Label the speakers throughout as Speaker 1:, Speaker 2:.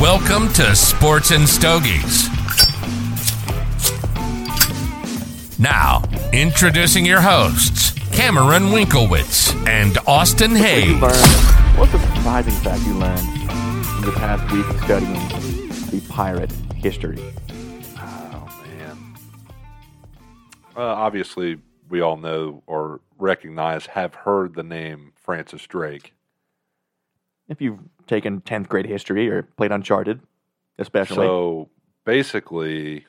Speaker 1: Welcome to Sports and Stogies. Now, introducing your hosts, Cameron Winklewitz and Austin
Speaker 2: What you
Speaker 1: Hayes.
Speaker 2: learn- What's a surprising fact you learned in the past week studying the pirate history?
Speaker 3: Oh man. Uh, obviously, we all know or recognize, have heard the name Francis Drake.
Speaker 2: If you've taken 10th grade history or played Uncharted, especially.
Speaker 3: So basically,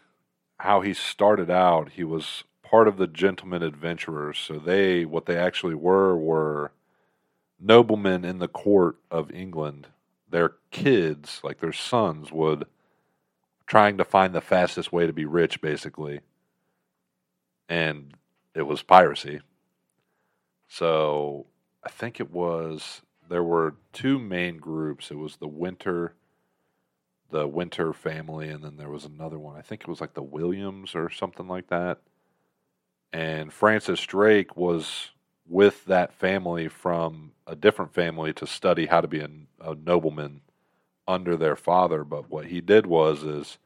Speaker 3: how he started out, he was part of the gentleman adventurers. So they, what they actually were, were noblemen in the court of England. Their kids, like their sons, would trying to find the fastest way to be rich, basically. And it was piracy. So I think it was there were two main groups. It was the winter the Winter family, and then there was another one. I think it was like the Williams or something like that. And Francis Drake was with that family from a different family to study how to be a, a nobleman under their father. But what he did was is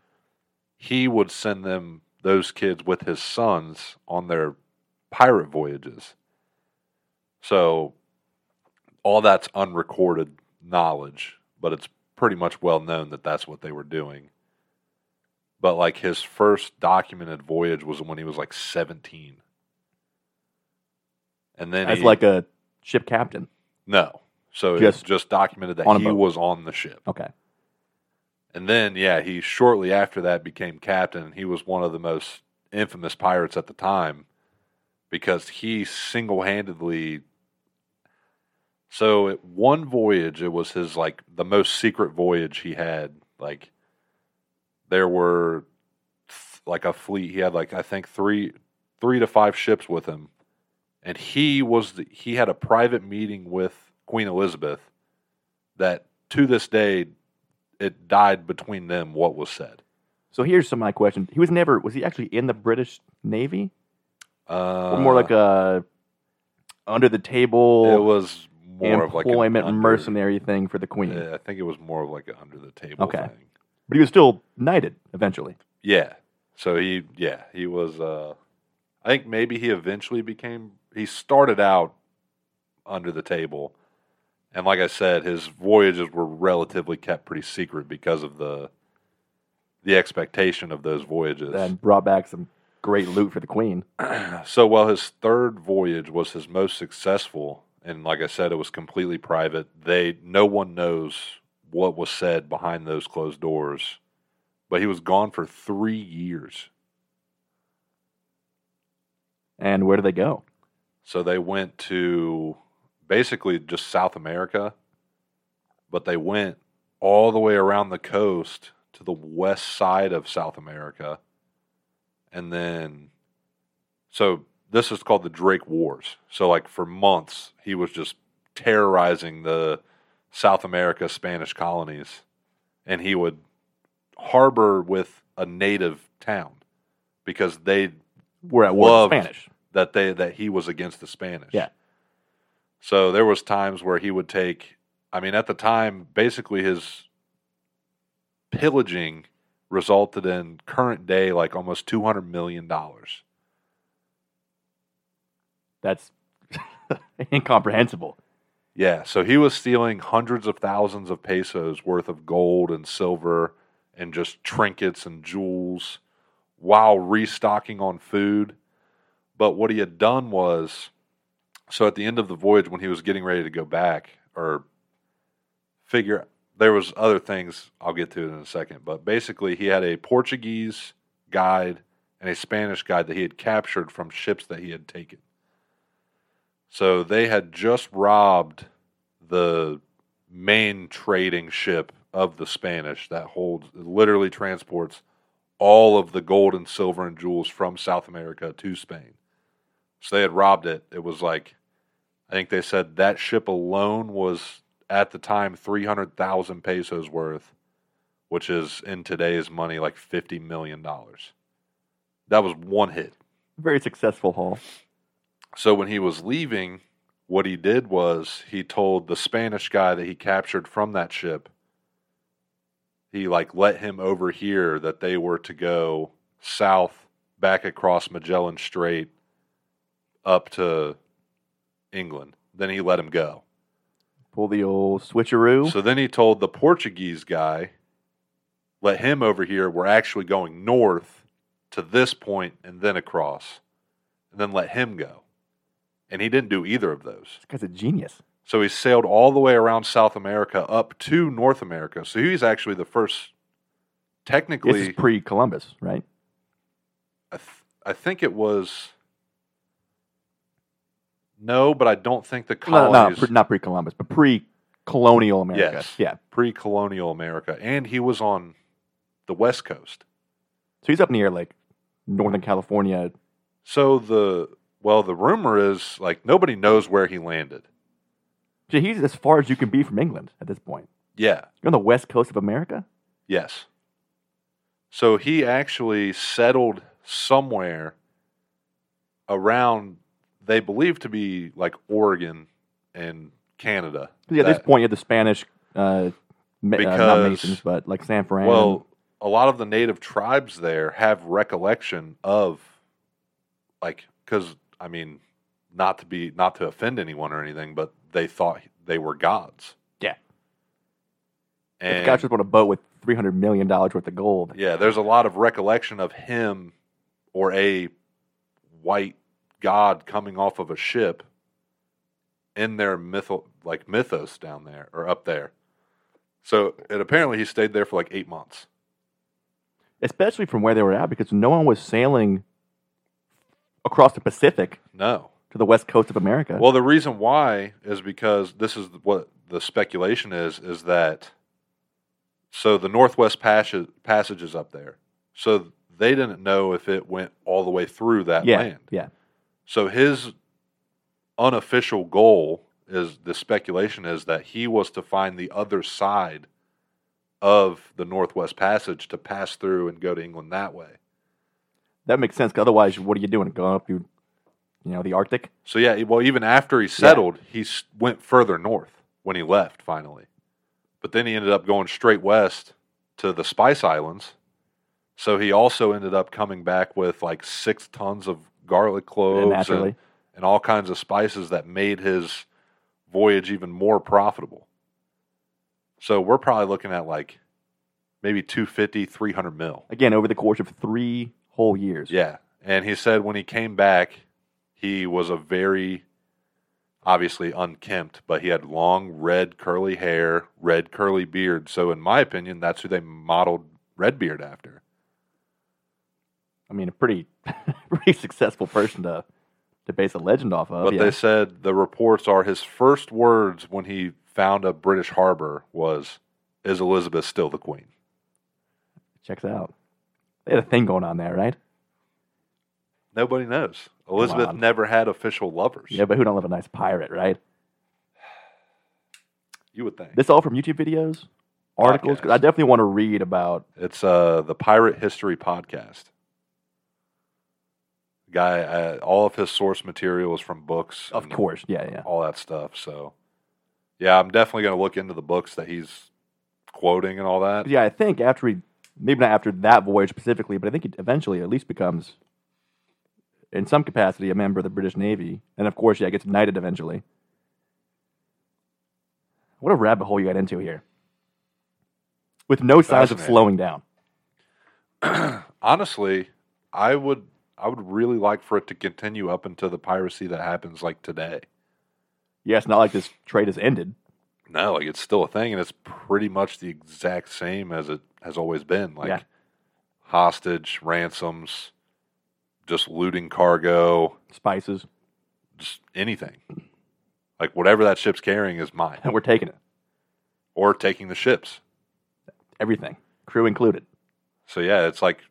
Speaker 3: he would send them those kids with his sons on their pirate voyages. So all that's unrecorded knowledge, but it's pretty much well known that that's what they were doing. But like his first documented voyage was when he was like 17. And then
Speaker 2: as
Speaker 3: he-
Speaker 2: like a ship captain.
Speaker 3: no. So
Speaker 2: Just
Speaker 3: it's just documented that
Speaker 2: on a
Speaker 3: he
Speaker 2: boat.
Speaker 3: was on the ship.
Speaker 2: Okay.
Speaker 3: And then, yeah, he shortly after that became captain. He was one of the most infamous pirates at the time because he single handedly. So, at one voyage, it was his like the most secret voyage he had. Like, there were th- like a fleet. He had like, I think, three, three to five ships with him. And he was, the, he had a private meeting with Queen Elizabeth that to this day it died between them what was said.
Speaker 2: So here's some of my questions. He was never, was he actually in the British Navy?
Speaker 3: Uh,
Speaker 2: Or more like a under the
Speaker 3: it
Speaker 2: table
Speaker 3: was more of like an
Speaker 2: employment
Speaker 3: under-
Speaker 2: mercenary thing for the Queen?
Speaker 3: Yeah, I think it was more of like an under the table
Speaker 2: Okay.
Speaker 3: thing.
Speaker 2: But he was still knighted eventually.
Speaker 3: Yeah. So he yeah he was uh, I think maybe he eventually became he started out under the table, and like I said, his voyages were relatively kept pretty secret because of the the expectation of those voyages.
Speaker 2: And brought back some great loot for the Queen.
Speaker 3: So while his third voyage was his most successful, and like I said, it was completely private. They no one knows what was said behind those closed doors, but he was gone for three years.
Speaker 2: And where do they go?
Speaker 3: So they went to basically just South America, but they went all the way around the coast to the west side of South America, and then so this is called the Drake Wars. So like for months he was just terrorizing the South America Spanish colonies, and he would harbor with a native town because they
Speaker 2: We're at war
Speaker 3: Loved.
Speaker 2: with the Spanish.
Speaker 3: that they that he was against the Spanish.
Speaker 2: Yeah.
Speaker 3: So there was times where he would take I mean at the time basically his pillaging resulted in current day like almost 200 million dollars.
Speaker 2: That's incomprehensible.
Speaker 3: Yeah, so he was stealing hundreds of thousands of pesos worth of gold and silver and just trinkets and jewels while restocking on food. But what he had done was so at the end of the voyage when he was getting ready to go back or figure there was other things I'll get to in a second, but basically he had a Portuguese guide and a Spanish guide that he had captured from ships that he had taken. So they had just robbed the main trading ship of the Spanish that holds literally transports all of the gold and silver and jewels from South America to Spain. So they had robbed it. It was like I think they said that ship alone was at the time 300,000 pesos worth, which is in today's money like 50 million dollars. That was one hit.
Speaker 2: Very successful haul.
Speaker 3: So when he was leaving, what he did was he told the Spanish guy that he captured from that ship, he like let him overhear that they were to go south back across Magellan Strait up to England. Then he let him go.
Speaker 2: Pull the old switcheroo.
Speaker 3: So then he told the Portuguese guy, let him over here. We're actually going north to this point and then across. And then let him go. And he didn't do either of those.
Speaker 2: this guy's a genius.
Speaker 3: So he sailed all the way around South America up to North America. So he's actually the first,
Speaker 2: This
Speaker 3: technically,
Speaker 2: is pre-Columbus, right?
Speaker 3: I, th- I think it was. No, but I don't think the
Speaker 2: No, no, no,
Speaker 3: colonies
Speaker 2: pre- not pre-Columbus, but pre-colonial America.
Speaker 3: Yes.
Speaker 2: Yeah.
Speaker 3: pre-colonial America, and he was on the West Coast.
Speaker 2: So he's up near like Northern California.
Speaker 3: So the well, the rumor is like nobody knows where he landed.
Speaker 2: So he's as far as you can be from England at this point.
Speaker 3: Yeah,
Speaker 2: You're on the west coast of America.
Speaker 3: Yes. So he actually settled somewhere around they believe to be like Oregon and Canada.
Speaker 2: 'Cause, Yeah, at
Speaker 3: That-
Speaker 2: this point you have the Spanish, uh, ma- uh, not
Speaker 3: Because-
Speaker 2: Masons, but like San Fran.
Speaker 3: well, a lot of the native tribes there have recollection of like cuz I mean not to be not to offend anyone or anything, but they thought they were gods.
Speaker 2: Yeah.
Speaker 3: And
Speaker 2: Scotch was on a boat with three hundred million dollars worth of gold.
Speaker 3: Yeah, there's a lot of recollection of him or a white god coming off of a ship in their mytho like mythos down there or up there. So and apparently he stayed there for like eight months.
Speaker 2: especially from where they were at, because no one was sailing across the Pacific
Speaker 3: No.
Speaker 2: to the west coast of America.
Speaker 3: Well, the reason why is because this is what the speculation is is that so the Northwest Passage, passage is up there. So they didn't know if it went all the way through that
Speaker 2: yeah,
Speaker 3: land.
Speaker 2: yeah.
Speaker 3: So his unofficial goal is the speculation is that he was to find the other side of the Northwest Passage to pass through and go to England that way.
Speaker 2: That makes sense. 'cause Otherwise, what are you doing? Going up you, you know, the Arctic?
Speaker 3: So yeah, well, even after he settled, he s- went further north when he left finally, but then he ended up going straight west to the Spice Islands. So he also ended up coming back with like six tons of garlic cloves and-
Speaker 2: naturally.
Speaker 3: and all kinds of spices that made his voyage even more profitable. So we're probably looking at like maybe 250, 300 mil.
Speaker 2: Again, over the course of three whole years.
Speaker 3: Yeah. And he said when he came back, he was a very obviously unkempt, but he had long red curly hair, red curly beard. So in my opinion, that's who they modeled Redbeard after.
Speaker 2: I mean, a pretty, pretty successful person to to base a legend off of.
Speaker 3: But
Speaker 2: yeah.
Speaker 3: they said the reports are his first words when he found a British harbor was, Is Elizabeth still the queen?
Speaker 2: Checks out. They had a thing going on there, right?
Speaker 3: Nobody knows. Elizabeth
Speaker 2: on.
Speaker 3: never had official lovers.
Speaker 2: Yeah, but who don't love a nice pirate, right?
Speaker 3: You would think.
Speaker 2: This all from YouTube videos, articles. 'Cause I
Speaker 3: Podcasts.
Speaker 2: definitely want to read about
Speaker 3: It's uh the Pirate History Podcast. Guy, uh, all of his source material is from books,
Speaker 2: Of
Speaker 3: and
Speaker 2: course, yeah, yeah.
Speaker 3: all that stuff. So, yeah, I'm definitely going to look into the books that he's quoting and all that.
Speaker 2: Yeah, I think after he, maybe not after that voyage specifically, but I think he eventually at least becomes, in some capacity, a member of the British Navy. And of course, yeah, gets knighted eventually. What a rabbit hole you got into here. With no signs of slowing
Speaker 3: Fascinating.
Speaker 2: down.
Speaker 3: Honestly, I would I would really like for it to continue up into the piracy that happens like today.
Speaker 2: Yeah, it's not like this trade has ended.
Speaker 3: No, like it's still a thing, and it's pretty much the exact same as it has always been. Like
Speaker 2: Yeah.
Speaker 3: hostage ransoms, just looting cargo,
Speaker 2: Spices,
Speaker 3: just anything. Like whatever that ship's carrying is mine,
Speaker 2: and we're taking it.
Speaker 3: or taking the ships.
Speaker 2: Everything, crew included.
Speaker 3: So yeah, it's like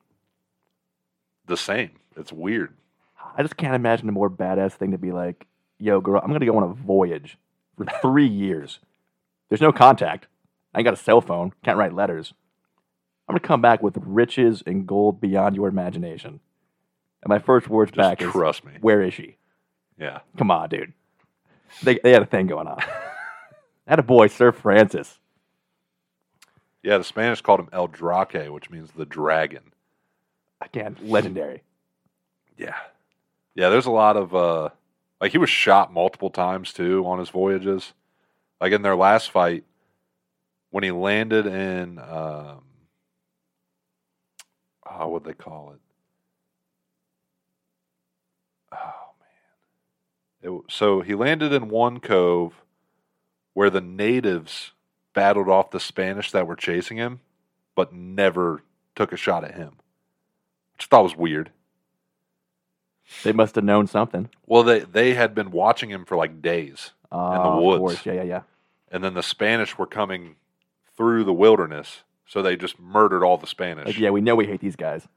Speaker 3: the same. It's weird.
Speaker 2: I just can't imagine a more badass thing to be like, yo, girl, I'm going to go on a voyage for three years. There's no contact. I ain't got a cell phone. Can't write letters. I'm going to come back with riches and gold beyond your imagination. And my first words
Speaker 3: Just
Speaker 2: back is,
Speaker 3: trust me.
Speaker 2: where is she?
Speaker 3: Yeah,
Speaker 2: Come on, dude. They, they had a thing going on. had a boy, Sir Francis.
Speaker 3: Yeah, the Spanish called him El Drake, which means the dragon.
Speaker 2: Again, legendary.
Speaker 3: Yeah. Yeah, there's a lot of uh like he was shot multiple times too on his voyages. Like in their last fight when he landed in um oh, what they call it? Oh man. It, w- so he landed in one cove where the natives battled off the Spanish that were chasing him, but never took a shot at him. Which I thought was weird.
Speaker 2: They must have known something.
Speaker 3: Well, they they had been watching him for like days,
Speaker 2: Uh,
Speaker 3: the
Speaker 2: of
Speaker 3: woods.
Speaker 2: course. Yeah, yeah, yeah.
Speaker 3: and then the Spanish were coming through the wilderness, so they just murdered all the Spanish.
Speaker 2: Like, yeah, we know we hate these guys.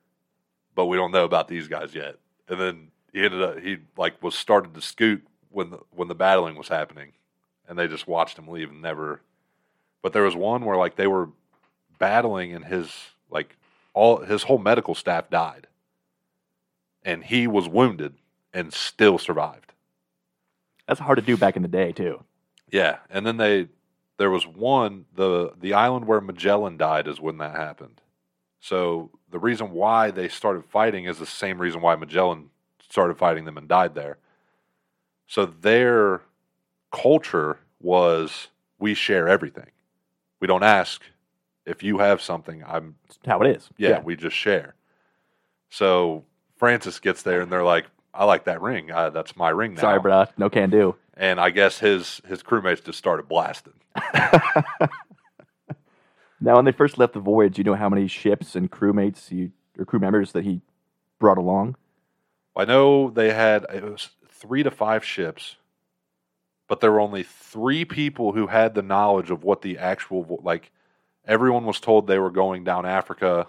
Speaker 3: But we don't know about these guys yet. And then he ended up he like was started to scoot when the, when the battling was happening, and they just watched him leave and never. But there was one where like they were battling, and his like all his whole medical staff died, and he was wounded and still survived.
Speaker 2: That's hard to do back in the day too.
Speaker 3: Yeah, and then they there was one the the island where Magellan died is when that happened. So the reason why they started fighting is the same reason why Magellan started fighting them and died there. So their culture was we share everything. We don't ask if you have something. I'm
Speaker 2: It's how it is.
Speaker 3: yeah, we just share. So Francis gets there and they're like, I like that ring. Uh, that's my ring now
Speaker 2: Sorry, bro. No can do.
Speaker 3: and I guess his his crewmates just started blasting.
Speaker 2: Now, when they first left the voyage, you know how many ships and crewmates you or crew members that he brought along.
Speaker 3: I know they had it was three to five ships, but there were only three people who had the knowledge of what the actual vo- like. Everyone was told they were going down Africa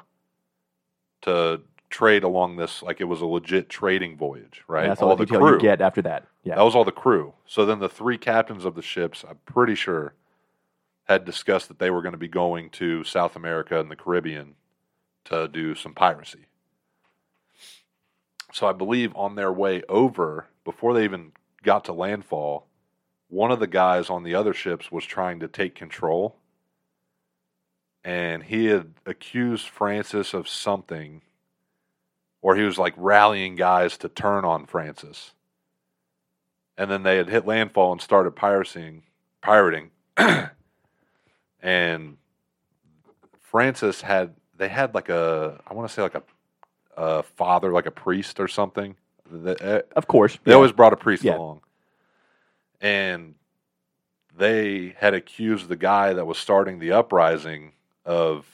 Speaker 3: to trade along this like it was a legit trading voyage, right?
Speaker 2: And that's all, the detail you get after that. Yeah,
Speaker 3: That was all the crew. So then the three captains of the ships, I'm pretty sure, had discussed that they were going to be going to South America and the Caribbean to do some piracy. So I believe on their way over, before they even got to landfall, one of the guys on the other ships was trying to take control. And he had accused Francis of something, or he was like rallying guys to turn on Francis and then they had hit landfall and started pirating pirating and francis had they had like a i want to say like a, a father like a priest or something The- eh,
Speaker 2: of course.
Speaker 3: they
Speaker 2: yeah.
Speaker 3: always brought a priest
Speaker 2: Yeah.
Speaker 3: along and they had accused the guy that was starting the uprising of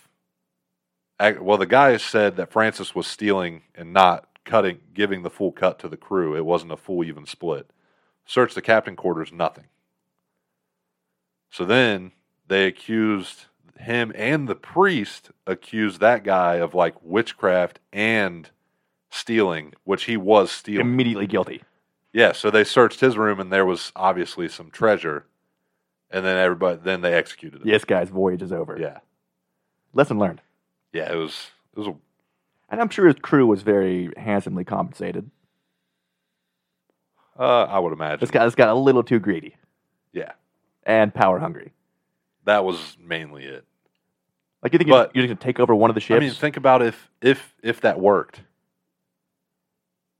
Speaker 3: ac- well the guy said that francis was stealing and not cutting giving the full cut to the crew it wasn't a full even split searched the captain quarters nothing so then they accused him and the priest accused that guy of like witchcraft and stealing which he was stealing
Speaker 2: immediately guilty.
Speaker 3: yeah, so they searched his room and there was obviously some treasure, and then everybody then they executed him.
Speaker 2: Yes, guys, voyage is over.
Speaker 3: yeah,
Speaker 2: Lesson learned.
Speaker 3: yeah. It was it was a,
Speaker 2: And I'm sure his crew was very handsomely compensated.
Speaker 3: uh, I would imagine.
Speaker 2: This guy this got a little too greedy
Speaker 3: yeah,
Speaker 2: and power hungry.
Speaker 3: that was mainly it.
Speaker 2: Like you think
Speaker 3: But-
Speaker 2: you're just gonna take over one of the ships?
Speaker 3: I mean, think about if if if that worked,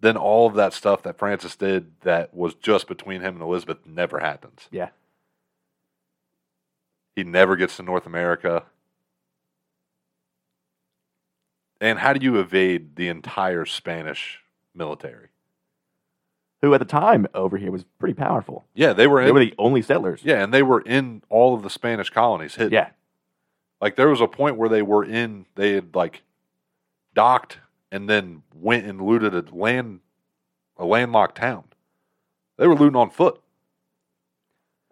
Speaker 3: then all of that stuff that Francis did that was just between him and Elizabeth never happens.
Speaker 2: yeah.
Speaker 3: He never gets to North America. And how do you evade the entire Spanish military?
Speaker 2: Who at the time over here was pretty powerful.
Speaker 3: Yeah, they were in
Speaker 2: They were the only settlers.
Speaker 3: Yeah, and they were in all of the Spanish colonies. Hit.
Speaker 2: Yeah.
Speaker 3: Like there was a point where they were in, they had like docked and then went and looted a land, a landlocked town. They were looting on foot.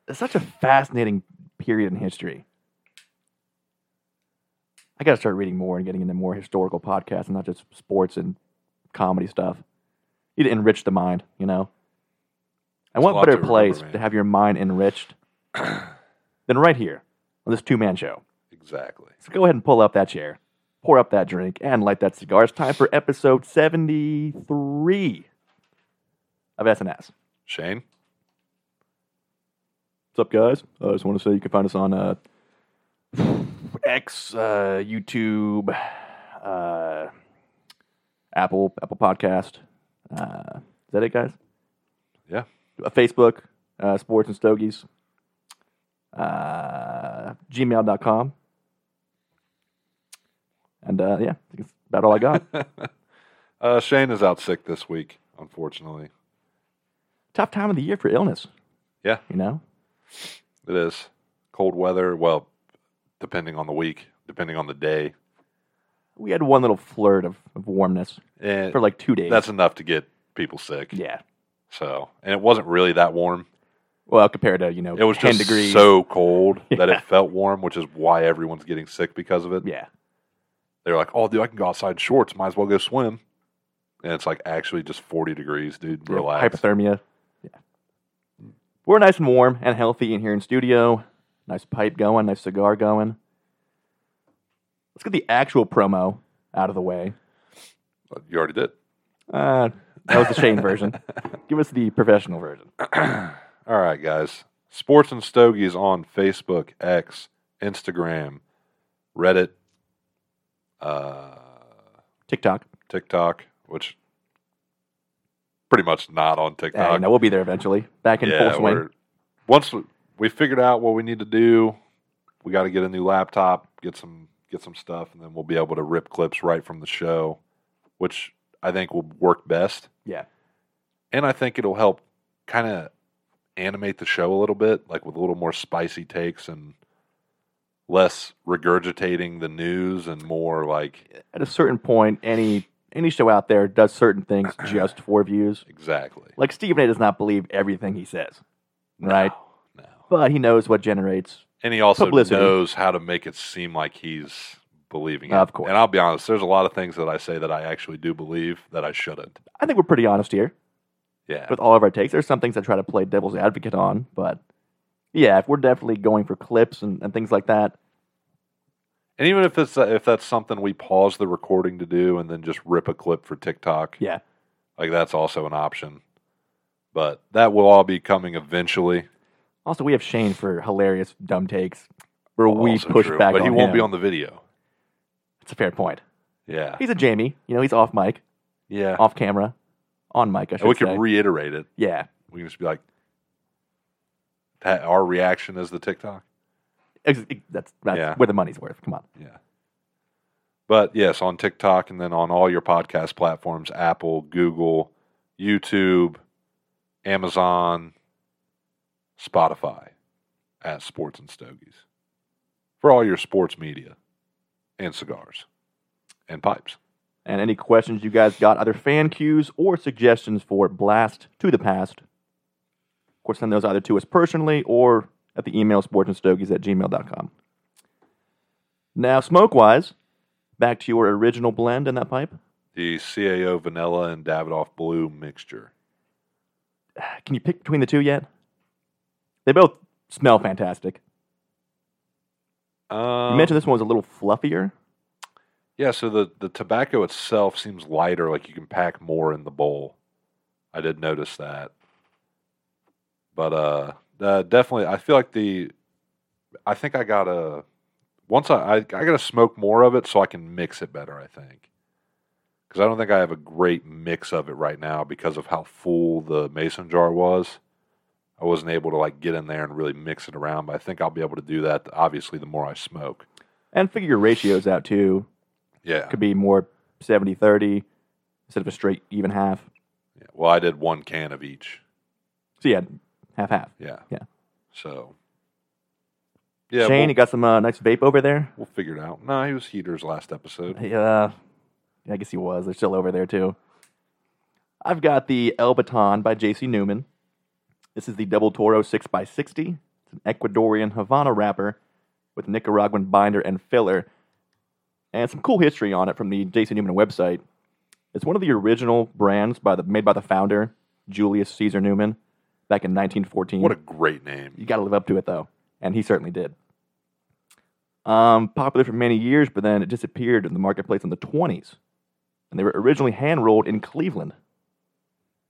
Speaker 2: It's such a fascinating period in history. I got to start reading more and getting into more historical podcasts and not just sports and comedy stuff. You to enrich the mind, you know? And
Speaker 3: There's a
Speaker 2: what
Speaker 3: lot
Speaker 2: better
Speaker 3: to
Speaker 2: place
Speaker 3: remember, man.
Speaker 2: to have your mind enriched than right here on this two man show?
Speaker 3: Exactly.
Speaker 2: So go ahead and pull up that chair, pour up that drink, and light that cigar. It's time for episode 73 of SNS.
Speaker 3: Shane,
Speaker 2: What's up, guys? I just want to say you can find us on uh, X, uh, YouTube, uh, Apple, Apple Podcast. Uh, is that it, guys?
Speaker 3: Yeah.
Speaker 2: Uh, Facebook, uh, Sports and Stogies, uh, gmail.com. And uh, yeah, I think it's about all I got.
Speaker 3: Uh, Shane is out sick this week, unfortunately.
Speaker 2: Tough time of the year for illness.
Speaker 3: Yeah.
Speaker 2: You know?
Speaker 3: It is cold weather. Well, depending on the week, depending on the day,
Speaker 2: We had one little flirt of, of warmness
Speaker 3: and
Speaker 2: for like two days.
Speaker 3: that's enough to get people sick.
Speaker 2: yeah.
Speaker 3: So, and it wasn't really that warm.
Speaker 2: Well, compared to, you know,
Speaker 3: It was
Speaker 2: 10
Speaker 3: just
Speaker 2: degrees.
Speaker 3: so cold that
Speaker 2: Yeah.
Speaker 3: it felt warm, which is why everyone's getting sick because of it.
Speaker 2: yeah.
Speaker 3: They're like, "Oh, dude, I can go outside in shorts. Might as well go swim." And it's like actually just forty degrees, dude.
Speaker 2: Yeah,
Speaker 3: Relax.
Speaker 2: Hypothermia. Yeah. We're nice and warm and healthy in here in studio. Nice pipe going, nice cigar going. Let's get the actual promo out of the way.
Speaker 3: you already did.
Speaker 2: Uh, that was the Shane version. Give us the professional version.
Speaker 3: All right, guys. Sports and Stogies on Facebook, X, Instagram, Reddit, uh,
Speaker 2: TikTok.
Speaker 3: TikTok, which pretty much not on
Speaker 2: Uh,
Speaker 3: TikTok.
Speaker 2: you know, we'll be there eventually. Back in full swing.
Speaker 3: we're- once we- we figured out what we need to do, we got to get a new laptop, get some get some stuff, and then we'll be able to rip clips right from the show, which I think will work best.
Speaker 2: Yeah.
Speaker 3: and I think it'll help kind of animate the show a little bit, like with a little more spicy takes and less regurgitating the news and more like
Speaker 2: At a certain point, any any show out there does certain things just for views.
Speaker 3: exactly
Speaker 2: Like Stephen A. does not believe everything he says, right?
Speaker 3: No, no.
Speaker 2: But he knows what generates.
Speaker 3: and he also
Speaker 2: Publicity.
Speaker 3: knows how to make it seem like he's believing it.
Speaker 2: Of course.
Speaker 3: and I'll be honest, there's a lot of things that I say that I actually do believe that I shouldn't.
Speaker 2: I think we're pretty honest here.
Speaker 3: Yeah,
Speaker 2: with all of our takes. There's some things I try to play devil's advocate on, but yeah, if we're definitely going for clips and, and things like that,
Speaker 3: and even if it's uh, if that's something we pause the recording to do and then just rip a clip for TikTok,
Speaker 2: yeah,
Speaker 3: like that's also an option. But that will all be coming eventually.
Speaker 2: Also, we have Shane for hilarious dumb takes where we
Speaker 3: Also
Speaker 2: push
Speaker 3: true,
Speaker 2: back.
Speaker 3: But
Speaker 2: on
Speaker 3: he won't
Speaker 2: him.
Speaker 3: be on the video.
Speaker 2: It's a fair point.
Speaker 3: Yeah.
Speaker 2: He's a Jamie. You know, he's off mic,
Speaker 3: Yeah.
Speaker 2: off camera, on mic. I should
Speaker 3: And we
Speaker 2: say.
Speaker 3: could reiterate it.
Speaker 2: yeah,
Speaker 3: We can just be like, that our reaction is the TikTok.
Speaker 2: Ex- ex- that's that's
Speaker 3: Yeah.
Speaker 2: where the money's worth. Come on,
Speaker 3: Yeah. But yes, on TikTok and then on all your podcast platforms Apple, Google, YouTube, Amazon, Spotify at Sports and Stogies for all your sports media and cigars and pipes.
Speaker 2: And any questions you guys got, either fan cues or suggestions for Blast to the Past, of course, send those either to us personally or at the email sportsandstogies at gmail.com. Now, smoke wise, back to your original blend in that pipe.
Speaker 3: The CAO Vanilla and Davidoff Blue mixture.
Speaker 2: Can you pick between the two yet? They both smell fantastic. You
Speaker 3: Um,
Speaker 2: mentioned this one was a little fluffier.
Speaker 3: Yeah, so the, the tobacco itself seems lighter, like you can pack more in the bowl. I did notice that. But uh, uh definitely I feel like the I think I gotta once I, I I gotta smoke more of it so I can mix it better, I think. Cause I don't think I have a great mix of it right now because of how full the mason jar was. I wasn't able to like get in there and really mix it around, but I think I'll be able to do that obviously the more I smoke.
Speaker 2: And figure your ratios out too.
Speaker 3: Yeah.
Speaker 2: Could be more 70 30 instead of a straight even half.
Speaker 3: yeah. Well I did one can of each.
Speaker 2: So, yeah, half half.
Speaker 3: Yeah.
Speaker 2: Yeah.
Speaker 3: So. Yeah,
Speaker 2: Shane,
Speaker 3: we'll,
Speaker 2: you got some uh, nice vape over there? uh,
Speaker 3: we'll figure it out. No, he was heaters last episode.
Speaker 2: Yeah, I guess he was. They're still over there too. I've got the El Baton by J.C. Newman. This is the Double Toro 6x60. It's an Ecuadorian Havana wrapper with Nicaraguan binder and filler, and some cool history on it from the J.C. Newman website. It's one of the original brands by the made by the founder Julius Caesar Newman back in 1914.
Speaker 3: What a great name.
Speaker 2: You got to live up to it though, and he certainly did. Um, popular for many years, but then it disappeared in the marketplace in the 20s, and they were originally hand rolled in Cleveland,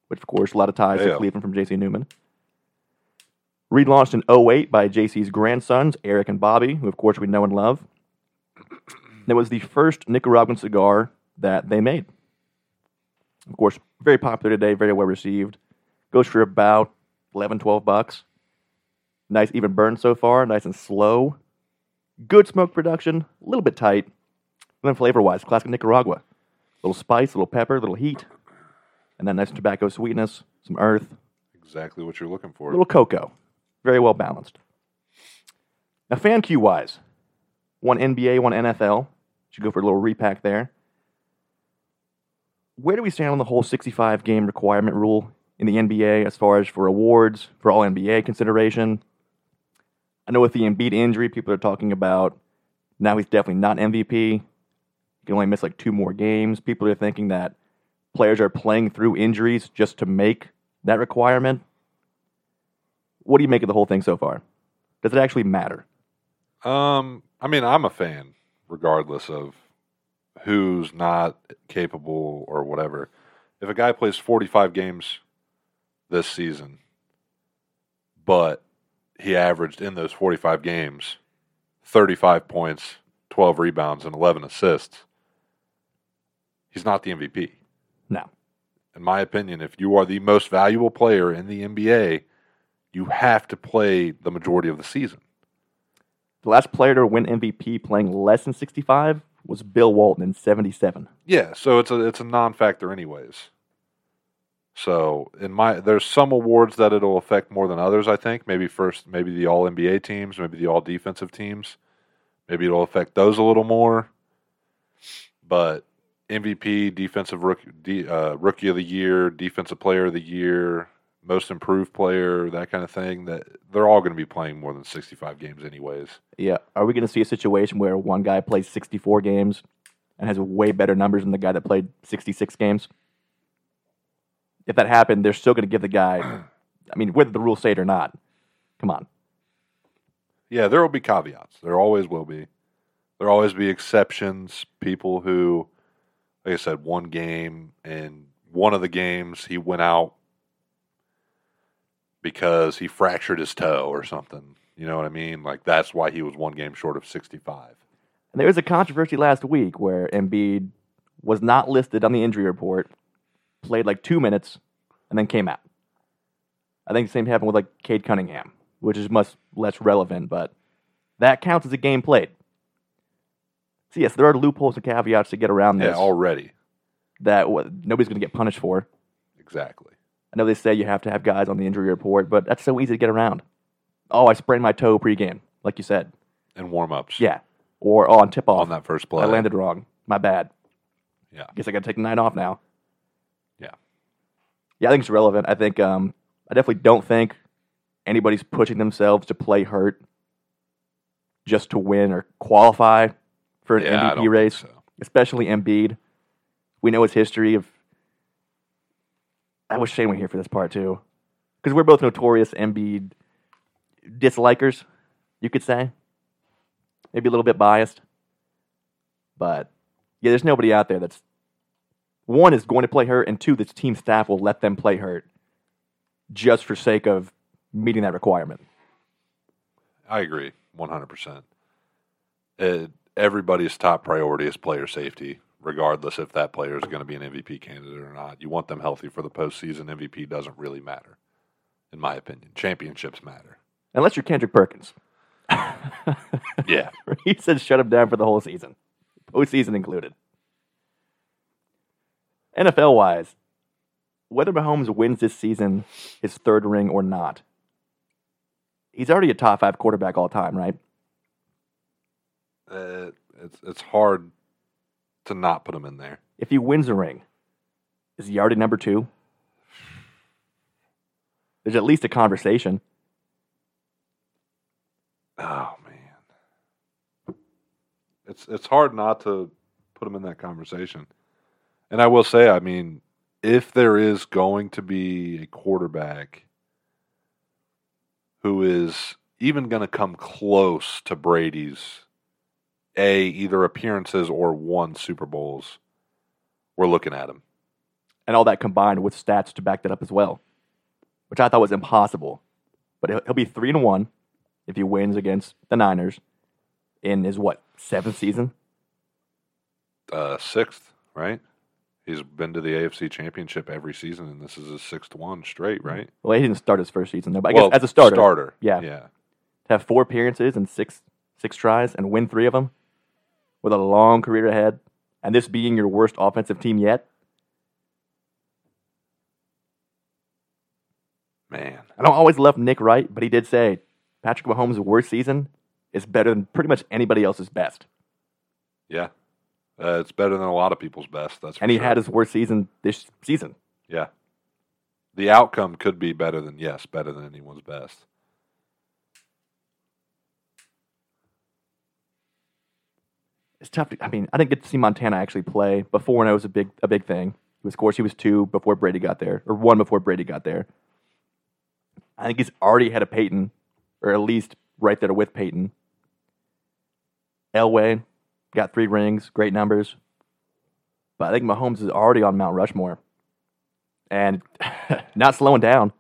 Speaker 2: which of course a lot of ties
Speaker 3: Yeah.
Speaker 2: to Cleveland from J.C. Newman. oh Relaunched in 08 by J.C.'s grandsons Eric and Bobby, who of course we know and love, That was the first Nicaraguan cigar that they made. Of course, very popular today, very well received. Goes for about 11, 12 bucks. Nice, even burn so far, nice and slow. Good smoke production, a little bit tight. And then flavor wise, classic Nicaragua. Little spice, little pepper, little heat. And then nice tobacco sweetness, some earth,
Speaker 3: Exactly what you're looking
Speaker 2: a
Speaker 3: for.
Speaker 2: little cocoa. Very well balanced. Now, fan queue wise, one NBA, one NFL. Should go for a little repack there. Where do we stand on the whole 65 game requirement rule in the NBA as far as for awards, for all NBA consideration? I know with the Embiid injury, people are talking about now he's definitely not MVP. He can only miss like two more games. People are thinking that players are playing through injuries just to make that requirement. What do you make of the whole thing so far? Does it actually matter?
Speaker 3: Um, I mean, I'm a fan, regardless of who's not capable or whatever. If a guy plays 45 games this season, but he averaged in those 45 games 35 points, 12 rebounds, and 11 assists, he's not the MVP.
Speaker 2: No.
Speaker 3: In my opinion, if you are the most valuable player in the NBA, you have to play the majority of the season.
Speaker 2: The last player to win MVP playing less than 65 was Bill Walton in 77.
Speaker 3: Yeah, so it's a it's a non-factor anyways. So in my there's some awards that it'll affect more than others. I think maybe first maybe the All NBA teams, maybe the All Defensive teams, maybe it'll affect those a little more. But MVP, Defensive Rookie, D, uh, Rookie of the Year, Defensive Player of the Year, Most Improved Player, that kind of thing. That they're all going to be playing more than 65 games anyways.
Speaker 2: Yeah. Are we going to see a situation where one guy plays 64 games and has way better numbers than the guy that played 66 games? If that happened, they're still going to give the guy, I mean, whether the rules say it or not, come on.
Speaker 3: Yeah, there will be caveats. There always will be. There always be exceptions. People who, like I said, one game and one of the games he went out because he fractured his toe or something. You know what I mean? Like that's why he was one game short of sixty-five.
Speaker 2: And there was a controversy last week where Embiid was not listed on the injury report, played like two minutes, and then came out. I think the same happened with like Cade Cunningham, which is much less relevant, but that counts as a game played. So yes, there are loopholes and caveats to get around this
Speaker 3: Yeah, already
Speaker 2: that w- nobody's going to get punished for.
Speaker 3: exactly.
Speaker 2: I know they say you have to have guys on the injury report, but that's so easy to get around. Oh, I sprained my toe pregame, like you said.
Speaker 3: And warm-ups.
Speaker 2: Yeah. Or oh, on tip off.
Speaker 3: on that first play.
Speaker 2: I landed wrong. My bad.
Speaker 3: Yeah.
Speaker 2: Guess I got to take the night off now.
Speaker 3: Yeah.
Speaker 2: Yeah, I think it's relevant. I think um, I definitely don't think anybody's pushing themselves to play hurt just to win or qualify for an
Speaker 3: Yeah, I don't
Speaker 2: MVP
Speaker 3: think
Speaker 2: race,
Speaker 3: so.
Speaker 2: especially Embiid. We know his history of. I wish Shane were here for this part too, because we're both notorious Embiid dislikers, you could say. Maybe a little bit biased, but yeah, there's nobody out there that's one is going to play hurt, and two, this team staff will let them play hurt just for sake of meeting that requirement.
Speaker 3: I agree, one hundred percent. Uh, Everybody's top priority is player safety, regardless if that player is going to be an MVP candidate or not. You want them healthy for the postseason. MVP doesn't really matter, in my opinion. Championships matter.
Speaker 2: Unless you're Kendrick Perkins.
Speaker 3: Yeah,
Speaker 2: he said shut him down for the whole season, postseason included. NFL wise, whether Mahomes wins this season, his third ring or not, he's already a top five quarterback all time, right?
Speaker 3: uh, it's it's hard to not put them in there.
Speaker 2: If he wins a ring, is he already number two? There's at least a conversation.
Speaker 3: Oh man, it's it's hard not to put them in that conversation. And I will say, I mean, if there is going to be a quarterback who is even going to come close to Brady's a either appearances or one Super Bowls, we're looking at him.
Speaker 2: and all that combined with stats to back that up as well, which I thought was impossible. But he'll, he'll be three and one if he wins against the Niners in his what seventh season.
Speaker 3: uh, sixth, right? He's been to the AFC Championship every season, and this is his sixth one straight, right?
Speaker 2: Well, he didn't start his first season though, but I
Speaker 3: Well,
Speaker 2: guess as a starter,
Speaker 3: starter,
Speaker 2: Yeah.
Speaker 3: yeah.
Speaker 2: to have four appearances and six six tries and win three of them, with a long career ahead, and this being your worst offensive team yet,
Speaker 3: Man,
Speaker 2: I don't always love Nick Wright, but he did say Patrick Mahomes' worst season is better than pretty much anybody else's best.
Speaker 3: yeah, uh, it's better than a lot of people's best. That's for
Speaker 2: And he
Speaker 3: sure.
Speaker 2: had his worst season this season.
Speaker 3: yeah. The outcome could be better than yes, better than anyone's best.
Speaker 2: It's tough to, I mean, I didn't get to see Montana actually play before, and it was a big, a big thing. He was, of course, he was two before Brady got there, or one before Brady got there. I think he's already had a Peyton, or at least right there with Peyton. Elway got three rings, great numbers. But I think Mahomes is already on Mount Rushmore and not slowing down.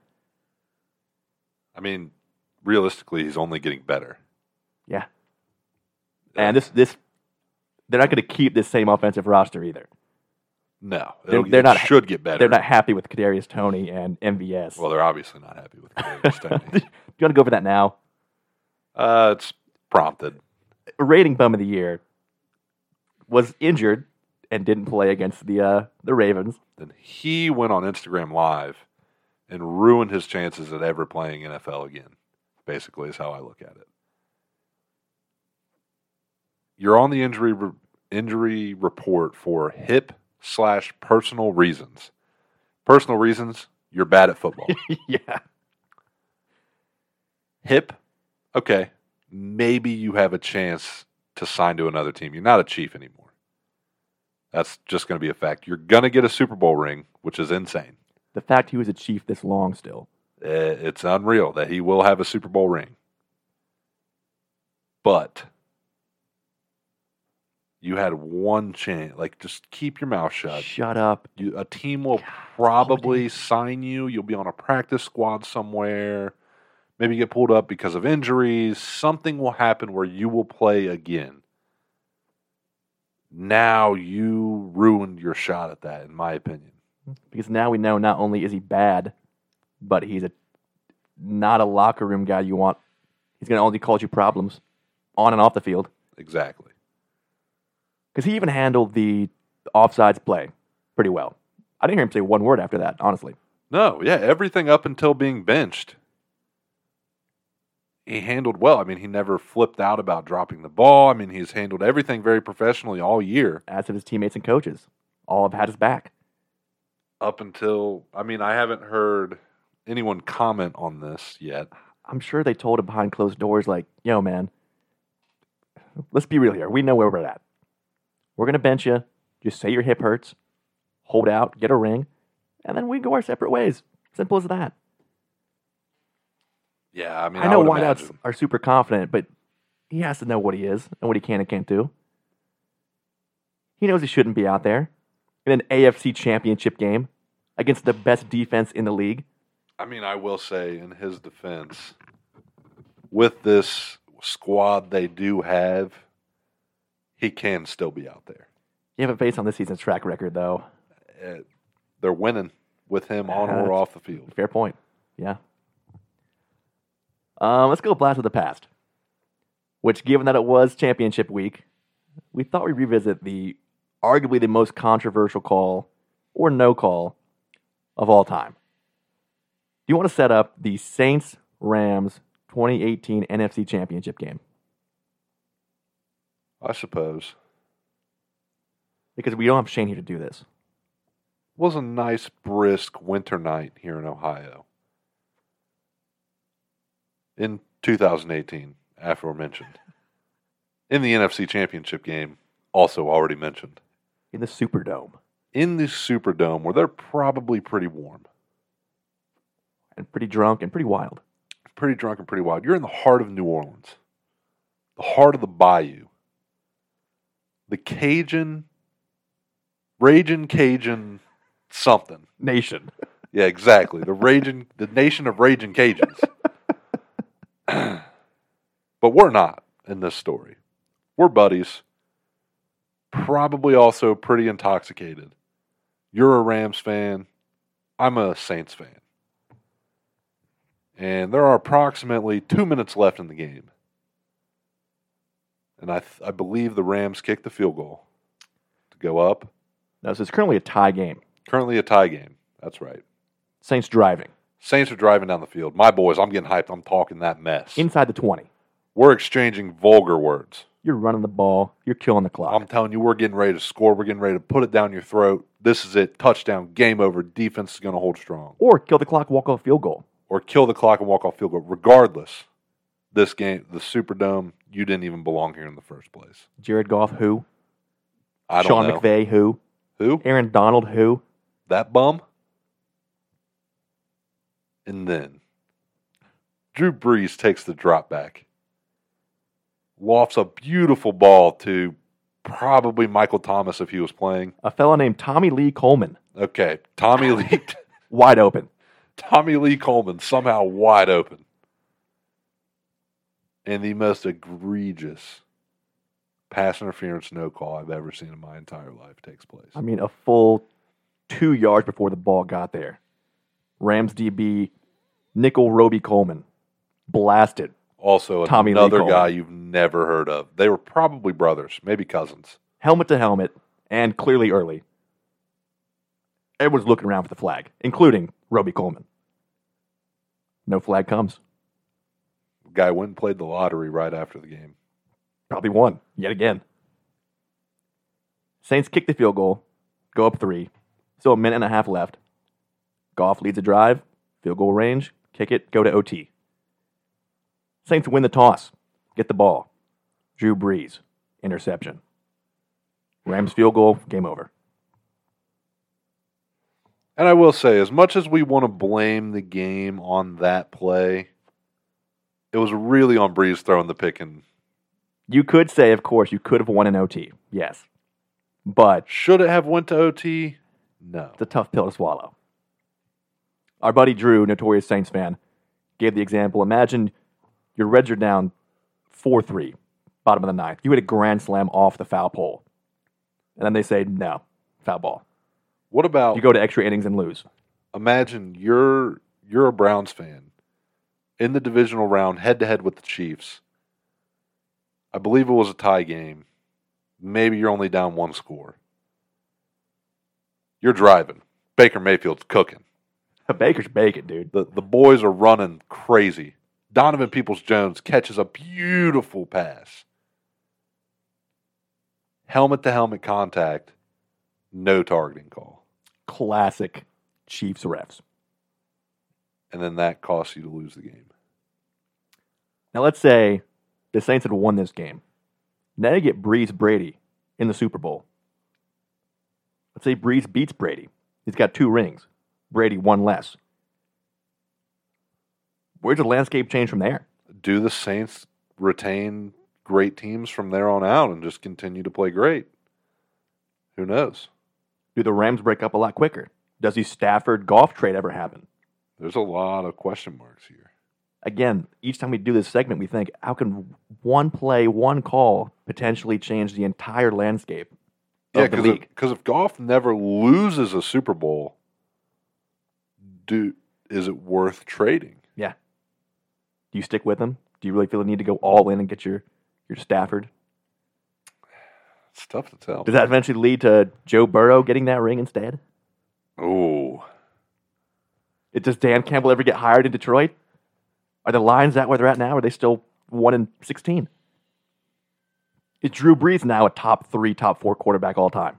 Speaker 3: I mean, realistically, he's only getting better.
Speaker 2: Yeah. And this this they're not going to keep this same offensive roster either.
Speaker 3: No,
Speaker 2: They're-
Speaker 3: it'll-
Speaker 2: they're
Speaker 3: it
Speaker 2: not-
Speaker 3: Should get better.
Speaker 2: They're not happy with Kadarius Tony and MVS.
Speaker 3: Well, they're obviously not happy with Kadarius
Speaker 2: Do
Speaker 3: Stoney.
Speaker 2: you want to go over that now?
Speaker 3: Uh It's prompted.
Speaker 2: Rating bum of the year was injured and didn't play against the uh, the Ravens.
Speaker 3: Then he went on Instagram Live and ruined his chances at ever playing NFL again. Basically, is how I look at it. You're on the injury re- injury report for hip slash personal reasons. Personal reasons: you're bad at football.
Speaker 2: yeah,
Speaker 3: hip, okay, maybe you have a chance to sign to another team. You're not a Chief anymore. That's just going to be a fact. You're going to get a Super Bowl ring, which is insane.
Speaker 2: the fact he was a chief this long still.
Speaker 3: Eh, It's unreal that he will have a Super Bowl ring. But you had one chance. Like, just keep your mouth shut.
Speaker 2: Shut up.
Speaker 3: You, a team will probably sign you. You'll be on a practice squad somewhere. Maybe you get pulled up because of injuries. Something will happen where you will play again. Now you ruined your shot at that, in my opinion.
Speaker 2: Because now we know not only is he bad, but he's a not a locker room guy you want. He's going to only cause you problems on and off the field.
Speaker 3: Exactly.
Speaker 2: because he even handled the offsides play pretty well. I didn't hear him say one word after that, honestly.
Speaker 3: No, yeah, everything up until being benched, he handled well. I mean, he never flipped out about dropping the ball. I mean, he's handled everything very professionally all year.
Speaker 2: As have his teammates and coaches, all have had his back.
Speaker 3: up until I mean, I haven't heard anyone comment on this yet.
Speaker 2: I'm sure they told him behind closed doors, like, yo, man, let's be real here. We know where we're at. We're going to bench you. Just say your hip hurts, hold out, get a ring, and then we go our separate ways. Simple as that.
Speaker 3: Yeah, I mean,
Speaker 2: I know
Speaker 3: would
Speaker 2: wideouts
Speaker 3: imagine.
Speaker 2: are super confident, but he has to know what he is and what he can and can't do. He knows he shouldn't be out there in an AFC championship game against the best defense in the league.
Speaker 3: I mean, I will say in his defense, with this squad they do have, he can still be out there.
Speaker 2: You have a based on this season's track record, though.
Speaker 3: Eh, They're winning with him on
Speaker 2: Uh,
Speaker 3: or off the field.
Speaker 2: Fair point. Yeah. Um, let's go blast of the past, which, given that it was championship week, we thought we'd revisit the arguably the most controversial call or no call of all time. Do you want to set up the Saints Rams 2018 NFC Championship game?
Speaker 3: I suppose
Speaker 2: Because we don't have Shane here to do this.
Speaker 3: was a nice brisk winter night here in Ohio in 2018, aforementioned. In the NFC Championship game, also already mentioned.
Speaker 2: In the Superdome.
Speaker 3: In the Superdome, where they're probably pretty warm,
Speaker 2: And pretty drunk and pretty wild.
Speaker 3: pretty drunk, and pretty wild. You're in the heart of New Orleans, the heart of the bayou, the Cajun, Ragin' Cajun something.
Speaker 2: Nation.
Speaker 3: Yeah, exactly. The raging, the nation of raging Cajuns. but we're not in this story. We're buddies. probably also pretty intoxicated. You're a Rams fan. I'm a Saints fan. And there are approximately two minutes left in the game. And I, th- I believe the Rams kicked the field goal to go up.
Speaker 2: No, so it's currently a tie game.
Speaker 3: Currently a tie game. That's right.
Speaker 2: Saints driving
Speaker 3: Saints are driving down the field. My boys, I'm getting hyped. I'm talking that mess.
Speaker 2: inside the 20.
Speaker 3: We're exchanging vulgar words.
Speaker 2: You're running the ball. You're killing the clock.
Speaker 3: I'm telling you, we're getting ready to score. We're getting ready to put it down your throat. This is it. Touchdown. Game over. Defense is going to hold strong.
Speaker 2: or kill the clock, walk off field goal.
Speaker 3: Or kill the clock and walk off field goal. Regardless, this game, the Superdome, you didn't even belong here in the first place.
Speaker 2: Jared Goff, who?
Speaker 3: I don't
Speaker 2: Sean
Speaker 3: know.
Speaker 2: McVay, who?
Speaker 3: Who?
Speaker 2: Aaron Donald, who?
Speaker 3: That bum? And then Drew Brees takes the drop back, lofts a beautiful ball to probably Michael Thomas if he was playing.
Speaker 2: A fellow named Tommy Lee Coleman,
Speaker 3: Okay, Tommy Lee,
Speaker 2: wide open.
Speaker 3: Tommy Lee Coleman somehow wide open, and the most egregious pass interference no call I've ever seen in my entire life takes place.
Speaker 2: I mean, a full two yards before the ball got there. Rams DB, nickel Roby Coleman, blasted.
Speaker 3: Also,
Speaker 2: Tommy Lee
Speaker 3: another
Speaker 2: Coleman.
Speaker 3: guy you've never heard of. They were probably brothers, maybe cousins.
Speaker 2: helmet to helmet, and clearly early. Everyone's looking around for the flag, including Roby Coleman. No flag comes.
Speaker 3: Guy went and played the lottery right after the game.
Speaker 2: Probably won yet again. Saints kick the field goal, go up three. Still a minute and a half left. Goff leads a drive, field goal range, kick it, go to OT. Saints win the toss, get the ball. Drew Brees, interception. Rams field goal, game over.
Speaker 3: And I will say, as much as we want to blame the game on that play, it was really on Breeze throwing the pick and
Speaker 2: You could say, of course, you could have won an OT. Yes. But
Speaker 3: should it have went to OT? No.
Speaker 2: it's a tough pill to swallow. Our buddy Drew, notorious Saints fan, gave the example. Imagine your Reds are down 4 3, bottom of the ninth. You hit a grand slam off the foul pole. And then they say, no, foul ball.
Speaker 3: What about
Speaker 2: You go to extra innings and lose.
Speaker 3: imagine you're you're a Browns fan in the divisional round head to head with the Chiefs. I believe it was a tie game. Maybe you're only down one score. You're driving. Baker Mayfield's cooking.
Speaker 2: Baker's bacon, dude.
Speaker 3: The the boys are running crazy. Donovan Peoples Jones catches a beautiful pass. Helmet to helmet contact. No targeting call.
Speaker 2: Classic Chiefs refs.
Speaker 3: And then that costs you to lose the game.
Speaker 2: Now, let's say the Saints had won this game. Now you get Breeze Brady in the Super Bowl. Let's say Breeze beats Brady. He's got two rings, Brady, one less. Where's the landscape change from there?
Speaker 3: do the Saints retain great teams from there on out and just continue to play great? Who knows?
Speaker 2: Do the Rams break up a lot quicker? Does the Stafford golf trade ever happen?
Speaker 3: There's a lot of question marks here.
Speaker 2: Again, each time we do this segment, we think, how can one play, one call potentially change the entire landscape of
Speaker 3: Yeah,
Speaker 2: the
Speaker 3: because
Speaker 2: league?
Speaker 3: if, golf never loses a Super Bowl, do is it worth trading?
Speaker 2: Yeah. Do you stick with him? Do you really feel the need to go all in and get your, your Stafford?
Speaker 3: It's tough to tell.
Speaker 2: Does that eventually lead to Joe Burrow getting that ring instead?
Speaker 3: Oh,
Speaker 2: It, does Dan Campbell ever get hired in Detroit? Are the Lions at where they're at now? Are they still one and sixteen? Is Drew Brees now a top three, top four quarterback all time?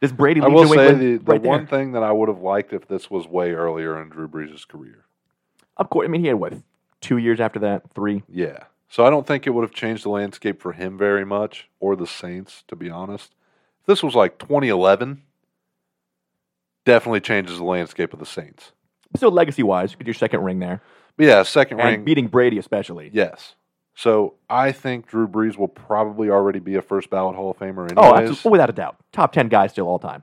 Speaker 2: Does Brady
Speaker 3: I
Speaker 2: leave
Speaker 3: will
Speaker 2: New
Speaker 3: say
Speaker 2: England
Speaker 3: the, the
Speaker 2: right there?
Speaker 3: one thing that I would have liked if this was way earlier in Drew Brees' career.
Speaker 2: Of course, I mean he had what two years after that, three.
Speaker 3: Yeah. So I don't think it would have changed the landscape for him very much or the Saints, to be honest. If this was like 2011, definitely changes the landscape of the Saints.
Speaker 2: So legacy wise, you could do your second ring there,
Speaker 3: But yeah, second ring.
Speaker 2: and beating Brady especially.
Speaker 3: yes. So I think Drew Brees will probably already be a first ballot Hall of Famer anyways.
Speaker 2: oh, absolutely, without a doubt, top ten guy still all time.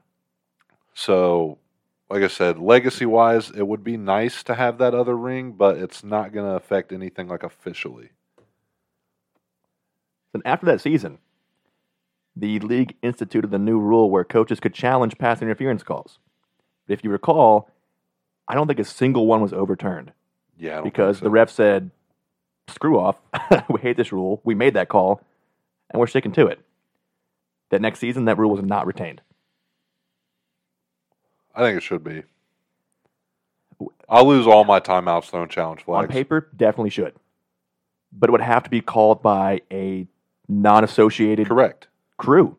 Speaker 3: So, like I said, legacy wise, it would be nice to have that other ring, but it's not going to affect anything like officially.
Speaker 2: Then after that season, the league instituted the new rule where coaches could challenge pass interference calls. But if you recall, I don't think a single one was overturned
Speaker 3: Yeah, I don't think
Speaker 2: because
Speaker 3: so.
Speaker 2: the ref said, "Screw off! we hate this rule. We made that call, and we're sticking to it." That next season, that rule was not retained.
Speaker 3: I think it should be. I'll lose all my timeouts throwing challenge
Speaker 2: On
Speaker 3: flags.
Speaker 2: paper, definitely should, but it would have to be called by a non-associated
Speaker 3: Correct.
Speaker 2: crew.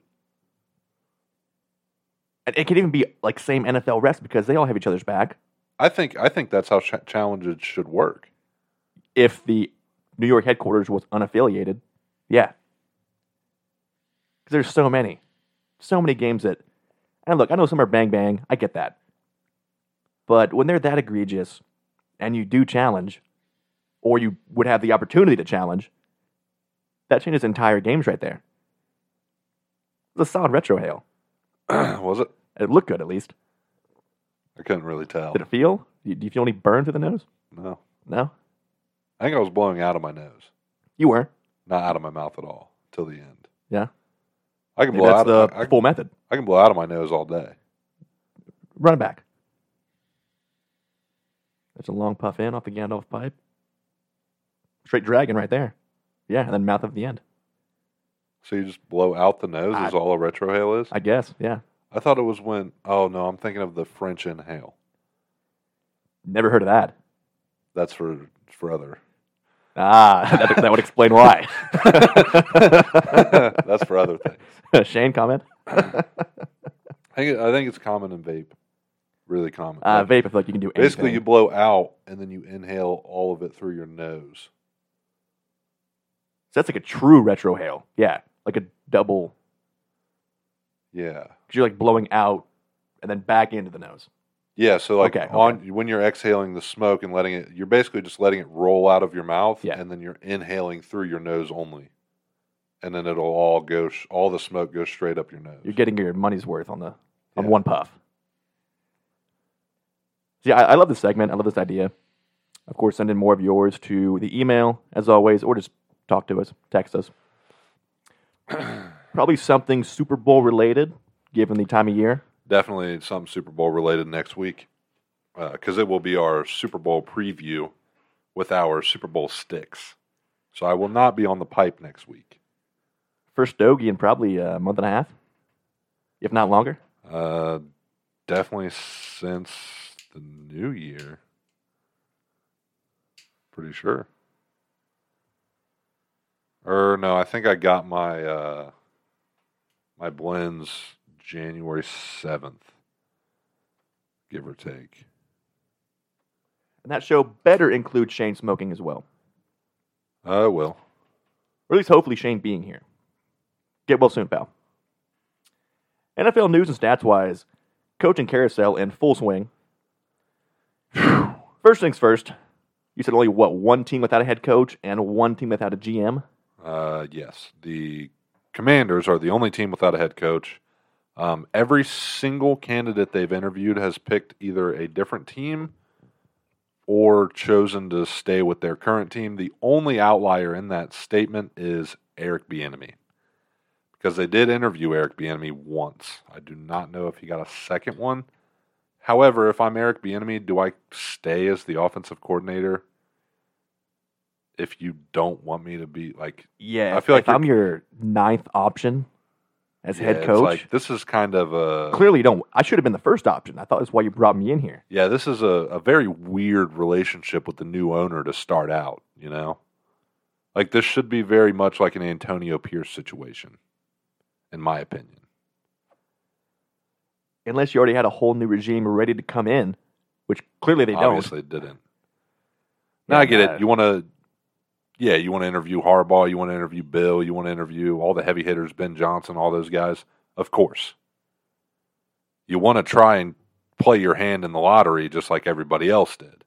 Speaker 2: And it could even be like same NFL refs because they all have each other's back.
Speaker 3: I think I think that's how ch- challenges should work.
Speaker 2: If the New York headquarters was unaffiliated, yeah. 'Cause there's so many, so many games that, and look, I know some are bang bang. I get that, but when they're that egregious, and you do challenge, or you would have the opportunity to challenge, that changes entire games right there. It's a solid retro hail.
Speaker 3: Was it?
Speaker 2: It looked good at least.
Speaker 3: I couldn't really tell.
Speaker 2: Did it feel? Do you- do you feel any burn through the nose?
Speaker 3: No,
Speaker 2: No,
Speaker 3: I think I was blowing out of my nose,
Speaker 2: you were.
Speaker 3: not out of my mouth at all till the end.
Speaker 2: Yeah,
Speaker 3: I can
Speaker 2: Maybe
Speaker 3: blow
Speaker 2: that's
Speaker 3: out.
Speaker 2: the
Speaker 3: Of, I,
Speaker 2: full method.
Speaker 3: I can blow out of my nose all day.
Speaker 2: Run it back. That's a long puff in off the Gandalf pipe. Straight dragon right there. Yeah, and then mouth at the end.
Speaker 3: So you just blow out the nose
Speaker 2: I-
Speaker 3: is all a retrohale is. I,
Speaker 2: I guess. Yeah,
Speaker 3: thought it was when. Oh no, I'm thinking of the French inhale.
Speaker 2: never heard of that.
Speaker 3: That's for for other.
Speaker 2: Ah, that, that would explain why.
Speaker 3: that's for other things.
Speaker 2: Shane comment.
Speaker 3: I think, I think it's common in vape. Really common.
Speaker 2: Uh,
Speaker 3: Like,
Speaker 2: vape. I feel like you can do
Speaker 3: Basically, you
Speaker 2: anything.
Speaker 3: blow out and then you inhale all of it through your nose.
Speaker 2: So that's like a true retrohale. Yeah, like a double.
Speaker 3: Yeah.
Speaker 2: 'cause You're like blowing out and then back into the nose.
Speaker 3: Yeah. So, like,
Speaker 2: Okay, okay.
Speaker 3: on when you're exhaling the smoke and letting it, you're basically just letting it roll out of your mouth
Speaker 2: Yeah.
Speaker 3: and then you're inhaling through your nose only. And then it'll all go, sh- all the smoke goes straight up your nose.
Speaker 2: you're getting your money's worth on the on
Speaker 3: Yeah.
Speaker 2: one puff. See, I, I love this segment. I love this idea. Of course, send in more of yours to the email, as always, or just talk to us, text us. Probably something Super Bowl related, given the time of year.
Speaker 3: Definitely something Super Bowl related next week because it will be our Super Bowl preview with our Super Bowl sticks. So, I will not be on the pipe next week.
Speaker 2: First Stogie in probably a month and a half, if not longer.
Speaker 3: Uh, definitely since the new year. Pretty sure. Or no, I think I got my uh my blends January seventh, give or take.
Speaker 2: And that show better include Shane smoking as well.
Speaker 3: I will.
Speaker 2: or at least hopefully Shane being here. Get well soon, pal. NFL news and stats wise, coaching carousel in full swing. First things first, you said only what one team without a head coach and one team without a GM.
Speaker 3: Uh, yes, the Commanders are the only team without a head coach. Um, every single candidate they've interviewed has picked either a different team or chosen to stay with their current team. The only outlier in that statement is Eric Bieniemy because they did interview Eric Bieniemy once. I do not know if he got a second one. However, if I'm Eric Bieniemy, do I stay as the offensive coordinator? If you don't want me to be like
Speaker 2: Yeah,
Speaker 3: I
Speaker 2: if-
Speaker 3: feel like
Speaker 2: if I'm your ninth option as
Speaker 3: Yeah,
Speaker 2: head
Speaker 3: it's
Speaker 2: coach,
Speaker 3: like, uh, this is kind of a
Speaker 2: clearly you don't. I should have been the first option. I thought that's why you brought me in here.
Speaker 3: yeah. This is a, a very weird relationship with the new owner to start out. You know, like this should be very much like an Antonio Pierce situation, in my opinion.
Speaker 2: Unless you already had a whole new regime ready to come in, which clearly they don't.
Speaker 3: Obviously, it didn't. Now I
Speaker 2: Yeah,
Speaker 3: get
Speaker 2: nah.
Speaker 3: it. You want to, yeah, you want to interview Harbaugh, you want to interview Bill, you want to interview all the heavy hitters, Ben Johnson, all those guys. Of course, you want to try and play your hand in the lottery just like everybody else did.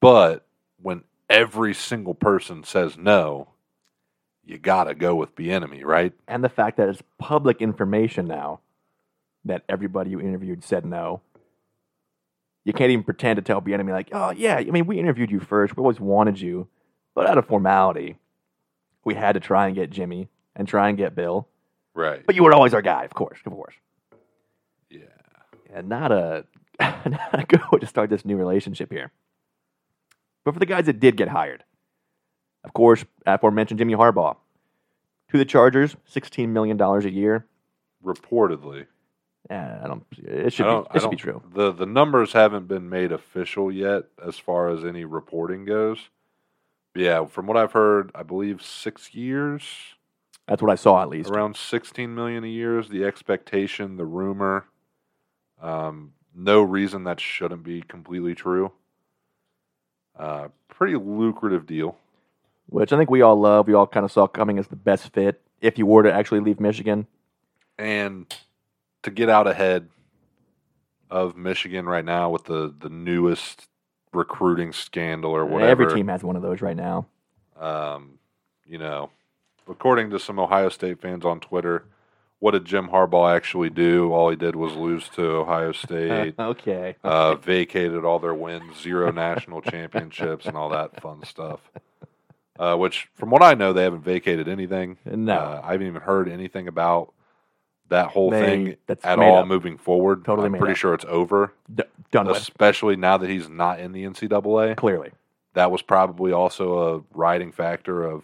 Speaker 3: But when every single person says no, you gotta go with the enemy, right?
Speaker 2: and the fact that it's public information now that everybody you interviewed said no. You can't even pretend to tell the enemy like, oh yeah, I mean we interviewed you first. We always wanted you, but out of formality, we had to try and get Jimmy and try and get Bill.
Speaker 3: Right.
Speaker 2: But you were always our guy, of course, of course.
Speaker 3: yeah.
Speaker 2: And not a not a good way to start this new relationship here. But for the guys that did get hired, of course, aforementioned Jimmy Harbaugh to the Chargers, sixteen million dollars a year.
Speaker 3: Reportedly.
Speaker 2: Eh, I don't. It should
Speaker 3: I don't-
Speaker 2: be. It
Speaker 3: I
Speaker 2: should be true.
Speaker 3: don't- The the numbers haven't been made official yet as far as any reporting goes. But yeah, from what I've heard, I believe six years,
Speaker 2: That's what I saw at least.
Speaker 3: around sixteen million a year is the expectation, the rumor. Um, no reason that shouldn't be completely true. Uh, pretty lucrative deal.
Speaker 2: which I think we all love. We all kind of saw coming as the best fit if you were to actually leave Michigan.
Speaker 3: and to get out ahead of Michigan right now with the the newest recruiting scandal or whatever.
Speaker 2: Every team has one of those right now.
Speaker 3: um, you know, according to some Ohio State fans on Twitter, what did Jim Harbaugh actually do? All he did was lose to Ohio State,
Speaker 2: okay.
Speaker 3: uh, vacated all their wins, zero national championships, and all that fun stuff. Uh, which, from what I know, they haven't vacated anything.
Speaker 2: No.
Speaker 3: Uh, I haven't even heard anything about that whole
Speaker 2: They-
Speaker 3: thing
Speaker 2: that's
Speaker 3: at
Speaker 2: made
Speaker 3: all
Speaker 2: up.
Speaker 3: moving forward.
Speaker 2: Totally
Speaker 3: I'm
Speaker 2: made
Speaker 3: pretty
Speaker 2: up.
Speaker 3: sure it's over,
Speaker 2: D- done with.
Speaker 3: especially now that he's not in the NCAA.
Speaker 2: Clearly.
Speaker 3: That was probably also a riding factor of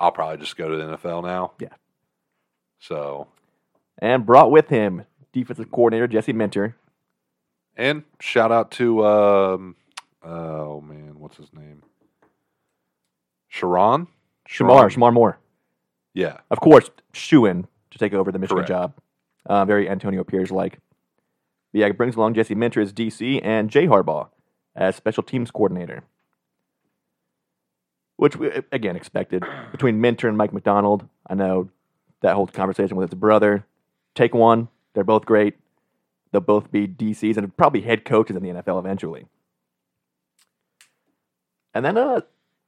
Speaker 3: I'll probably just go to the NFL now.
Speaker 2: Yeah.
Speaker 3: So
Speaker 2: And brought with him defensive coordinator Jesse Minter.
Speaker 3: and shout out to um, oh man, what's his name? Sharon.
Speaker 2: Shamar, Shamar Moore.
Speaker 3: Yeah.
Speaker 2: Of course, shoe in to take over the Michigan
Speaker 3: Correct.
Speaker 2: job. Uh, very Antonio Pierce like. Yeah, it brings along Jesse Minter as DC and Jay Harbaugh as special teams coordinator. Which, we, again, expected. Between Minter and Mike McDonald, I know that whole conversation with his brother. Take one. They're both great. They'll both be DCs and probably head coaches in the NFL eventually. And then uh,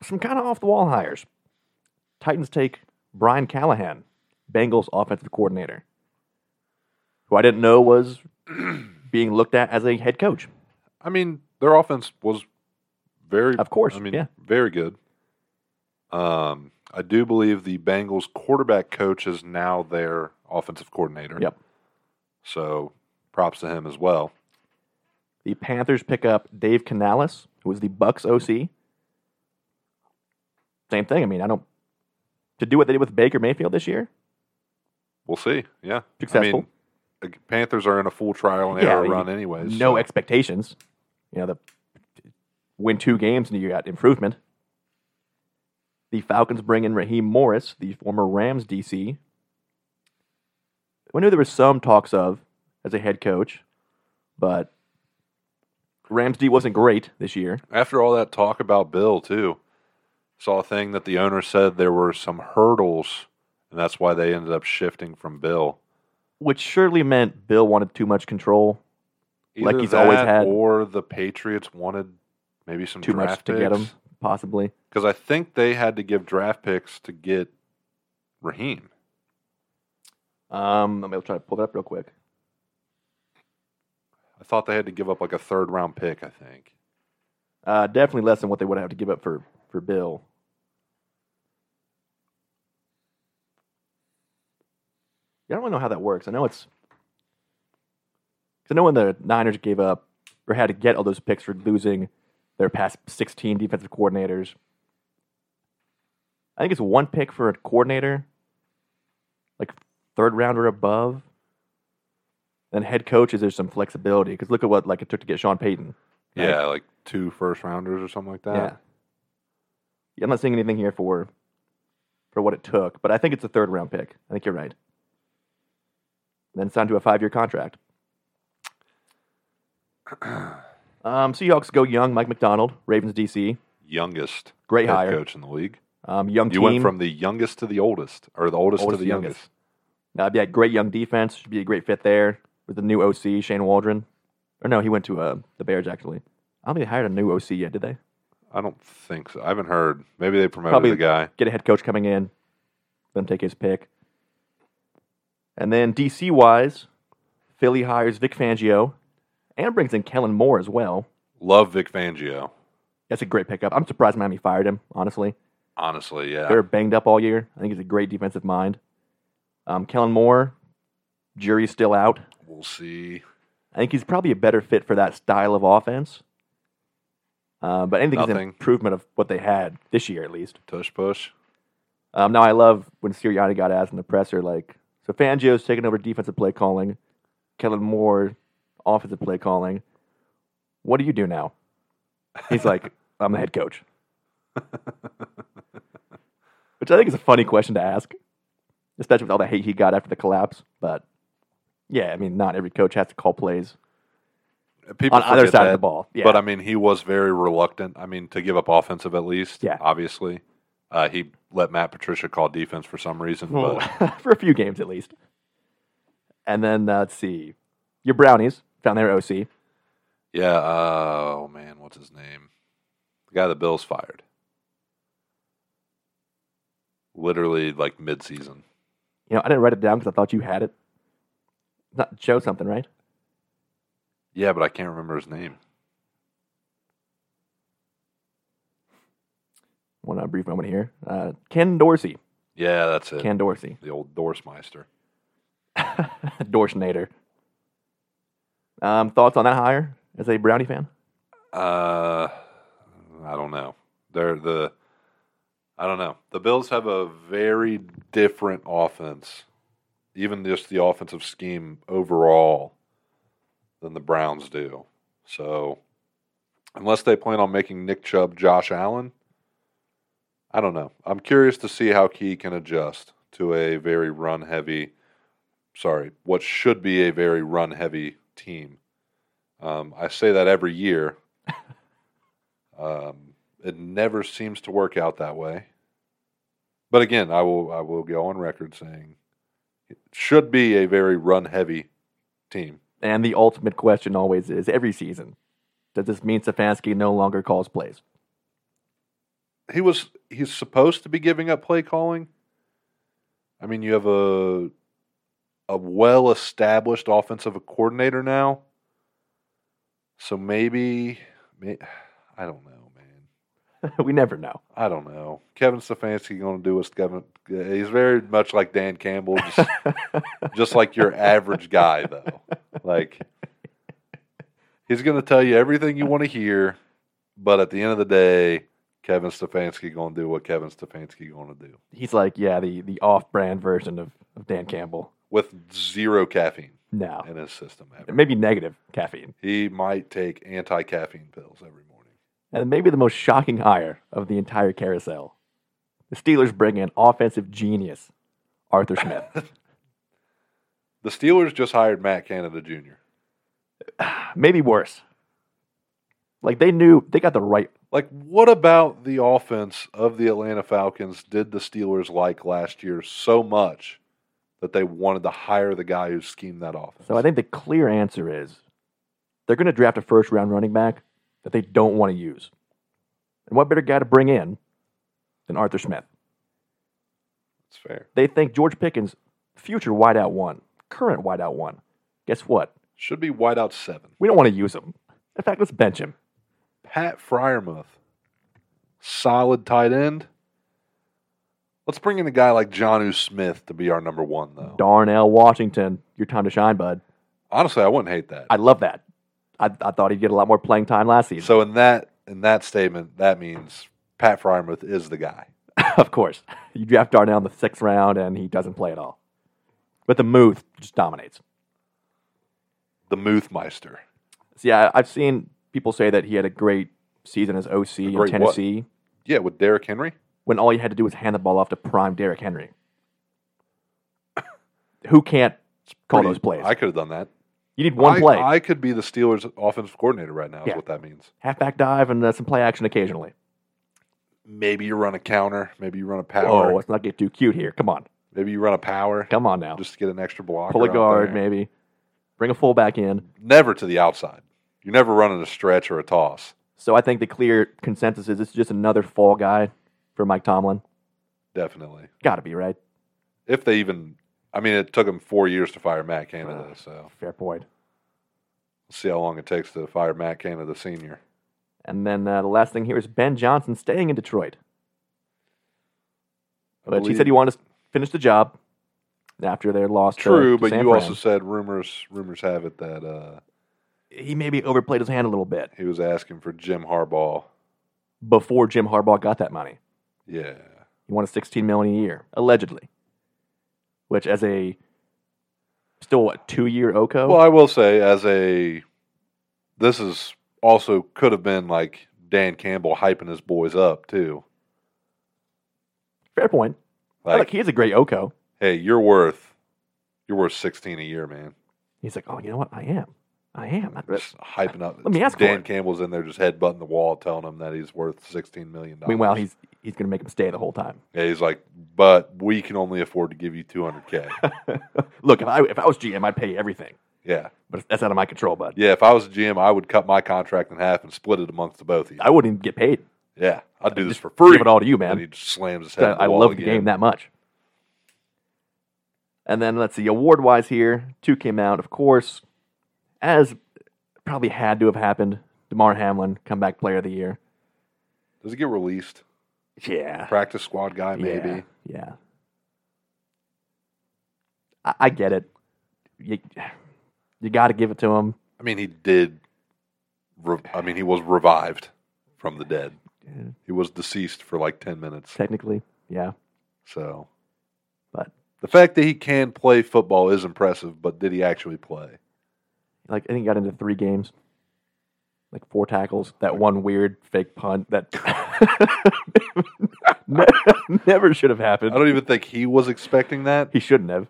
Speaker 2: some kind of off the wall hires. Titans take Brian Callahan, Bengals offensive coordinator, who I didn't know was being looked at as a head coach.
Speaker 3: I mean, their offense was very,
Speaker 2: Of course,
Speaker 3: I mean,
Speaker 2: yeah.
Speaker 3: very good. Um, I do believe the Bengals quarterback coach is now their offensive coordinator.
Speaker 2: Yep.
Speaker 3: So, props to him as well.
Speaker 2: The Panthers pick up Dave Canales, who was the Bucks OC. Same thing. I mean, I don't to do what they did with Baker Mayfield this year.
Speaker 3: We'll see. Yeah, I
Speaker 2: Successful.
Speaker 3: mean, the Panthers are in a full trial and
Speaker 2: Yeah,
Speaker 3: error
Speaker 2: you-
Speaker 3: run, anyways.
Speaker 2: No
Speaker 3: so-
Speaker 2: expectations. You know, the win two games and you got improvement. The Falcons bring in Raheem Morris, the former Rams DC. We knew there was some talks of as a head coach, but Rams D wasn't great this year.
Speaker 3: After all that talk about Bill, too, saw a thing that the owner said there were some hurdles, and that's why they ended up shifting from Bill.
Speaker 2: which surely meant Bill wanted too much control. Like
Speaker 3: Either
Speaker 2: he's always
Speaker 3: that
Speaker 2: had.
Speaker 3: or the Patriots wanted maybe some
Speaker 2: Too much
Speaker 3: draft
Speaker 2: to
Speaker 3: picks.
Speaker 2: get him, possibly.
Speaker 3: because I think they had to give draft picks to get Raheem.
Speaker 2: Um, let me try to pull that up real quick.
Speaker 3: I thought they had to give up like a third round pick. I think
Speaker 2: Uh, definitely less than what they would have to give up for for Bill. Yeah, I don't really know how that works. I know it's. 'cause I know when the Niners gave up or had to get all those picks for losing their past 16 defensive coordinators. I think it's one pick for a coordinator, like third round or above. Then head coaches, there's some flexibility because look at what like it took to get Sean Payton. right?
Speaker 3: yeah, like two first rounders or something like that.
Speaker 2: Yeah. Yeah, I'm not seeing anything here for for what it took, but I think it's a third round pick. I think you're right. And then signed to a five year contract. um, Seahawks go young. Mike McDonald, Ravens DC,
Speaker 3: Youngest
Speaker 2: great
Speaker 3: head
Speaker 2: hire.
Speaker 3: coach in the league.
Speaker 2: Um, young
Speaker 3: You
Speaker 2: team.
Speaker 3: went from the youngest to the oldest, or the oldest,
Speaker 2: Oldest
Speaker 3: to the
Speaker 2: to
Speaker 3: youngest.
Speaker 2: youngest. uh, yeah, great young defense. Should be a great fit there with the new OC Shane Waldron. Or no, he went to uh, the Bears actually. I don't think they hired a new OC yet, did they?
Speaker 3: I don't think so. I haven't heard. Maybe they promoted
Speaker 2: Probably-
Speaker 3: the guy.
Speaker 2: get a head coach coming in, let him take his pick. And then DC wise, Philly hires Vic Fangio and brings in Kellen Moore as well.
Speaker 3: Love Vic Fangio.
Speaker 2: That's a great pickup. I'm surprised Miami fired him, honestly.
Speaker 3: Honestly, yeah.
Speaker 2: They're banged up all year. I think he's a great defensive mind. Um, Kellen Moore, jury's still out.
Speaker 3: We'll see.
Speaker 2: I think he's probably a better fit for that style of offense. Uh, but I think he's an
Speaker 3: Nothing.
Speaker 2: improvement of what they had this year, at least.
Speaker 3: Tush push.
Speaker 2: Um, now I love when Sirianni got asked in the presser, like, so Fangio's taking over defensive play calling, Kellen Moore offensive play calling. What do you do now? He's like, I'm the head coach. Which I think is a funny question to ask, especially with all the hate he got after the collapse. But yeah, I mean, not every coach has to call plays
Speaker 3: People
Speaker 2: on either
Speaker 3: forget
Speaker 2: side of
Speaker 3: that,
Speaker 2: the ball. Yeah.
Speaker 3: But I mean, he was very reluctant. I mean, to give up offensive at least.
Speaker 2: Yeah.
Speaker 3: Obviously, uh, he let Matt Patricia call defense for some reason.
Speaker 2: Well,
Speaker 3: But
Speaker 2: for a few games at least. And then uh, let's see, your Brownies found their OC.
Speaker 3: yeah. Uh, oh man, what's his name? The guy the Bills fired. Literally like midseason.
Speaker 2: You know, I didn't write it down because I thought you had it. Not Joe something, right?
Speaker 3: Yeah, but I can't remember his name.
Speaker 2: One uh, brief moment here. Uh, Ken Dorsey.
Speaker 3: Yeah, that's it.
Speaker 2: Ken Dorsey.
Speaker 3: The old Dorsmeister.
Speaker 2: Dorshnader. Um, thoughts on that hire as a Brownie fan?
Speaker 3: Uh, I don't know. They're the. I don't know. The Bills have a very different offense, even just the offensive scheme overall, than the Browns do. So, unless they plan on making Nick Chubb Josh Allen, I don't know. I'm curious to see how Key can adjust to a very run heavy, sorry, what should be a very run heavy team. Um, I say that every year. um, it never seems to work out that way. But again, I will I will go on record saying it should be a very run heavy team.
Speaker 2: And the ultimate question always is every season does this mean Stefanski no longer calls plays?
Speaker 3: he was he's supposed to be giving up play calling. I mean, you have a a well established offensive coordinator now, so maybe, may I don't know, man.
Speaker 2: we never know.
Speaker 3: I don't know. Kevin Stefanski going to do what's Kevin. He's very much like Dan Campbell, just, just like your average guy, though. Like he's going to tell you everything you want to hear, but at the end of the day, Kevin Stefanski going to do what Kevin Stefanski going to do
Speaker 2: He's like, yeah, the, the off brand version of, of Dan Campbell.
Speaker 3: with zero caffeine
Speaker 2: No.
Speaker 3: in his system. Ever.
Speaker 2: Maybe negative caffeine.
Speaker 3: He might take anti caffeine pills every morning.
Speaker 2: And maybe the most shocking hire of the entire carousel. The Steelers bring in offensive genius, Arthur Smith.
Speaker 3: The Steelers just hired Matt Canada Jr.
Speaker 2: maybe worse. Like they knew they got the right.
Speaker 3: Like, what about the offense of the Atlanta Falcons did the Steelers like last year so much that they wanted to hire the guy who schemed that offense?
Speaker 2: So I think the clear answer is they're going to draft a first round running back that they don't want to use. And what better guy to bring in than Arthur Smith?
Speaker 3: it's fair.
Speaker 2: They think George Pickens, future wideout one, current wideout one. Guess what?
Speaker 3: Should be wideout seven.
Speaker 2: We don't want to use him. In fact, let's bench him.
Speaker 3: Pat Fryermuth, solid tight end. Let's bring in a guy like Johnu Smith to be our number one, though.
Speaker 2: Darnell Washington, your time to shine, bud.
Speaker 3: Honestly, I wouldn't hate that.
Speaker 2: I love that. I, I thought he'd get a lot more playing time last season.
Speaker 3: so in that in that statement, that means Pat Fryermuth is the guy.
Speaker 2: of course, you draft Darnell in the sixth round, and he doesn't play at all. But the Muth just dominates.
Speaker 3: The Muthmeister.
Speaker 2: See, I, I've seen people say that he had a great season as OC in
Speaker 3: Great what?
Speaker 2: Tennessee
Speaker 3: Yeah, with Derrick Henry.
Speaker 2: when all you had to do was hand the ball off to prime Derrick Henry, who can't call
Speaker 3: Pretty-
Speaker 2: those plays.
Speaker 3: I could have done that.
Speaker 2: you need one
Speaker 3: I,
Speaker 2: play,
Speaker 3: I could be the Steelers' offensive coordinator right now.
Speaker 2: Yeah.
Speaker 3: Is what that means.
Speaker 2: halfback dive, and uh, some play action occasionally.
Speaker 3: Maybe you run a counter. Maybe you run a
Speaker 2: Oh,
Speaker 3: power.
Speaker 2: let's not get too cute here. Come on,
Speaker 3: Maybe you run a power
Speaker 2: come on now.
Speaker 3: just to get an extra block.
Speaker 2: Pull a guard, maybe. Bring a fullback in.
Speaker 3: Never to the outside. You're never running a stretch or a toss.
Speaker 2: So I think the clear consensus is it's just another fall guy for Mike Tomlin.
Speaker 3: Definitely.
Speaker 2: Got to be right.
Speaker 3: If they even, I mean, it took them four years to fire Matt Canada. So we'll
Speaker 2: Fair point.
Speaker 3: see how long it takes to fire Matt Canada Senior.
Speaker 2: And then uh, the last thing here is Ben Johnson staying in Detroit.
Speaker 3: I
Speaker 2: But she
Speaker 3: believe-
Speaker 2: said you wanted to finish the job after they lost. to-
Speaker 3: true,
Speaker 2: to
Speaker 3: but
Speaker 2: San
Speaker 3: you also
Speaker 2: Fran.
Speaker 3: said rumors rumors have it that uh,
Speaker 2: he maybe overplayed his hand a little bit
Speaker 3: he was asking for Jim Harbaugh.
Speaker 2: before Jim Harbaugh got that money.
Speaker 3: Yeah,
Speaker 2: He wanted 16 million a year, allegedly. Which, as a still what two year Oco,
Speaker 3: Well, I will say, as a this is also could have been like Dan Campbell hyping his boys up too.
Speaker 2: fair point.
Speaker 3: Like,
Speaker 2: Look, he's a great Oco.
Speaker 3: hey, you're worth you're worth sixteen a year, man.
Speaker 2: He's like, oh, you know what? I am, I am.
Speaker 3: Just hyping up.
Speaker 2: Let me ask for
Speaker 3: Dan
Speaker 2: it.
Speaker 3: Campbell's in there just headbutting the wall, telling him that he's worth sixteen million dollars.
Speaker 2: Meanwhile, he's he's gonna make him stay the whole time.
Speaker 3: yeah, he's like, but we can only afford to give you two hundred k.
Speaker 2: Look, if I if I was GM, I'd pay you everything,
Speaker 3: Yeah,
Speaker 2: but that's out of my control, bud.
Speaker 3: yeah. If I was a GM, I would cut my contract in half and split it amongst the both of you.
Speaker 2: I wouldn't even get paid.
Speaker 3: yeah, I'd do this
Speaker 2: Just
Speaker 3: for free.
Speaker 2: Give it all to you,
Speaker 3: and
Speaker 2: man.
Speaker 3: he just slams his head. in
Speaker 2: I
Speaker 3: wall
Speaker 2: love the
Speaker 3: again.
Speaker 2: game that much. And then let's see, award wise here, two came out, of course, as probably had to have happened. Demar Hamlin, comeback player of the year.
Speaker 3: Does it get released?
Speaker 2: Yeah,
Speaker 3: practice squad guy, maybe.
Speaker 2: Yeah, yeah. I, I get it. You, you got to give it to him.
Speaker 3: I mean, he did. Re- I mean, he was revived from the dead.
Speaker 2: Yeah.
Speaker 3: He was deceased for like ten minutes.
Speaker 2: Technically, yeah.
Speaker 3: So,
Speaker 2: But-
Speaker 3: the fact that he can play football is impressive. But did he actually play?
Speaker 2: Like I think he got into three games, like four tackles, that one weird fake punt that Ne- never should have
Speaker 3: I
Speaker 2: happened.
Speaker 3: don't even think he was expecting that.
Speaker 2: He shouldn't have.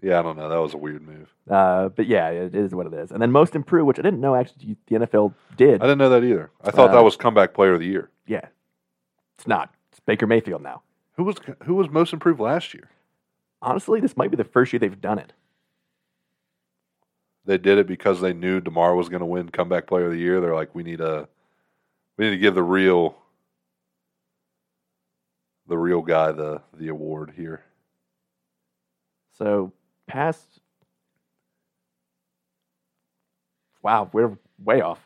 Speaker 3: Yeah, I don't know. That was a weird move.
Speaker 2: Uh, but yeah, it is what it is. And then most improved, which I didn't know actually the NFL did.
Speaker 3: I didn't know that either. I thought
Speaker 2: Uh,
Speaker 3: that was comeback player of the year.
Speaker 2: Yeah, it's not. It's Baker Mayfield now.
Speaker 3: Who was who was most improved last year?
Speaker 2: Honestly, this might be the first year they've done it.
Speaker 3: They did it because they knew Demar was going to win comeback player of the year. They're like, we need a, we need to give the real, the real guy the the award here.
Speaker 2: So past. Wow, we're way off.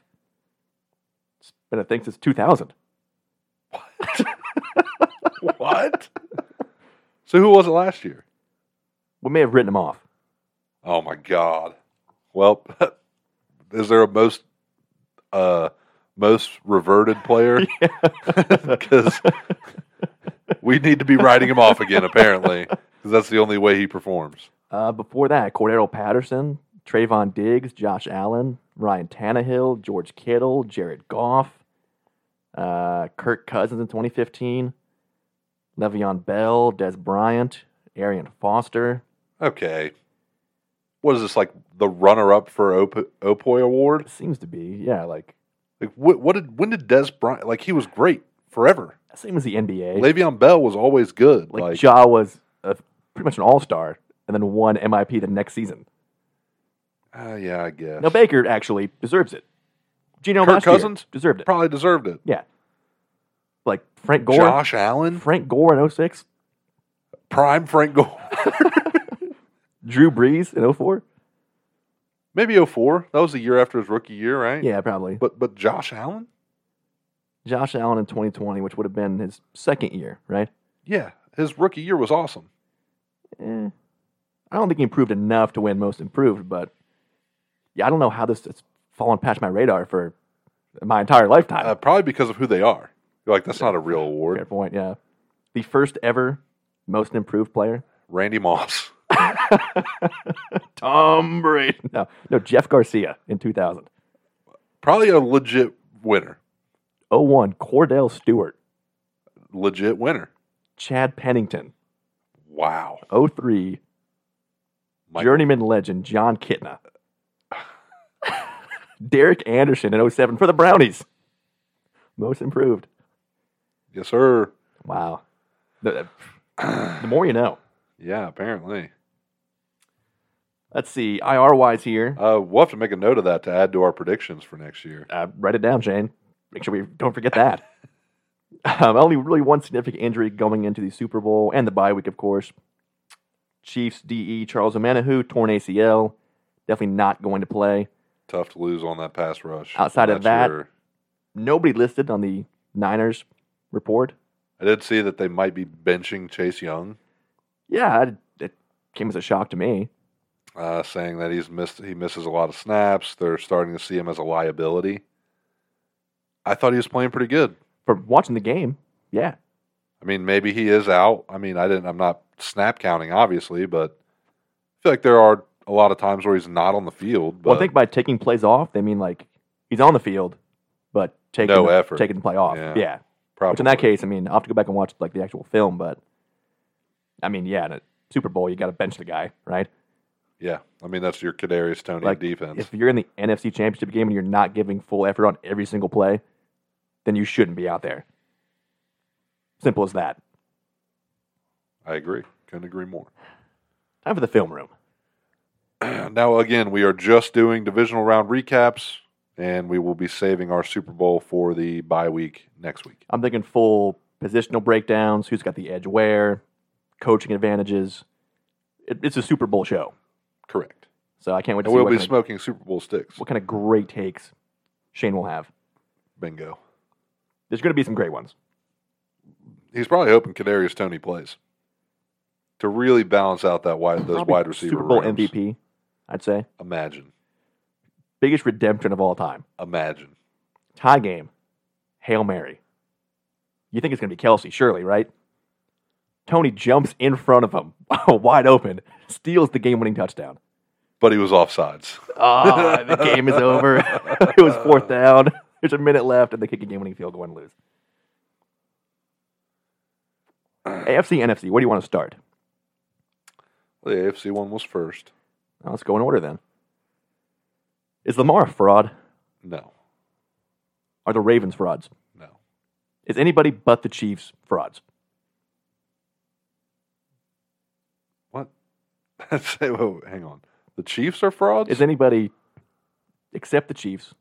Speaker 2: It's been a thing since 2000.
Speaker 3: what? so who was it last year?
Speaker 2: We may have written him off.
Speaker 3: Oh my god. Well, is there a most uh most reverted player? Because we need to be writing him off again, apparently, because that's the only way he performs.
Speaker 2: Uh, before that, Cordero Patterson, Trayvon Diggs, Josh Allen, Ryan Tannehill, George Kittle, Jared Goff, uh, Kirk Cousins in 2015, Le'Veon Bell, Des Bryant, Arian Foster.
Speaker 3: Okay. What is this like the runner up for Op- Opoy Award?
Speaker 2: It seems to be, yeah, like
Speaker 3: Like what, what did when did Des Bryant like he was great forever.
Speaker 2: same as the NBA.
Speaker 3: Le'Veon Bell was always good.
Speaker 2: like,
Speaker 3: Like,
Speaker 2: Ja was a, pretty much an all star and then won MIP the next season.
Speaker 3: Ah, yeah, I guess.
Speaker 2: Now Baker actually deserves it. Geno
Speaker 3: Kirk
Speaker 2: last year
Speaker 3: Cousins?
Speaker 2: deserved it.
Speaker 3: Probably deserved it.
Speaker 2: yeah, like Frank Gore,
Speaker 3: Josh Allen,
Speaker 2: Frank Gore in 06,
Speaker 3: prime Frank Gore.
Speaker 2: Drew Brees in 04.
Speaker 3: Maybe 04. That was the year after his rookie year, right?
Speaker 2: Yeah, probably.
Speaker 3: But but Josh Allen?
Speaker 2: Josh Allen in 2020, which would have been his second year, right?
Speaker 3: Yeah, his rookie year was awesome.
Speaker 2: Eh. I don't think he improved enough to win Most Improved, but yeah, I don't know how this has fallen past my radar for my entire lifetime.
Speaker 3: Uh, probably because of who they are. You're like that's not a real
Speaker 2: Fair
Speaker 3: award.
Speaker 2: point. Yeah, the first ever Most Improved player,
Speaker 3: Randy Moss.
Speaker 2: Tom Brady. No, no, Jeff Garcia in 2000.
Speaker 3: Probably a legit winner.
Speaker 2: 01, Cordell Stewart,
Speaker 3: Legit winner.
Speaker 2: Chad Pennington.
Speaker 3: Wow.
Speaker 2: 03,
Speaker 3: Mike-
Speaker 2: journeyman legend John Kitna. Derek Anderson in 07 for the Brownies. Most improved.
Speaker 3: Yes, sir.
Speaker 2: Wow. The, the more you know.
Speaker 3: Yeah, apparently.
Speaker 2: Let's see. IR wise here.
Speaker 3: Uh, we'll have to make a note of that to add to our predictions for next year.
Speaker 2: Uh, write it down, Shane. Make sure we don't forget that. um, only really one significant injury going into the Super Bowl and the bye week, of course. Chiefs DE Charles Omanahu, torn ACL. Definitely not going to play.
Speaker 3: Tough to lose on that pass rush.
Speaker 2: Outside of
Speaker 3: That's
Speaker 2: that-
Speaker 3: your-
Speaker 2: Nobody listed on the Niners report.
Speaker 3: I did see that they might be benching Chase Young,
Speaker 2: Yeah, I, it came as a shock to me.
Speaker 3: uh, saying that he's missed he misses a lot of snaps. They're starting to see him as a liability. I thought he was playing pretty good.
Speaker 2: From watching the game, yeah.
Speaker 3: I mean, maybe he is out. I mean, I didn't. I'm not snap counting, obviously, but I feel like there are a lot of times where he's not on the field. But
Speaker 2: well, I think by taking plays off, they mean like he's on the field, but taking
Speaker 3: No
Speaker 2: the,
Speaker 3: effort.
Speaker 2: taking the play off.
Speaker 3: Yeah.
Speaker 2: Yeah.
Speaker 3: probably.
Speaker 2: Which in that case, I mean, I'll have to go back and watch like the actual film, but I mean, yeah, in a Super Bowl, you got to bench the guy, right?
Speaker 3: yeah. I mean, that's your Kadarius Tony
Speaker 2: Like,
Speaker 3: defense.
Speaker 2: If you're in the NFC Championship game and you're not giving full effort on every single play, then you shouldn't be out there. Simple as that.
Speaker 3: I agree. Couldn't agree more.
Speaker 2: Time for the film room.
Speaker 3: now, again, we are just doing divisional round recaps, and we will be saving our Super Bowl for the bye week next week.
Speaker 2: I'm thinking full positional breakdowns, who's got the edge where, coaching advantages. It, it's a Super Bowl show,
Speaker 3: Correct.
Speaker 2: so I can't wait to
Speaker 3: And
Speaker 2: see
Speaker 3: we'll
Speaker 2: what
Speaker 3: be
Speaker 2: kind, of,
Speaker 3: smoking Super Bowl sticks.
Speaker 2: what kind of great takes Shane will have.
Speaker 3: Bingo.
Speaker 2: There's going to be some great ones.
Speaker 3: He's probably hoping Kadarius Tony plays to really balance out that wide those
Speaker 2: Probably
Speaker 3: wide receiver
Speaker 2: Super Bowl
Speaker 3: rooms.
Speaker 2: MVP, I'd say.
Speaker 3: Imagine,
Speaker 2: Biggest redemption of all time.
Speaker 3: imagine.
Speaker 2: Tie game, Hail Mary. You think it's going to be Kelsey, surely, right? Tony jumps in front of him, wide open, steals the game winning touchdown.
Speaker 3: But he was offsides.
Speaker 2: Ah, the game is over. it was fourth down. There's a minute left, and they kick a game-winning field goal and lose. AFC, NFC. Where do you want to start?
Speaker 3: The AFC one was first.
Speaker 2: Now, let's go in order then. Is Lamar a fraud?
Speaker 3: No,
Speaker 2: Are the Ravens frauds?
Speaker 3: no.
Speaker 2: Is anybody but the Chiefs frauds?
Speaker 3: What? Say, whoa, hang on. The Chiefs are frauds.
Speaker 2: Is anybody except the Chiefs?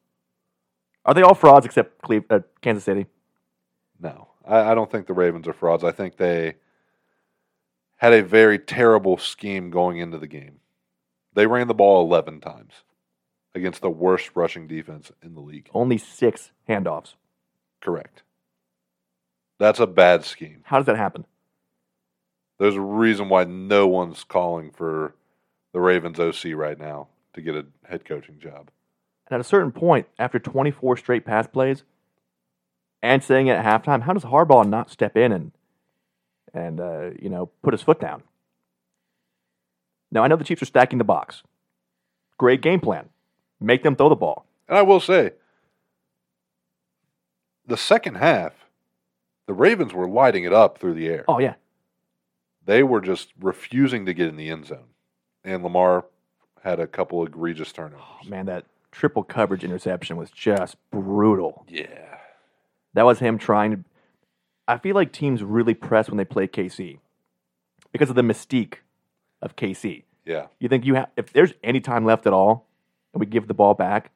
Speaker 2: Are they all frauds except Cleve- uh, Kansas City?
Speaker 3: No, I, I don't think the Ravens are frauds. I think they had a very terrible scheme going into the game. They ran the ball 11 times against the worst rushing defense in the league.
Speaker 2: Only six handoffs.
Speaker 3: Correct. That's a bad scheme.
Speaker 2: How does that happen?
Speaker 3: There's a reason why no one's calling for the Ravens OC right now to get a head coaching job.
Speaker 2: And at a certain point, after 24 straight pass plays, and saying it at halftime, how does Harbaugh not step in and and uh, you know put his foot down? Now I know the Chiefs are stacking the box. Great game plan. Make them throw the ball.
Speaker 3: And I will say, the second half, the Ravens were lighting it up through the air.
Speaker 2: Oh yeah,
Speaker 3: they were just refusing to get in the end zone. And Lamar had a couple egregious turnovers.
Speaker 2: man, that triple coverage interception was just brutal.
Speaker 3: Yeah.
Speaker 2: That was him trying to. I feel like teams really press when they play KC because of the mystique of KC.
Speaker 3: Yeah.
Speaker 2: You think you have if there's any time left at all, and we give the ball back,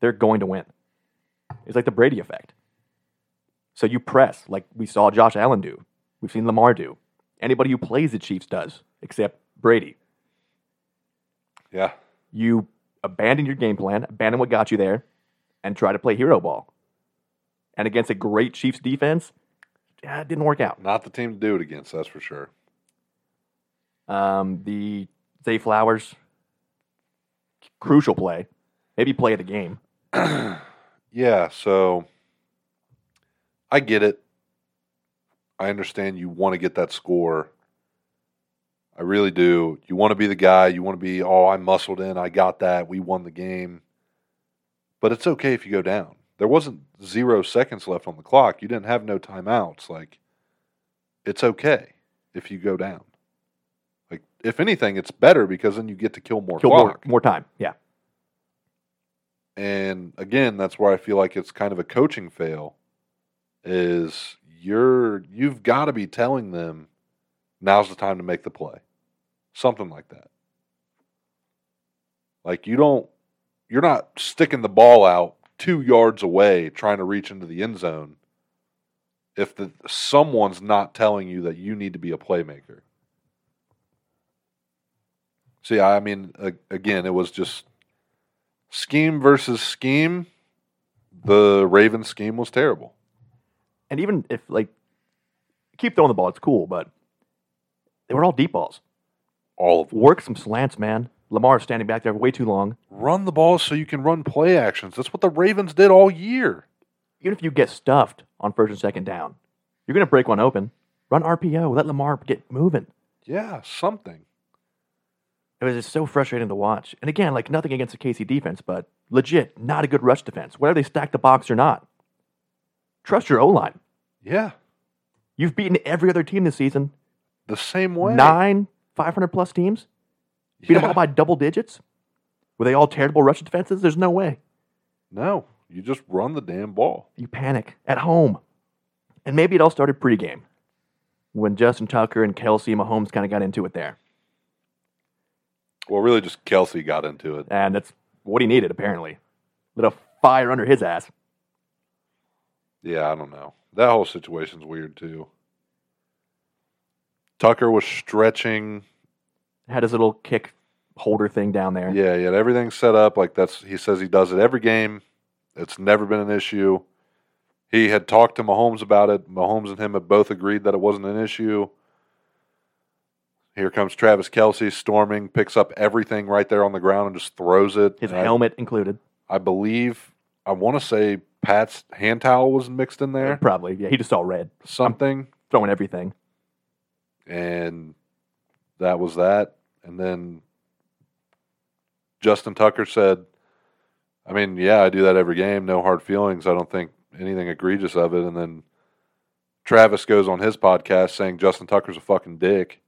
Speaker 2: they're going to win. It's like the Brady effect. So you press like we saw Josh Allen do, we've seen Lamar do. Anybody who plays the Chiefs does, except Brady.
Speaker 3: Yeah.
Speaker 2: You abandon your game plan, abandon what got you there, and try to play hero ball. And against a great Chiefs defense, yeah, it didn't work out.
Speaker 3: Not the team to do it against, that's for sure.
Speaker 2: Um, the Zay Flowers crucial play, maybe play of the game.
Speaker 3: Yeah. So I get it. I understand you want to get that score. I really do. You want to be the guy. You want to be, oh, I muscled in. I got that. We won the game. But it's okay if you go down. There wasn't zero seconds left on the clock. You didn't have no timeouts. Like, it's okay if you go down. Like, if anything, it's better because then you get to kill more
Speaker 2: Kill more,
Speaker 3: clock.
Speaker 2: more time. Yeah.
Speaker 3: And again, that's where I feel like it's kind of a coaching fail is you're you've got to be telling them now's the time to make the play. Something like that. Like you don't you're not sticking the ball out 2 yards away trying to reach into the end zone if the someone's not telling you that you need to be a playmaker. See, I mean a- again, it was just scheme versus scheme, the Ravens scheme was terrible.
Speaker 2: And even if like keep throwing the ball. It's cool, but they were all deep balls.
Speaker 3: All of them.
Speaker 2: Work some slants, man. Lamar's standing back there way too long.
Speaker 3: Run the ball so you can run play actions. That's what the Ravens did all year.
Speaker 2: Even if you get stuffed on first and second down, you're going to break one open. Run RPO. Let Lamar get moving.
Speaker 3: Yeah, something.
Speaker 2: It was just so frustrating to watch. And again, like nothing against the KC defense, but legit, not a good rush defense, whether they stack the box or not. Trust your O line.
Speaker 3: Yeah,
Speaker 2: You've beaten every other team this season.
Speaker 3: the same way.
Speaker 2: Nine 500 plus teams. Beat them
Speaker 3: Yeah.
Speaker 2: all by double digits. Were they all terrible rush defenses? There's no way.
Speaker 3: No, you just run the damn ball.
Speaker 2: You panic at home. And maybe it all started pregame when Justin Tucker and Kelsey Mahomes kind of got into it there.
Speaker 3: Well, really, just Kelsey got into it.
Speaker 2: And that's what he needed, apparently. Lit a fire under his ass.
Speaker 3: Yeah, I don't know. That whole situation's weird too. Tucker was stretching.
Speaker 2: Had his little kick holder thing down there.
Speaker 3: Yeah, he had everything set up like that's. He says he does it every game. It's never been an issue. He had talked to Mahomes about it. Mahomes and him had both agreed that it wasn't an issue. Here comes Travis Kelsey storming, picks up everything right there on the ground and just throws it.
Speaker 2: His
Speaker 3: And I-
Speaker 2: helmet included.
Speaker 3: I believe I want to say Pat's hand towel was mixed in there,
Speaker 2: Probably. Yeah, he just saw red.
Speaker 3: something,
Speaker 2: Throwing everything.
Speaker 3: and that was that. And then Justin Tucker said, "I mean, yeah, I do that every game. No hard feelings. I don't think anything egregious of it." And then Travis goes on his podcast saying Justin Tucker's a fucking dick.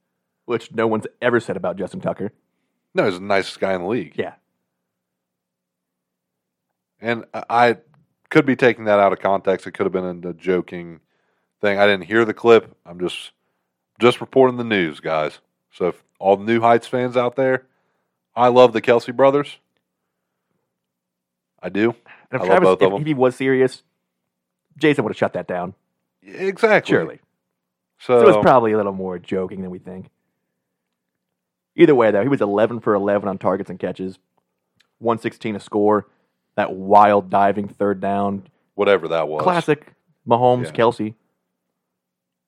Speaker 2: Which no one's ever said about Justin Tucker.
Speaker 3: No, he's the nicest guy in the league.
Speaker 2: Yeah.
Speaker 3: And I- I could be taking that out of context. It could have been a joking thing. I didn't hear the clip. I'm just just reporting the news, guys. So if all the New Heights fans out there, I love the Kelsey brothers. I do.
Speaker 2: And
Speaker 3: I
Speaker 2: if
Speaker 3: love
Speaker 2: Travis,
Speaker 3: both of
Speaker 2: if,
Speaker 3: them.
Speaker 2: if he was serious, Jason would have shut that down.
Speaker 3: Exactly.
Speaker 2: Surely.
Speaker 3: So,
Speaker 2: So it was probably a little more joking than we think. Either way, though, he was 11 for 11 on targets and catches, 116 a score, that wild diving third down.
Speaker 3: whatever that was.
Speaker 2: Classic Mahomes,
Speaker 3: Yeah.
Speaker 2: Kelsey.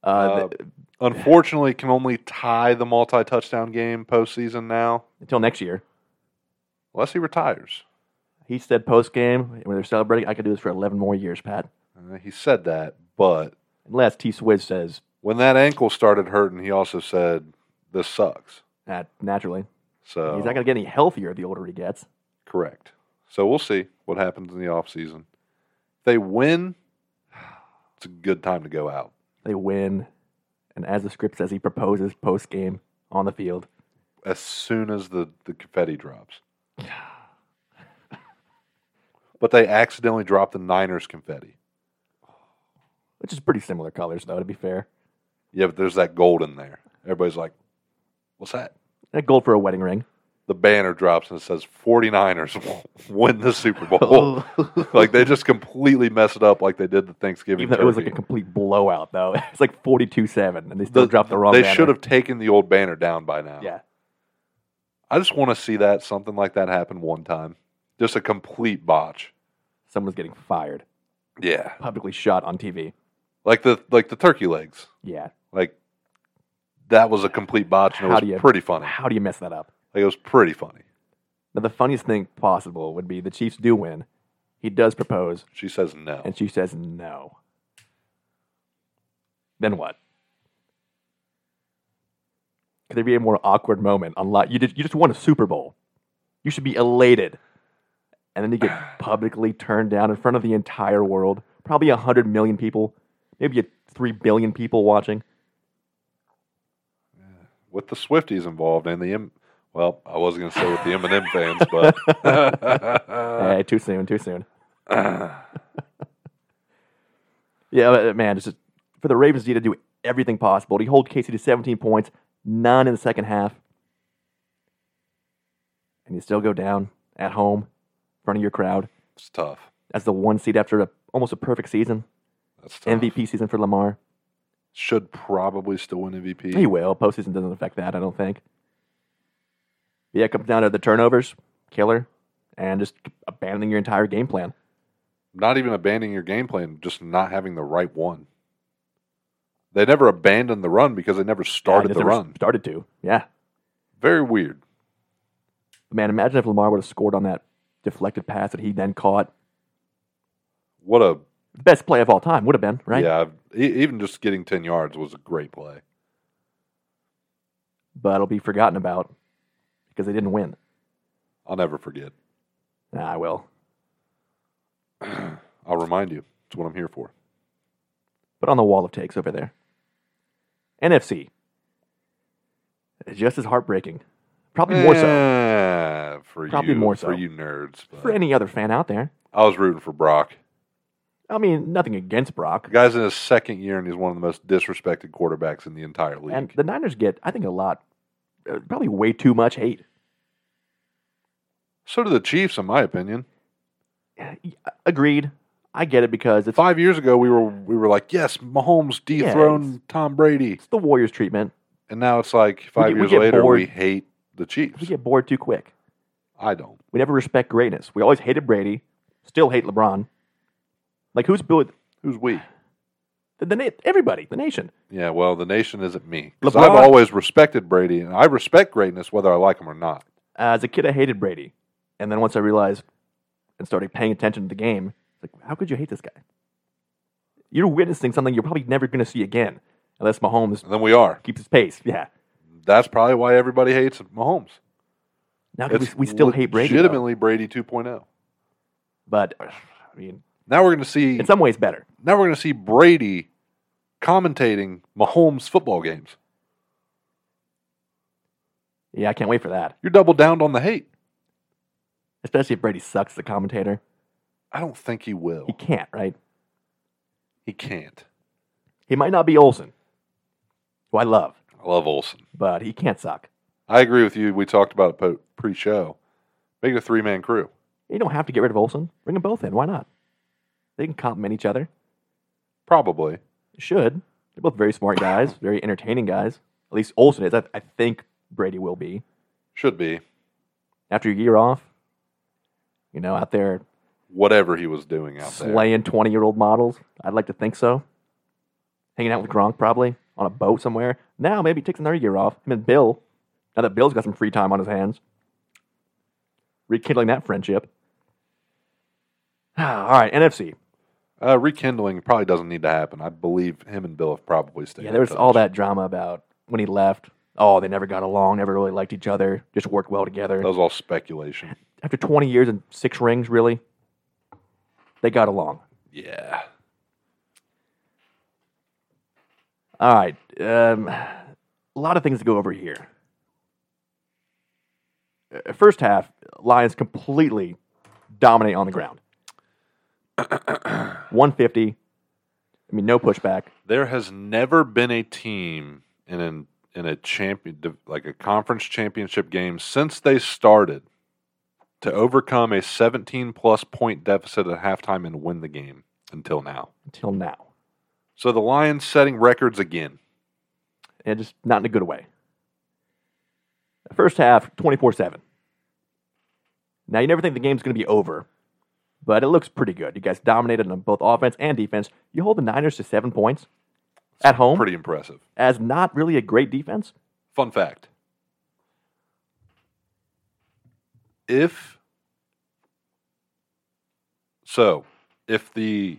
Speaker 2: Uh,
Speaker 3: Uh,
Speaker 2: th-
Speaker 3: Unfortunately, can only tie the multi touchdown game postseason now,
Speaker 2: until next year.
Speaker 3: unless he retires.
Speaker 2: He said post game, when they're celebrating, I could do this for 11 more years, Pat.
Speaker 3: Uh, he said that, but
Speaker 2: Unless T Swizz says
Speaker 3: when that ankle started hurting, he also said, "This sucks."
Speaker 2: that naturally.
Speaker 3: So
Speaker 2: He's not going to get any healthier the older he gets.
Speaker 3: correct. So we'll see what happens in the off season. If they win, it's a good time to go out.
Speaker 2: They win. And as the script says, he proposes post game on the field.
Speaker 3: As soon as the, the confetti drops. but they accidentally dropped the Niners confetti.
Speaker 2: which is pretty similar colors, though. To be fair,
Speaker 3: Yeah, but there's that gold in there. Everybody's like, what's that?
Speaker 2: that gold for a wedding ring.
Speaker 3: The banner drops and it says 49ers will win the Super Bowl. like they just completely mess it up like they did the Thanksgiving.
Speaker 2: Even though it was like
Speaker 3: turkey.
Speaker 2: a complete blowout, though. It's like forty-two-seven, and they still dropped the wrong.
Speaker 3: They
Speaker 2: banner.
Speaker 3: should have taken the old banner down by now.
Speaker 2: Yeah,
Speaker 3: I just want to see that something like that happen one time. Just a complete botch.
Speaker 2: someone's getting fired,
Speaker 3: Yeah.
Speaker 2: publicly shot on TV.
Speaker 3: Like the like the turkey legs.
Speaker 2: Yeah,
Speaker 3: Like that was a complete botch and it
Speaker 2: How
Speaker 3: was
Speaker 2: do you-
Speaker 3: pretty funny.
Speaker 2: how do you mess that up?
Speaker 3: Like it was pretty funny.
Speaker 2: Now, the funniest thing possible would be the Chiefs do win. He does propose,
Speaker 3: She says no.
Speaker 2: and she says no. Then what? Could there be a more awkward moment on live? You just, you just won a Super Bowl. You should be elated. And then you get publicly turned down in front of the entire world, probably 100 million people, maybe 3 billion people watching.
Speaker 3: With the Swifties involved and the M well, I was gonna say with the Eminem fans, but
Speaker 2: hey, too soon, too soon.
Speaker 3: uh.
Speaker 2: yeah, but, uh, man, it's just for the Ravens need to do everything possible to hold Casey to 17 points, none in the second half, and you still go down at home, in front of your crowd.
Speaker 3: it's tough.
Speaker 2: That's the one seed after a, almost a perfect season,
Speaker 3: That's tough.
Speaker 2: MVP season for Lamar.
Speaker 3: Should probably still win MVP.
Speaker 2: He will. Postseason doesn't affect that, I don't think. Yeah, it comes down to the turnovers, killer, and just abandoning your entire game plan.
Speaker 3: not even abandoning your game plan, just not having the right one. They never abandoned the run because they never started
Speaker 2: Yeah,
Speaker 3: the
Speaker 2: they
Speaker 3: run.
Speaker 2: Started to. Yeah.
Speaker 3: Very weird.
Speaker 2: Man, imagine if Lamar would have scored on that deflected pass that he then caught.
Speaker 3: What a
Speaker 2: Best play of all time would have been, right?
Speaker 3: yeah. e- Even just getting ten yards was a great play.
Speaker 2: But it'll be forgotten about because they didn't win. Ah,
Speaker 3: I'll never forget.
Speaker 2: Nah, I will.
Speaker 3: I'll remind you. It's what I'm here for.
Speaker 2: But on the wall of takes over there. NFC. It's just as heartbreaking. Probably more so
Speaker 3: Eh, for
Speaker 2: Probably
Speaker 3: you,
Speaker 2: more so.
Speaker 3: for you nerds. but
Speaker 2: for any other fan out there.
Speaker 3: I was rooting for Brock.
Speaker 2: I mean, nothing against
Speaker 3: The
Speaker 2: Brock.
Speaker 3: guy's in his second year, and he's one of the most disrespected quarterbacks in the entire league.
Speaker 2: And the Niners get, I think, a lot, uh, probably way too much hate.
Speaker 3: so do the Chiefs, in my opinion.
Speaker 2: Agreed. I get it because it's
Speaker 3: Five years ago, we were we were like, yes, Mahomes dethroned Tom Brady,
Speaker 2: it's the Warriors' treatment.
Speaker 3: and now it's like five
Speaker 2: get- we
Speaker 3: years
Speaker 2: get
Speaker 3: later,
Speaker 2: bored.
Speaker 3: we hate the Chiefs.
Speaker 2: We get bored too quick.
Speaker 3: I don't.
Speaker 2: We never respect greatness. We always hated Brady. Still hate LeBron. Like who's built
Speaker 3: Who's we?
Speaker 2: the, the na- everybody, the nation.
Speaker 3: Yeah, well, the nation isn't me. 'Cause
Speaker 2: LeBron-
Speaker 3: I've always respected Brady, and I respect greatness whether I like him or not.
Speaker 2: Uh, As a kid, I hated Brady, and then once I realized and started paying attention to the game, it's like how could you hate this guy? You're witnessing something you're probably never going to see again, unless Mahomes
Speaker 3: And then we are.
Speaker 2: keeps his pace. Yeah.
Speaker 3: That's probably why everybody hates Mahomes.
Speaker 2: Now 'cause
Speaker 3: It's
Speaker 2: we, we still hate Brady, though.
Speaker 3: Legitimately, Brady 2.0.
Speaker 2: but uh, I mean,
Speaker 3: Now we're going to see.
Speaker 2: in some ways, better.
Speaker 3: now we're going to see Brady commentating Mahomes football games.
Speaker 2: Yeah, I can't wait for that.
Speaker 3: You're double downed on the hate.
Speaker 2: Especially if Brady sucks, the commentator.
Speaker 3: I don't think he will.
Speaker 2: He can't, right?
Speaker 3: He can't.
Speaker 2: He might not be Olsen, who I love,
Speaker 3: I love Olson.
Speaker 2: but he can't suck.
Speaker 3: I agree with you. We talked about it po- pre-show. Make it a three-man crew.
Speaker 2: You don't have to get rid of Olsen. Bring them both in. Why not? They can compliment each other.
Speaker 3: Probably.
Speaker 2: They should. They're both very smart guys, very entertaining guys. At least Olsen is. I, I think Brady will be.
Speaker 3: Should be.
Speaker 2: After a year off, you know, out there
Speaker 3: Whatever he was doing out there.
Speaker 2: slaying 20 year old models. I'd like to think so. Hanging out with Gronk probably on a boat somewhere. Now maybe he takes another year off. Him and Bill. Now that Bill's got some free time on his hands, rekindling that friendship. All right, NFC.
Speaker 3: Uh, rekindling probably doesn't need to happen. I believe him and Bill have probably stayed.
Speaker 2: Yeah,
Speaker 3: in
Speaker 2: there was
Speaker 3: touch.
Speaker 2: all that drama about when he left. Oh, they never got along, never really liked each other, just worked well together.
Speaker 3: That was all speculation.
Speaker 2: After 20 years and six rings, really, they got along.
Speaker 3: Yeah.
Speaker 2: All right. Um, a lot of things to go over here. Uh, First half, Lions completely dominate on the ground. 150. I mean, no pushback.
Speaker 3: There has never been a team in an in a champion like a conference championship game since they started to overcome a 17 plus point deficit at halftime and win the game until now.
Speaker 2: until now,
Speaker 3: So the Lions setting records again.
Speaker 2: and just not in a good way. First half, 24 7. Now, you never think the game's going to be over, but it looks pretty good. You guys dominated on both offense and defense. You hold the Niners to seven points at home
Speaker 3: Pretty impressive.
Speaker 2: as not really a great defense.
Speaker 3: Fun fact. If so, if the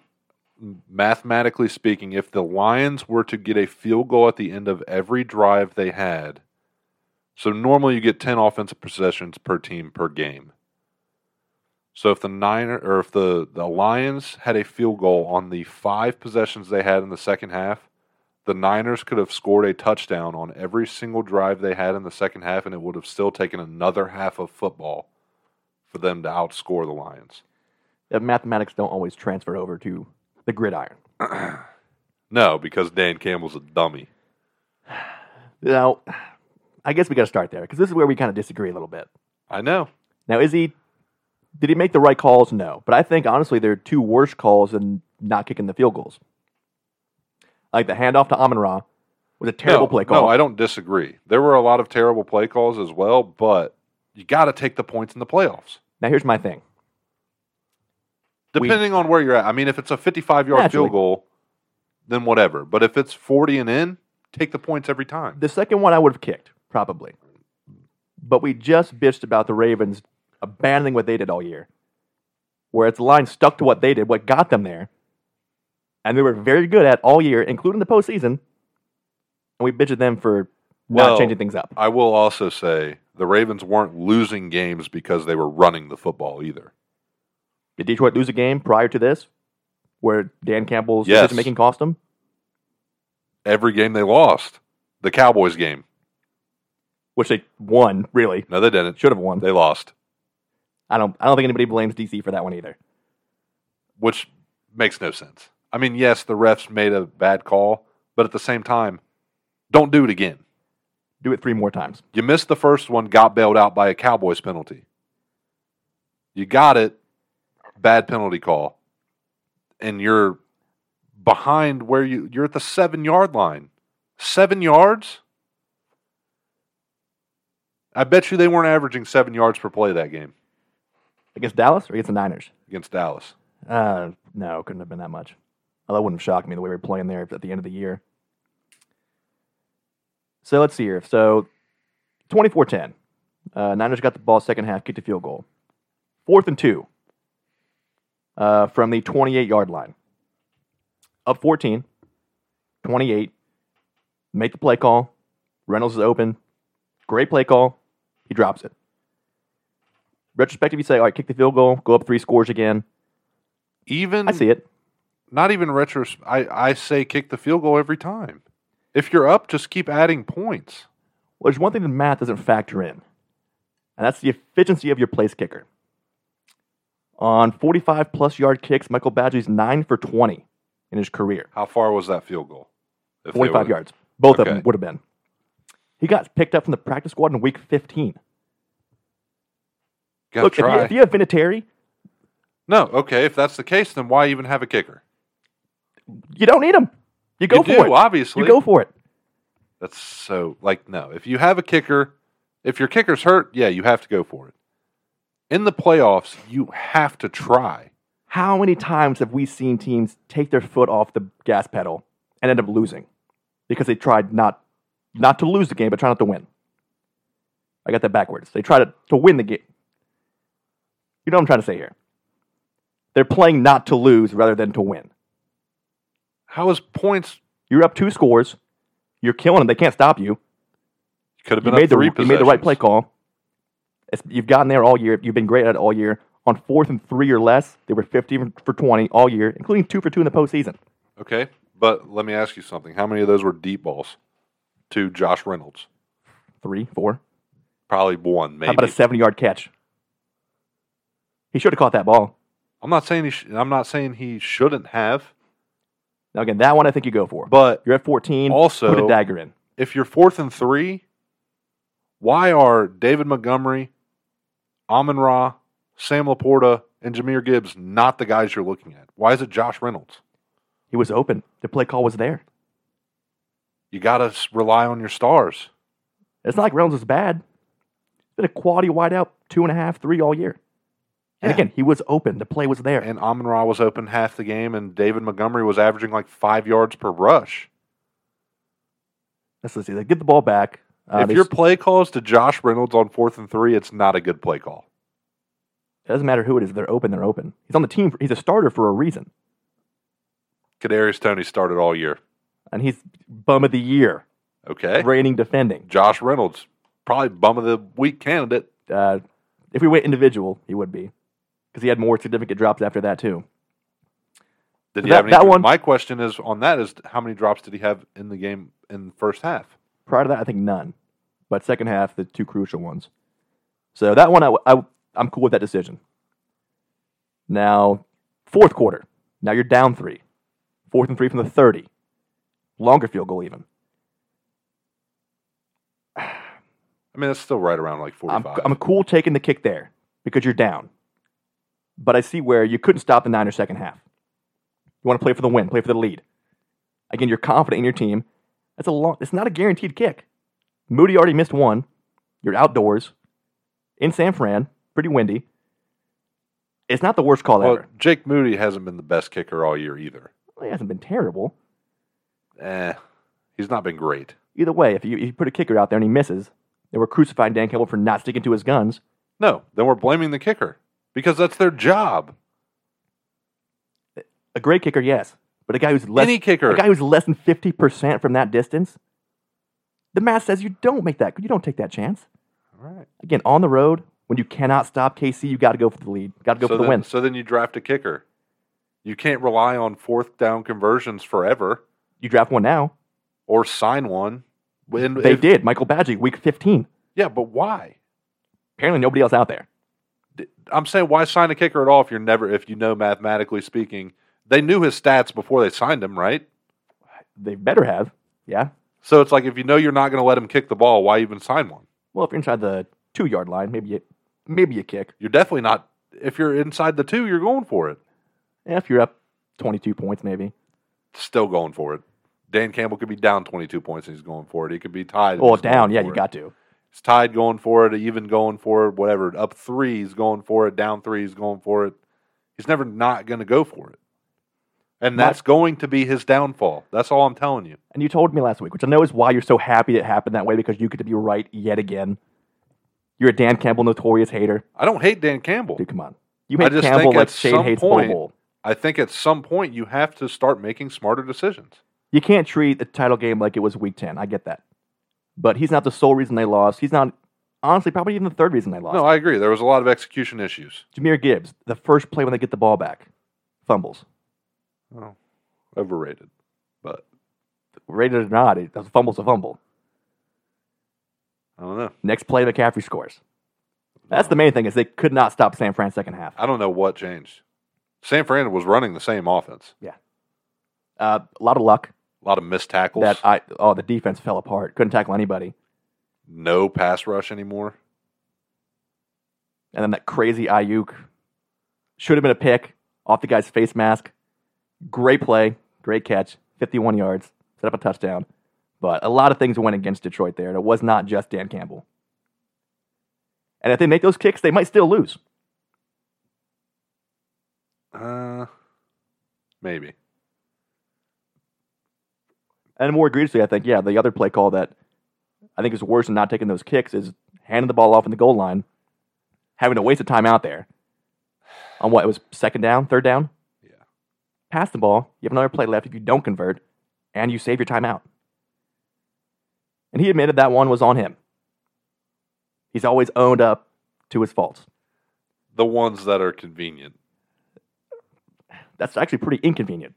Speaker 3: mathematically speaking, if the Lions were to get a field goal at the end of every drive they had, so normally you get 10 offensive possessions per team per game. So if the Niner or if the, the Lions had a field goal on the five possessions they had in the second half, the Niners could have scored a touchdown on every single drive they had in the second half, and it would have still taken another half of football for them to outscore the Lions.
Speaker 2: that mathematics don't always transfer over to the gridiron.
Speaker 3: No, because Dan Campbell's a dummy.
Speaker 2: Now, I guess we got to start there because this is where we kind of disagree a little bit.
Speaker 3: I know.
Speaker 2: Now, is he? Did he make the right calls? No, but I think honestly there are two worse calls than not kicking the field goals. Like the handoff to Amon Ra was a terrible
Speaker 3: no,
Speaker 2: play call.
Speaker 3: No, I don't disagree. There were a lot of terrible play calls as well, but you got to take the points in the playoffs.
Speaker 2: now here's my thing.
Speaker 3: Depending on where you're at. I mean, if it's a 55 yard
Speaker 2: Naturally.
Speaker 3: field goal, then whatever. But if it's 40 and in, take the points every time.
Speaker 2: The second one I would have kicked, probably. But we just bitched about the Ravens abandoning what they did all year, where its line stuck to what they did, what got them there. And they were very good at all year, including the postseason. And we bitched at them for
Speaker 3: Well,
Speaker 2: not changing things up.
Speaker 3: I will also say the Ravens weren't losing games because they were running the football either.
Speaker 2: Did Detroit lose a game prior to this where Dan Campbell's
Speaker 3: Yes.
Speaker 2: decision making cost them?
Speaker 3: Every game they lost, the Cowboys game.
Speaker 2: Which they won, really.
Speaker 3: No, they didn't.
Speaker 2: Should have won.
Speaker 3: They lost,
Speaker 2: I don't I don't think anybody blames DC for that one either.
Speaker 3: which makes no sense. I mean, yes, the refs made a bad call, but at the same time, don't do it again.
Speaker 2: Do it three more times.
Speaker 3: You missed the first one, got bailed out by a Cowboys penalty. You got it, bad penalty call. And you're behind where you you're at the 7 yard line. 7 yards? I bet you they weren't averaging 7 yards per play that game
Speaker 2: Against Dallas or against the Niners?
Speaker 3: against Dallas.
Speaker 2: Uh, no, couldn't have been that much. Although it wouldn't have shocked me the way we were playing there at the end of the year. So let's see here. So 24 10. Uh, Niners got the ball second half, kicked a field goal. Fourth and two uh, from the 28 yard line. Up 14, 28. Make the play call. Reynolds is open. Great play call. He drops it. Retrospective, you say, all right, kick the field goal, go up three scores again.
Speaker 3: Even
Speaker 2: I see it.
Speaker 3: not even retro I I say kick the field goal every time. If you're up, just keep adding points.
Speaker 2: Well, there's one thing that math doesn't factor in, and that's the efficiency of your place kicker. On 45 plus yard kicks, Michael Badgley's 9 for 20 in his career.
Speaker 3: How far was that field goal? If they
Speaker 2: 45
Speaker 3: would've-
Speaker 2: yards. Both of
Speaker 3: Okay.
Speaker 2: them would have been. He got picked up from the practice squad in week 15.
Speaker 3: Gotta
Speaker 2: Look, if you,
Speaker 3: try.
Speaker 2: if you have Vinatieri,
Speaker 3: No, okay. If that's the case, then why even have a kicker?
Speaker 2: you don't need him. You go
Speaker 3: you
Speaker 2: for
Speaker 3: do,
Speaker 2: it.
Speaker 3: obviously.
Speaker 2: You go for it.
Speaker 3: that's so like no. If you have a kicker, if your kicker's hurt, yeah, you have to go for it. In the playoffs, you have to try.
Speaker 2: How many times have we seen teams take their foot off the gas pedal and end up losing because they tried not not to lose the game, but try not to win? I got that backwards. They tried to, to win the game. You know what I'm trying to say here. They're playing not to lose rather than to win.
Speaker 3: How is points
Speaker 2: You're up two scores. You're killing them. They can't stop you.
Speaker 3: could have
Speaker 2: You
Speaker 3: been
Speaker 2: made,
Speaker 3: up
Speaker 2: the,
Speaker 3: three
Speaker 2: you made the right
Speaker 3: possessions.
Speaker 2: play call. It's, you've gotten there all year. You've been great at it all year. On fourth and three or less, they were 15 for 20 all year, including two for two in the postseason.
Speaker 3: Okay, but let me ask you something. How many of those were deep balls to Josh Reynolds?
Speaker 2: Three, four.
Speaker 3: Probably one,
Speaker 2: How
Speaker 3: maybe.
Speaker 2: about a 70 yard catch? He should have caught that ball.
Speaker 3: I'm not saying he. Sh- I'm not saying he shouldn't have.
Speaker 2: Now, again, that one I think you go for.
Speaker 3: But
Speaker 2: You're at 14.
Speaker 3: Also-
Speaker 2: put a dagger in.
Speaker 3: if you're fourth and three, why are David Montgomery, Amon Ra, Sam Laporta, and Jameer Gibbs not the guys you're looking at? Why is it Josh Reynolds?
Speaker 2: He was open. The play call was there.
Speaker 3: You got to rely on your stars.
Speaker 2: It's not like Reynolds was bad. It's been a quality wideout, two and a half, three all year. And
Speaker 3: Yeah.
Speaker 2: again, he was open. The play was there.
Speaker 3: And Amon Ra was open half the game, and David Montgomery was averaging like five yards per rush.
Speaker 2: Let's see. They get the ball back. Uh,
Speaker 3: if
Speaker 2: they
Speaker 3: your
Speaker 2: s-
Speaker 3: play calls to Josh Reynolds on fourth and three, it's not a good play call.
Speaker 2: it doesn't matter who it is. If they're open, they're open. He's on the team. For, he's a starter for a reason.
Speaker 3: Kadarius Tony started all year.
Speaker 2: And he's bum of the year,
Speaker 3: Okay,
Speaker 2: reigning defending.
Speaker 3: Josh Reynolds probably bum of the week candidate.
Speaker 2: uh, if we went individual, he would be because he had more significant drops after that too.
Speaker 3: Did
Speaker 2: But
Speaker 3: he
Speaker 2: that-
Speaker 3: have any,
Speaker 2: that one-
Speaker 3: My question is on that is how many drops did he have in the game in the first half?
Speaker 2: Prior to that, I think none, but second half the two crucial ones. So that one, I, I, I'm cool with that decision. Now, fourth quarter. Now you're down three. Fourth and three from the 30. Longer field goal even.
Speaker 3: I mean, that's still right around like
Speaker 2: I'm,
Speaker 3: 45.
Speaker 2: I'm cool taking the kick there because you're down. But I see where you couldn't stop the Niners second half. You want to play for the win, play for the lead. Again, you're confident in your team. That's a long. It's not a guaranteed kick. Moody already missed one. You're outdoors in San Fran, pretty windy. It's not the worst call
Speaker 3: well,
Speaker 2: ever.
Speaker 3: Jake Moody hasn't been the best kicker all year either.
Speaker 2: Well, He hasn't been terrible.
Speaker 3: eh, he's not been great.
Speaker 2: Either way, if you, if you put a kicker out there and he misses, then we're crucifying Dan Campbell for not sticking to his guns.
Speaker 3: No, then we're blaming the kicker because that's their job.
Speaker 2: A great kicker, yes, but a guy who's less
Speaker 3: Any kicker.
Speaker 2: a guy who's less than fifty percent from that distance. The math says you don't make that. You don't take that chance.
Speaker 3: All right.
Speaker 2: Again, on the road when you cannot stop KC, you got to go for the lead. Got to go
Speaker 3: so
Speaker 2: for the
Speaker 3: then,
Speaker 2: win.
Speaker 3: So then you draft a kicker. You can't rely on fourth down conversions forever
Speaker 2: You draft one now.
Speaker 3: or sign one. When
Speaker 2: They
Speaker 3: if-
Speaker 2: did. Michael Badgley, week fifteen.
Speaker 3: Yeah, but why?
Speaker 2: Apparently, nobody else out there.
Speaker 3: I'm saying why sign a kicker at all if you're never if you know mathematically speaking they knew his stats before they signed him, right?
Speaker 2: They better have. Yeah.
Speaker 3: So it's like if you know you're not going to let him kick the ball, why even sign one?
Speaker 2: Well, if you're inside the two yard line, maybe you, maybe you kick.
Speaker 3: You're definitely not. If you're inside the two, you're going for it.
Speaker 2: Eh, If you're up twenty two points, maybe.
Speaker 3: Still going for it. Dan Campbell could be down 22 points and he's going for it. He could be tied. and
Speaker 2: Well,
Speaker 3: he's going
Speaker 2: down. Yeah,
Speaker 3: for
Speaker 2: you
Speaker 3: it.
Speaker 2: got to.
Speaker 3: He's tied going for it, even going for it, whatever. Up three, he's going for it. Down three, he's going for it. He's never not going to go for it. And
Speaker 2: My-
Speaker 3: that's going to be his downfall. That's all I'm telling you.
Speaker 2: And you told me last week, which I know is why you're so happy it happened that way because you get to be right yet again. You're a Dan Campbell notorious hater.
Speaker 3: I don't hate Dan Campbell.
Speaker 2: Dude, come on. You
Speaker 3: I
Speaker 2: hate
Speaker 3: just
Speaker 2: Campbell
Speaker 3: think
Speaker 2: like
Speaker 3: at
Speaker 2: Shane
Speaker 3: some
Speaker 2: hates
Speaker 3: point-
Speaker 2: Bowl Bowl.
Speaker 3: I think at some point you have to start making smarter decisions.
Speaker 2: You can't treat the title game like it was week 10. I get that. But he's not the sole reason they lost. He's not, honestly, probably even the third reason they lost.
Speaker 3: No, I agree. There was a lot of execution issues.
Speaker 2: Jameer Gibbs, the first play when they get the ball back, fumbles.
Speaker 3: Well, overrated. But
Speaker 2: Rated or not, it, a fumble's a fumble.
Speaker 3: I don't know.
Speaker 2: Next play, McCaffrey scores. That's the main thing is they could not stop San Fran second half.
Speaker 3: I don't know what changed. San Fran was running the same offense.
Speaker 2: Uh, a lot of luck
Speaker 3: A lot of missed tackles.
Speaker 2: that I oh the defense fell apart. Couldn't tackle anybody.
Speaker 3: no pass rush anymore.
Speaker 2: And then that crazy Ayuk should have been a pick off the guy's face mask. Great play, great catch, 51 yards, set up a touchdown. But a lot of things went against Detroit there, and it was not just Dan Campbell. And if they make those kicks, they might still lose.
Speaker 3: Uh, maybe.
Speaker 2: And more egregiously, I think, yeah, the other play call that I think is worse than not taking those kicks is handing the ball off in the goal line, having to waste the time out there on what it was second down, third down.
Speaker 3: Yeah.
Speaker 2: Pass the ball. You have another play left if you don't convert, and you save your timeout. And he admitted that one was on him. He's always owned up to his faults.
Speaker 3: The ones that are convenient.
Speaker 2: That's actually pretty inconvenient.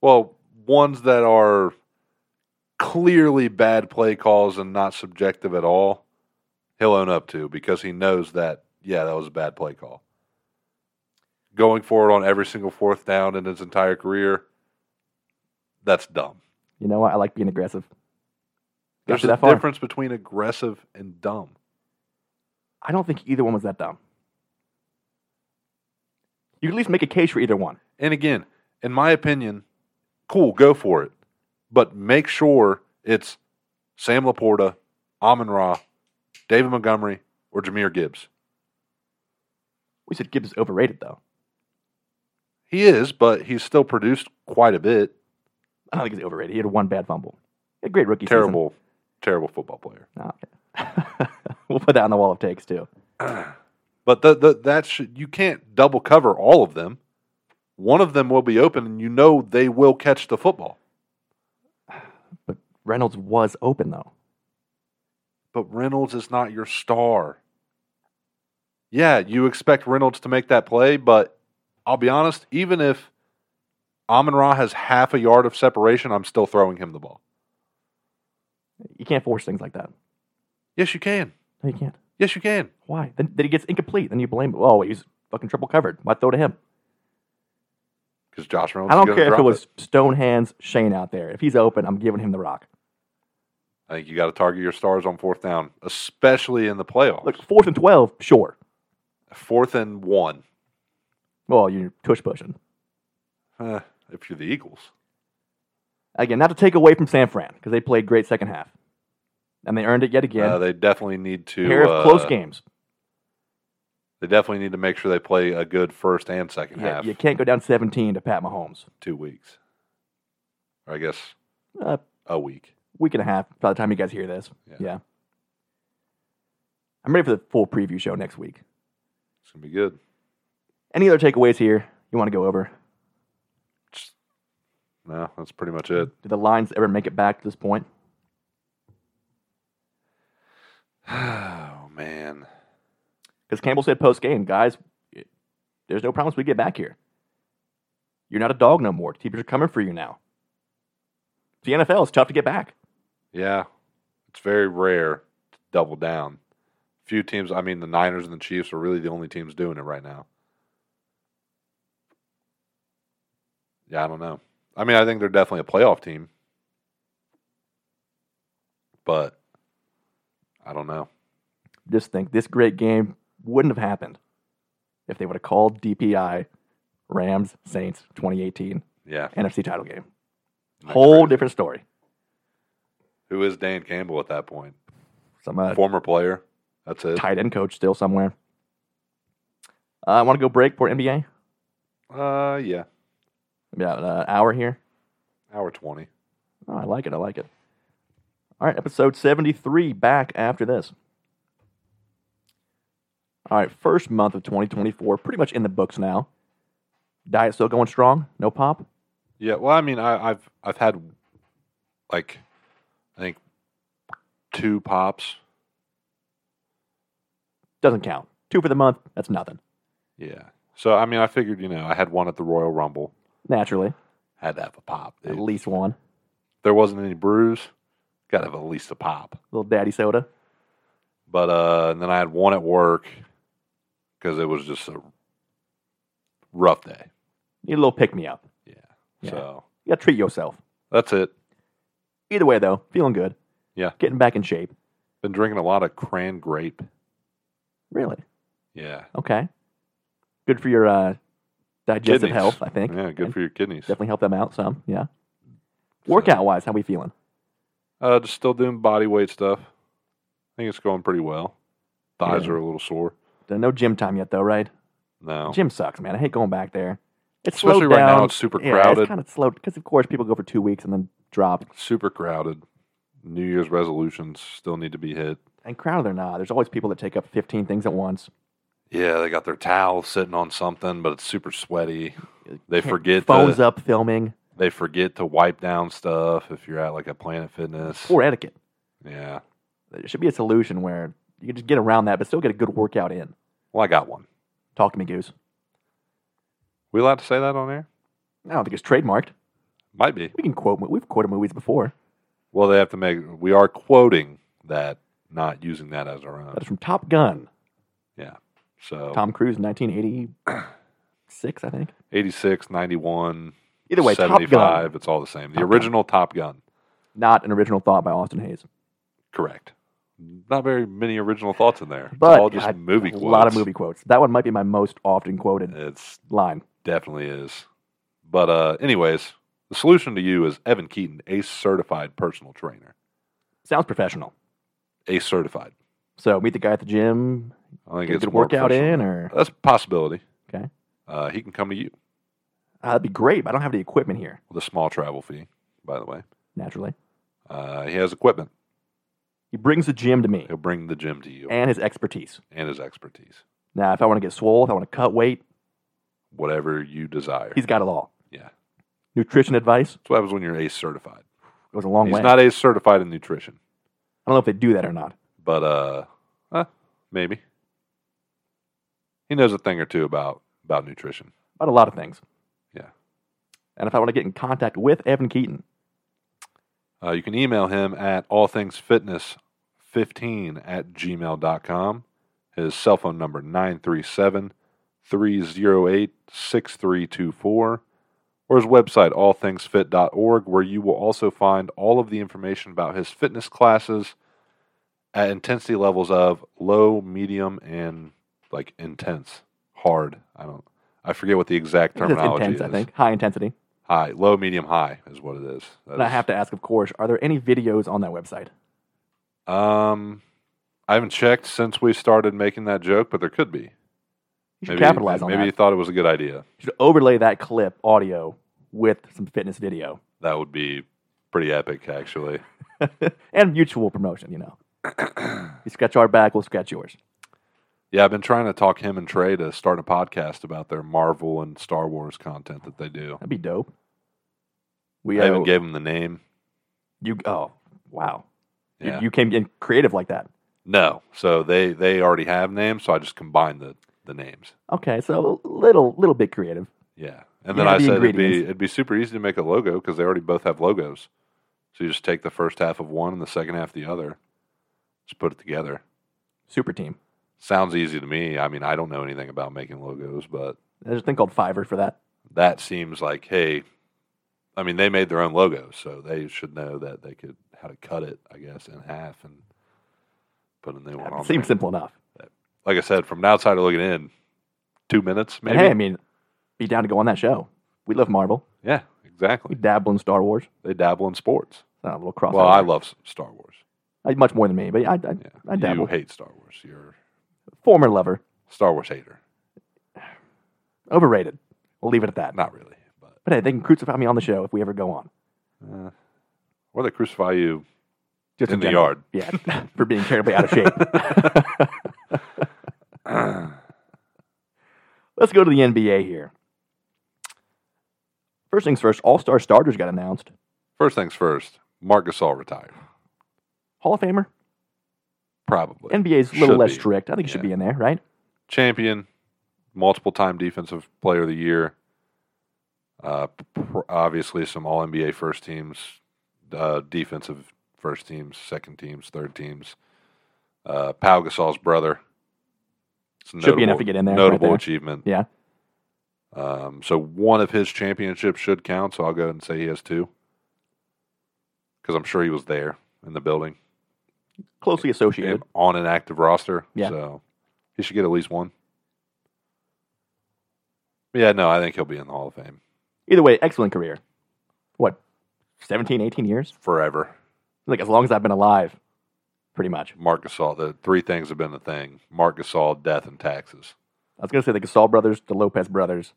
Speaker 3: Well, ones that are clearly bad play calls and not subjective at all, he'll own up to because he knows that, yeah, that was a bad play call. Going forward on every single fourth down in his entire career, that's dumb.
Speaker 2: You know what? I like being aggressive. Got
Speaker 3: There's
Speaker 2: you
Speaker 3: a
Speaker 2: that far.
Speaker 3: difference between aggressive and dumb.
Speaker 2: I don't think either one was that dumb. You could at least make a case for either one.
Speaker 3: And again, in my opinion, cool, go for it. But make sure it's Sam Laporta, Amon Ra, David Montgomery, or Jameer Gibbs.
Speaker 2: We said Gibbs is overrated, though.
Speaker 3: He is, but he's still produced quite a bit.
Speaker 2: I don't think he's overrated. He had one bad fumble. He had a great rookie
Speaker 3: terrible, terrible football player.
Speaker 2: season. Terrible. we'll put that on the wall of takes, too.
Speaker 3: But the, the, that should, you can't double cover all of them. One of them will be open, and you know they will catch the football.
Speaker 2: But Reynolds was open, though.
Speaker 3: But Reynolds is not your star. Yeah, you expect Reynolds to make that play, but I'll be honest, even if Amon Ra has half a yard of separation, I'm still throwing him the ball.
Speaker 2: You can't force things like that.
Speaker 3: Yes, you can.
Speaker 2: No, you can't.
Speaker 3: Yes, you can.
Speaker 2: Why? Then, then he gets incomplete. Then you blame him. Oh, he's fucking triple covered. Why throw to him?
Speaker 3: Because Josh Reynolds.
Speaker 2: I
Speaker 3: is
Speaker 2: don't
Speaker 3: gonna
Speaker 2: care if
Speaker 3: drop
Speaker 2: it was Stone Hands Shane out there. If he's open, I'm giving him the rock.
Speaker 3: I think you got to target your stars on fourth down, especially in the playoffs.
Speaker 2: Look, fourth and 12, sure.
Speaker 3: fourth and one
Speaker 2: Well, you're tush pushing.
Speaker 3: eh, if you're the Eagles.
Speaker 2: Again, not to take away from San Fran because they played great second half, and they earned it yet again.
Speaker 3: Uh, they definitely need to.
Speaker 2: pair of close
Speaker 3: uh,
Speaker 2: games.
Speaker 3: They definitely need to make sure they play a good first and second
Speaker 2: Yeah,
Speaker 3: half.
Speaker 2: you can't go down 17 to Pat Mahomes.
Speaker 3: Two weeks. Or I guess
Speaker 2: uh,
Speaker 3: a week.
Speaker 2: week and a half by the time you guys hear this.
Speaker 3: Yeah.
Speaker 2: Yeah. I'm ready for the full preview show next week.
Speaker 3: It's gonna be good.
Speaker 2: Any other takeaways here you want to go over?
Speaker 3: No, that's pretty much it.
Speaker 2: Do the lines ever make it back to this point?
Speaker 3: Oh man,
Speaker 2: Because Campbell said post game, guys, it- there's no promise we get back here. You're not a dog no more. Keepers are coming for you now. The NFL is tough to get back.
Speaker 3: yeah, it's very rare to double down. Few teams. I mean, the Niners and the Chiefs are really the only teams doing it right now. Yeah, I don't know. I mean, I think they're definitely a playoff team, but I don't know.
Speaker 2: Just think this great game wouldn't have happened if they would have called DPI Rams Saints 2018
Speaker 3: Yeah,
Speaker 2: NFC title game.
Speaker 3: Like
Speaker 2: Whole
Speaker 3: crazy.
Speaker 2: different story.
Speaker 3: Who is Dan Campbell at that point?
Speaker 2: Some uh,
Speaker 3: Former player. That's it.
Speaker 2: tight end coach still somewhere. Uh, I want to go break for NBA.
Speaker 3: Uh, yeah,
Speaker 2: About an hour here.
Speaker 3: hour twenty.
Speaker 2: Oh, I like it. I like it. All right, episode 73 back after this. All right, first month of 2024, pretty much in the books now. Diet still going strong? No pop?
Speaker 3: Yeah, well, I mean, I, I've I've had like I think two pops.
Speaker 2: Doesn't count. Two for the month, that's nothing.
Speaker 3: Yeah. So I mean, I figured you know I had one at the Royal Rumble.
Speaker 2: Naturally,
Speaker 3: Had to have a pop.
Speaker 2: at
Speaker 3: dude.
Speaker 2: least one.
Speaker 3: there wasn't any bruise. Got to have at least a pop.
Speaker 2: Little daddy soda.
Speaker 3: But uh, and then I had one at work because it was just a rough day.
Speaker 2: Need a little pick me up.
Speaker 3: Yeah.
Speaker 2: Yeah.
Speaker 3: So
Speaker 2: You gotta treat yourself.
Speaker 3: that's it.
Speaker 2: Either way, though, feeling good.
Speaker 3: Yeah.
Speaker 2: Getting back in shape.
Speaker 3: Been drinking a lot of cran grape.
Speaker 2: Really?
Speaker 3: Yeah.
Speaker 2: Okay. Good for your uh, digestive
Speaker 3: Kidneys.
Speaker 2: health, I think.
Speaker 3: Yeah. Good for your kidneys.
Speaker 2: Definitely help them out some. Yeah. Workout wise, how we feeling?
Speaker 3: Uh, just still doing body weight stuff. I think it's going pretty well. Thighs
Speaker 2: Yeah.
Speaker 3: are a little sore.
Speaker 2: No gym time yet, though, right?
Speaker 3: No,
Speaker 2: Gym sucks, man. I hate going back there. It's
Speaker 3: Especially
Speaker 2: slowed
Speaker 3: right now,
Speaker 2: down.
Speaker 3: it's super
Speaker 2: yeah,
Speaker 3: crowded.
Speaker 2: It's kind of slow because, of course, people go for two weeks and then drop.
Speaker 3: super crowded. New Year's resolutions still need to be hit.
Speaker 2: And crowded or not, there's always people that take up 15 things at once.
Speaker 3: Yeah, they got their towel sitting on something, but it's super sweaty. They
Speaker 2: Can't-
Speaker 3: forget
Speaker 2: phones
Speaker 3: to,
Speaker 2: up, filming,
Speaker 3: they forget to wipe down stuff if you're at like a Planet Fitness.
Speaker 2: or etiquette.
Speaker 3: Yeah.
Speaker 2: There should be a solution where you can just get around that, but still get a good workout in.
Speaker 3: Well, I got one.
Speaker 2: Talk to me, Goose.
Speaker 3: We allowed to say that on air?
Speaker 2: I don't think it's trademarked.
Speaker 3: Might be.
Speaker 2: We can quote. mo- We've quoted movies before.
Speaker 3: Well, they have to make. We are quoting that, not using that as our own.
Speaker 2: That's from Top Gun.
Speaker 3: So
Speaker 2: Tom Cruise, 1986, I think.
Speaker 3: 86, 91,
Speaker 2: Either way, Top
Speaker 3: 75,
Speaker 2: Gun,
Speaker 3: it's all the same. The
Speaker 2: Top Gun.
Speaker 3: original Top Gun.
Speaker 2: not an original thought by Austin Hayes,
Speaker 3: Correct. Not very many original thoughts in there. It's
Speaker 2: but
Speaker 3: all just
Speaker 2: I-
Speaker 3: movie
Speaker 2: a
Speaker 3: quotes.
Speaker 2: lot of movie quotes. That one might be my most often quoted
Speaker 3: It's
Speaker 2: line.
Speaker 3: definitely is. But uh anyways, the solution to you is Evan Keaton, a certified personal trainer.
Speaker 2: Sounds professional.
Speaker 3: A certified.
Speaker 2: So meet the guy at the gym,
Speaker 3: I think
Speaker 2: get a
Speaker 3: it's
Speaker 2: good
Speaker 3: more
Speaker 2: workout
Speaker 3: professional.
Speaker 2: in, or
Speaker 3: That's a possibility.
Speaker 2: Okay.
Speaker 3: Uh, he can come to you
Speaker 2: Ah, that'd be great. But I don't have the equipment here,
Speaker 3: with a small travel fee, by the way.
Speaker 2: naturally.
Speaker 3: Uh, he has equipment.
Speaker 2: He brings the gym to me
Speaker 3: He'll bring the gym to you
Speaker 2: and his expertise.
Speaker 3: and his expertise.
Speaker 2: Now, if I want to get swole, if I want to cut weight,
Speaker 3: Whatever you desire.
Speaker 2: he's got it all.
Speaker 3: yeah.
Speaker 2: Nutrition advice
Speaker 3: That's what happens when you're ACE certified.
Speaker 2: goes a long
Speaker 3: He's
Speaker 2: way.
Speaker 3: not ACE certified in nutrition,
Speaker 2: I don't know if they do that or not.
Speaker 3: but uh, eh, maybe he knows a thing or two about about nutrition.
Speaker 2: About a lot of things.
Speaker 3: Yeah.
Speaker 2: And if I want to get in contact with Evan Keaton,
Speaker 3: Uh, you can email him at allthingsfitness15 at gmail.com. His cell phone number 937 308 6324 or his website allthingsfit.org where you will also find all of the information about his fitness classes at intensity levels of low, medium and like intense, hard. I don't I forget what the exact
Speaker 2: I think that's
Speaker 3: terminology
Speaker 2: intense,
Speaker 3: is.
Speaker 2: I think. High intensity.
Speaker 3: High, low, medium, high is what it is. That
Speaker 2: And I
Speaker 3: is-
Speaker 2: have to ask, of course, are there any videos on that website?
Speaker 3: Um, I haven't checked since we started making that joke, but there could be.
Speaker 2: You should capitalize on
Speaker 3: maybe
Speaker 2: that.
Speaker 3: you thought it was a good idea.
Speaker 2: You should overlay that clip audio with some fitness video.
Speaker 3: That would be pretty epic, actually.
Speaker 2: and mutual promotion, you know. you scratch our back, we'll scratch yours.
Speaker 3: Yeah, I've been trying to talk him and Trey to start a podcast about their Marvel and Star Wars content that they do.
Speaker 2: That'd be dope.
Speaker 3: I
Speaker 2: We
Speaker 3: even
Speaker 2: owe,
Speaker 3: gave him the name.
Speaker 2: you. Oh wow, You-
Speaker 3: Yeah.
Speaker 2: you, came in creative like that.
Speaker 3: no, so they they already have names, so I just combined the the names.
Speaker 2: Okay, so little little bit creative.
Speaker 3: Yeah, and
Speaker 2: You
Speaker 3: then
Speaker 2: have
Speaker 3: I
Speaker 2: the
Speaker 3: said it'd be
Speaker 2: ingredients.
Speaker 3: it'd be super easy to make a logo because they already both have logos. So you just take the first half of one and the second half of the other, just put it together.
Speaker 2: Super team.
Speaker 3: Sounds easy to me. I mean, I don't know anything about making logos, but
Speaker 2: There's a thing called Fiverr for that.
Speaker 3: that seems like hey i mean they made their own logo so they should know that they could how to cut it i guess in half and put a new one on
Speaker 2: It seems
Speaker 3: there.
Speaker 2: simple enough.
Speaker 3: like i said from an outsider looking in two minutes
Speaker 2: And
Speaker 3: maybe
Speaker 2: hey, I mean, be down to go on that show. We love Marvel.
Speaker 3: yeah
Speaker 2: We
Speaker 3: exactly
Speaker 2: dabble in Star Wars.
Speaker 3: they dabble in sports
Speaker 2: Uh, a little crossover.
Speaker 3: well i love s- star wars
Speaker 2: I- much more than me, but I, I,
Speaker 3: yeah
Speaker 2: I dabble.
Speaker 3: you hate star wars you're
Speaker 2: Former lover,
Speaker 3: a star wars hater
Speaker 2: overrated. We'll leave it at that.
Speaker 3: not really but
Speaker 2: But hey, they can crucify me on the show if we ever go on.
Speaker 3: or they crucify you
Speaker 2: Just
Speaker 3: in the
Speaker 2: general.
Speaker 3: yard
Speaker 2: Yeah, for being terribly out of shape. Let's go to the NBA here. First things first, All Star starters got announced.
Speaker 3: first things first mark gasol retired
Speaker 2: Hall of Famer.
Speaker 3: probably
Speaker 2: NBA's a
Speaker 3: Should
Speaker 2: little less
Speaker 3: be.
Speaker 2: strict. I think he should
Speaker 3: Yeah.
Speaker 2: be in there, right?
Speaker 3: champion, multiple time defensive player of the year. Uh, pr- obviously, some All NBA first teams, uh, defensive first teams, second teams, third teams. Uh, Pau Gasol's brother. It's a
Speaker 2: Should be enough to get in there, right
Speaker 3: Notable
Speaker 2: there.
Speaker 3: achievement.
Speaker 2: Yeah.
Speaker 3: Um, so one of his championships should count. So I'll go ahead and say he has two, because I'm sure he was there in the building
Speaker 2: Closely associated.
Speaker 3: and on an active roster.
Speaker 2: Yeah.
Speaker 3: So he should get at least one. Yeah, no, I think he'll be in the Hall of Fame
Speaker 2: Either way, excellent career. What, 17, 18 years?
Speaker 3: forever.
Speaker 2: Like as long as I've been alive, pretty much.
Speaker 3: Mark Gasol, the three things have been the thing Mark Gasol, death, and taxes.
Speaker 2: I was going to say the Gasol brothers, the Lopez brothers,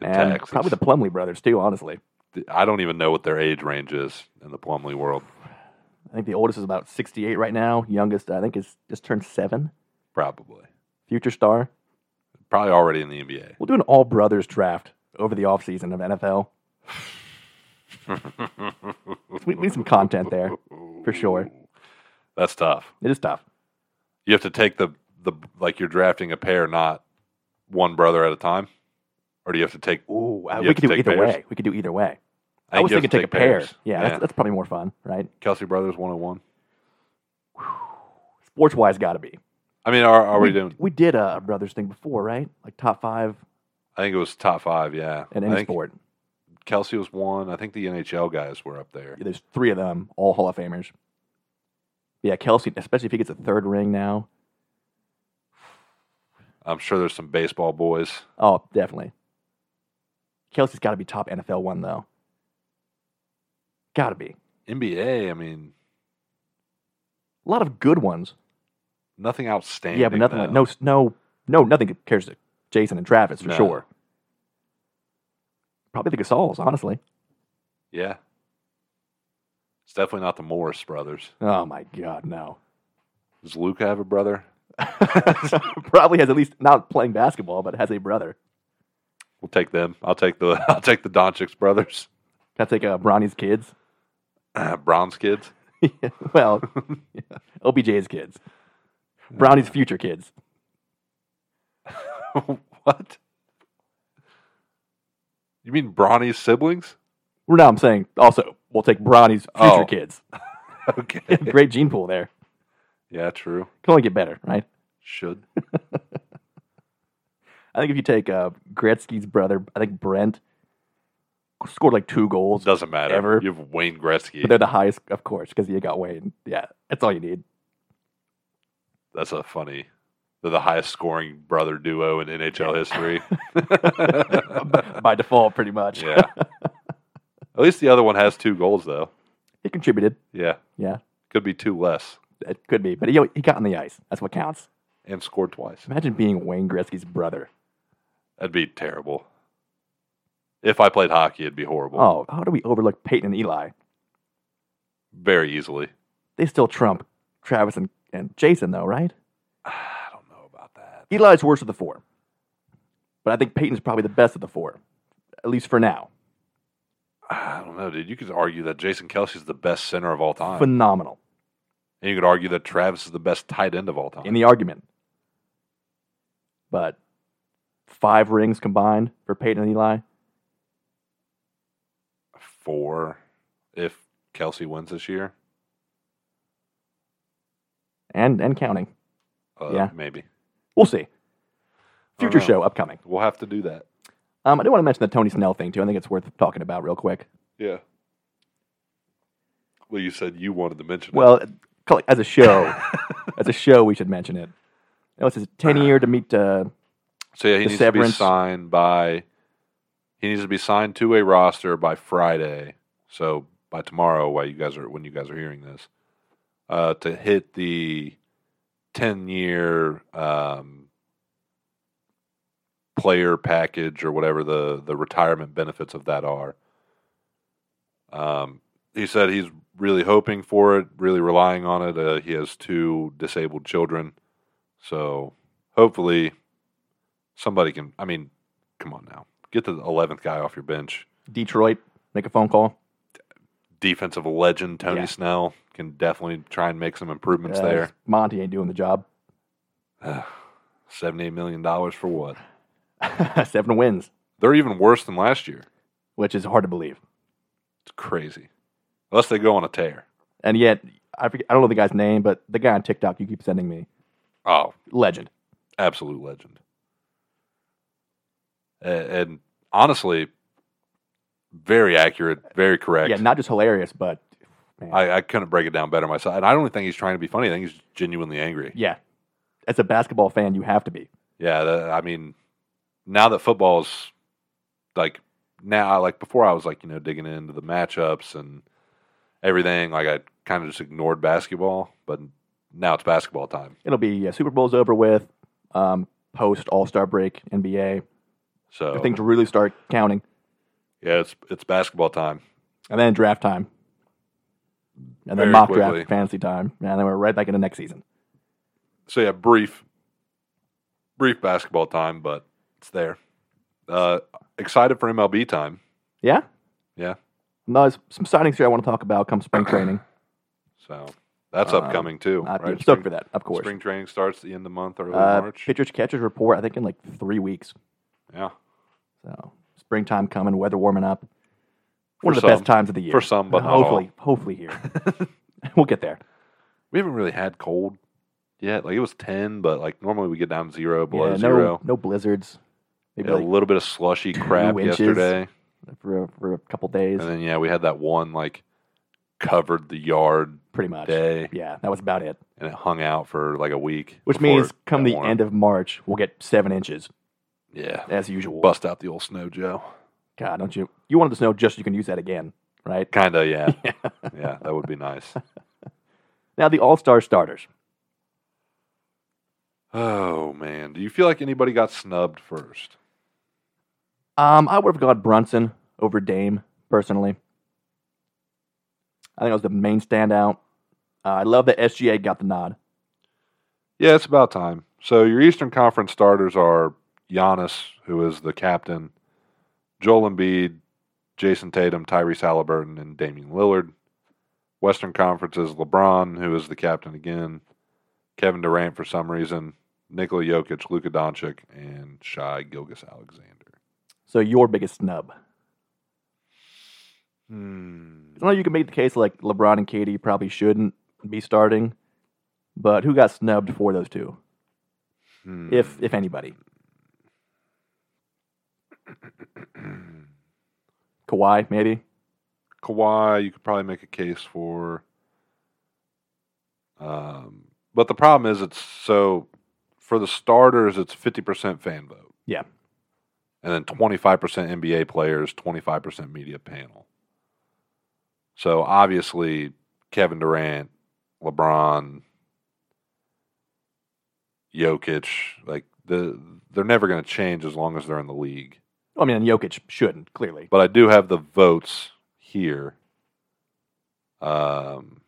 Speaker 3: And
Speaker 2: and
Speaker 3: taxes.
Speaker 2: probably the Plumley brothers, too, honestly.
Speaker 3: I don't even know what their age range is in the Plumlee world.
Speaker 2: I think the oldest is about 68 right now. Youngest, I think, is just turned seven.
Speaker 3: Probably.
Speaker 2: Future star.
Speaker 3: Probably already in the NBA.
Speaker 2: We'll do an all brothers draft over the offseason of NFL. we we need some content there, for sure.
Speaker 3: That's tough.
Speaker 2: It is tough.
Speaker 3: You have to take the, the like you're drafting a pair, not one brother at a time. Or do you have to take?
Speaker 2: Ooh, uh,
Speaker 3: You
Speaker 2: we
Speaker 3: have
Speaker 2: could
Speaker 3: to
Speaker 2: do
Speaker 3: take
Speaker 2: either
Speaker 3: pairs?
Speaker 2: way. We could do either way. I,
Speaker 3: think
Speaker 2: was
Speaker 3: you have
Speaker 2: thinking
Speaker 3: to
Speaker 2: take a pair.
Speaker 3: pairs.
Speaker 2: Yeah, That's, that's probably more fun, right?
Speaker 3: Kelsey Brothers 101.
Speaker 2: Sports wise, got to be.
Speaker 3: I mean, are, are we, doing?
Speaker 2: We did a brothers thing before, right? Like top five
Speaker 3: I think it was top five. Yeah,
Speaker 2: in
Speaker 3: I
Speaker 2: any
Speaker 3: think
Speaker 2: sport.
Speaker 3: Kelsey was one. I think the NHL guys were up there.
Speaker 2: There's three of them, all Hall of Famers. Yeah, Kelsey, especially if he gets a third ring now.
Speaker 3: I'm sure there's some baseball boys.
Speaker 2: Oh, definitely. Kelsey's got to be top NFL one though. Got to be
Speaker 3: NBA. I mean,
Speaker 2: a lot of good ones.
Speaker 3: nothing outstanding.
Speaker 2: yeah, but nothing like
Speaker 3: though.
Speaker 2: no, no, no, nothing compares to Jason and Travis for
Speaker 3: No.
Speaker 2: sure. Probably the Gasols, honestly.
Speaker 3: Yeah, it's definitely not the Morris brothers.
Speaker 2: Oh my God, no.
Speaker 3: Does Luca have a brother?
Speaker 2: Probably has at least not playing basketball, but has a brother.
Speaker 3: We'll take them. I'll take the I'll take the Doncic brothers.
Speaker 2: That's like uh, Bronny's kids.
Speaker 3: Bronze kids.
Speaker 2: well, OBJ's kids, Brownie's future kids.
Speaker 3: what? You mean Bronny's siblings?
Speaker 2: Well, now I'm saying also we'll take Bronny's future
Speaker 3: Oh.
Speaker 2: kids.
Speaker 3: Okay.
Speaker 2: Great gene pool there.
Speaker 3: yeah, true.
Speaker 2: Can only get better, right?
Speaker 3: Should.
Speaker 2: I think if you take uh, Gretzky's brother, I think Brent scored like two goals,
Speaker 3: Doesn't matter.
Speaker 2: Ever.
Speaker 3: You have Wayne Gretzky.
Speaker 2: but they're the highest, of course, because you got Wayne. Yeah, that's all you need.
Speaker 3: That's a funny. They're the highest scoring brother duo in NHL history.
Speaker 2: By default, pretty much.
Speaker 3: yeah. At least the other one has two goals though.
Speaker 2: He contributed.
Speaker 3: Yeah.
Speaker 2: Yeah,
Speaker 3: Could be two less
Speaker 2: it could be, but he, he got on the ice. That's what counts.
Speaker 3: and scored twice.
Speaker 2: Imagine being Wayne Gretzky's brother.
Speaker 3: That'd be terrible. If I played hockey, it'd be horrible.
Speaker 2: Oh, how do we overlook Peyton and Eli?
Speaker 3: very easily.
Speaker 2: They still trump Travis and, and Jason, though, right?
Speaker 3: I don't know about that.
Speaker 2: Eli's worst of the four. But I think Peyton's probably the best of the four, at least for now.
Speaker 3: I don't know, dude. You could argue that Jason Kelsey's the best center of all time,
Speaker 2: Phenomenal
Speaker 3: and you could argue that Travis is the best tight end of all time.
Speaker 2: in the argument. But five rings combined for Peyton and Eli.
Speaker 3: Four, if Kelsey wins this year,
Speaker 2: And, and counting.
Speaker 3: uh,
Speaker 2: Yeah.
Speaker 3: maybe
Speaker 2: We'll see. Future
Speaker 3: know.
Speaker 2: show upcoming.
Speaker 3: we'll have to do that.
Speaker 2: Um, I do want to mention the Tony Snell thing, too. I think it's worth talking about real quick.
Speaker 3: Yeah. Well, you said you wanted to mention it.
Speaker 2: Well, call it- as a show, as a show, we should mention it. It was his 10 year to meet. Uh,
Speaker 3: So yeah, he
Speaker 2: The
Speaker 3: needs to be
Speaker 2: severance.
Speaker 3: signed by. He needs to be signed to a roster by Friday. So by tomorrow, while you guys are when you guys are hearing this, uh, to hit the ten-year um, player package or whatever the the retirement benefits of that are. Um, he said he's really hoping for it, really relying on it. Uh, he has two disabled children, so hopefully somebody can. I mean, come on now, get the eleventh guy off your bench.
Speaker 2: Detroit, make a phone call.
Speaker 3: Defensive legend Tony
Speaker 2: Yeah.
Speaker 3: Snell can definitely try and make some improvements
Speaker 2: Uh,
Speaker 3: there.
Speaker 2: Monty ain't doing the job.
Speaker 3: Seventy-eight million dollars for what?
Speaker 2: Seven wins,
Speaker 3: They're even worse than last year.
Speaker 2: which is hard to believe.
Speaker 3: It's crazy. Unless they go on a tear.
Speaker 2: And yet, I, forget, I don't know the guy's name, but the guy on TikTok you keep sending me,
Speaker 3: Oh,
Speaker 2: legend.
Speaker 3: absolute legend. A- And honestly, very accurate, very correct.
Speaker 2: Yeah, not just hilarious, but
Speaker 3: I, I couldn't break it down better myself. And I don't think he's trying to be funny. I think he's genuinely angry.
Speaker 2: yeah, as a basketball fan, you have to be.
Speaker 3: Yeah, that, I mean, now that football's like now, like before, I was like you know digging into the matchups and everything. Like I kind of just ignored basketball, but now it's basketball time.
Speaker 2: It'll be yeah, Super Bowl's over with, um, post All Star break, NBA.
Speaker 3: So
Speaker 2: I think to really start counting,
Speaker 3: yeah, it's it's basketball time.
Speaker 2: and then draft time, and then
Speaker 3: Very
Speaker 2: mock
Speaker 3: quickly.
Speaker 2: draft, fantasy time, and then we're right back into next season.
Speaker 3: So yeah, brief, brief basketball time, but it's there. Uh, excited for MLB time.
Speaker 2: Yeah,
Speaker 3: Yeah,
Speaker 2: no, there's some signings here I want to talk about come spring training.
Speaker 3: so that's
Speaker 2: Um,
Speaker 3: upcoming too.
Speaker 2: I'm
Speaker 3: right?
Speaker 2: stoked
Speaker 3: Spring-
Speaker 2: for that, of course.
Speaker 3: Spring training starts at the end of the month, early
Speaker 2: uh,
Speaker 3: March.
Speaker 2: pitchers catchers report I think in like three weeks.
Speaker 3: Yeah,
Speaker 2: So springtime coming, weather warming up. One
Speaker 3: For
Speaker 2: of the best
Speaker 3: some.
Speaker 2: times of the year Uh,
Speaker 3: For some, but not all.
Speaker 2: hopefully, hopefully here we'll get there.
Speaker 3: We haven't really had cold yet. Like it was ten, but like normally we get down zero, below
Speaker 2: yeah, no,
Speaker 3: zero.
Speaker 2: no blizzards. Maybe
Speaker 3: Had a
Speaker 2: like
Speaker 3: little bit of slushy crap
Speaker 2: inches.
Speaker 3: yesterday,
Speaker 2: for a, for a couple days,
Speaker 3: and then yeah, we had that one like covered the yard
Speaker 2: pretty much.
Speaker 3: day,
Speaker 2: Yeah, that was about it.
Speaker 3: and it hung out for like a week.
Speaker 2: Which
Speaker 3: before
Speaker 2: means
Speaker 3: it
Speaker 2: come
Speaker 3: got
Speaker 2: the
Speaker 3: warm.
Speaker 2: end of March, we'll get seven inches
Speaker 3: yeah,
Speaker 2: as usual.
Speaker 3: bust out the old snow, Joe.
Speaker 2: God, don't you? You wanted to snow just so you can use that again, right?
Speaker 3: Kinda, yeah, yeah, that would be nice.
Speaker 2: Now the All Star starters.
Speaker 3: Oh man, do you feel like anybody got snubbed first?
Speaker 2: Um, I would have gone Brunson over Dame personally. I think that was the main standout. Uh, I love that SGA got the nod.
Speaker 3: Yeah, it's about time. So your Eastern Conference starters are Giannis, who is the captain, Joel Embiid, Jason Tatum, Tyrese Halliburton, and Damian Lillard. Western Conference is LeBron, who is the captain again, Kevin Durant for some reason, Nikola Jokic, Luka Doncic, and Shai Gilgis Alexander.
Speaker 2: So your biggest snub.
Speaker 3: Hmm.
Speaker 2: I know you can make the case like LeBron and KD probably shouldn't be starting, but who got snubbed for those two,
Speaker 3: Hmm.
Speaker 2: if if anybody? Kawhi, maybe.
Speaker 3: Kawhi, you could probably make a case for. Um, but the problem is, it's so for the starters, it's fifty percent fan vote.
Speaker 2: Yeah.
Speaker 3: and then twenty five percent NBA players, twenty five percent media panel. So obviously, Kevin Durant, LeBron, Jokic, like the they're never going to change as long as they're in the league
Speaker 2: I mean, Jokic shouldn't clearly.
Speaker 3: but I do have the votes here. Um,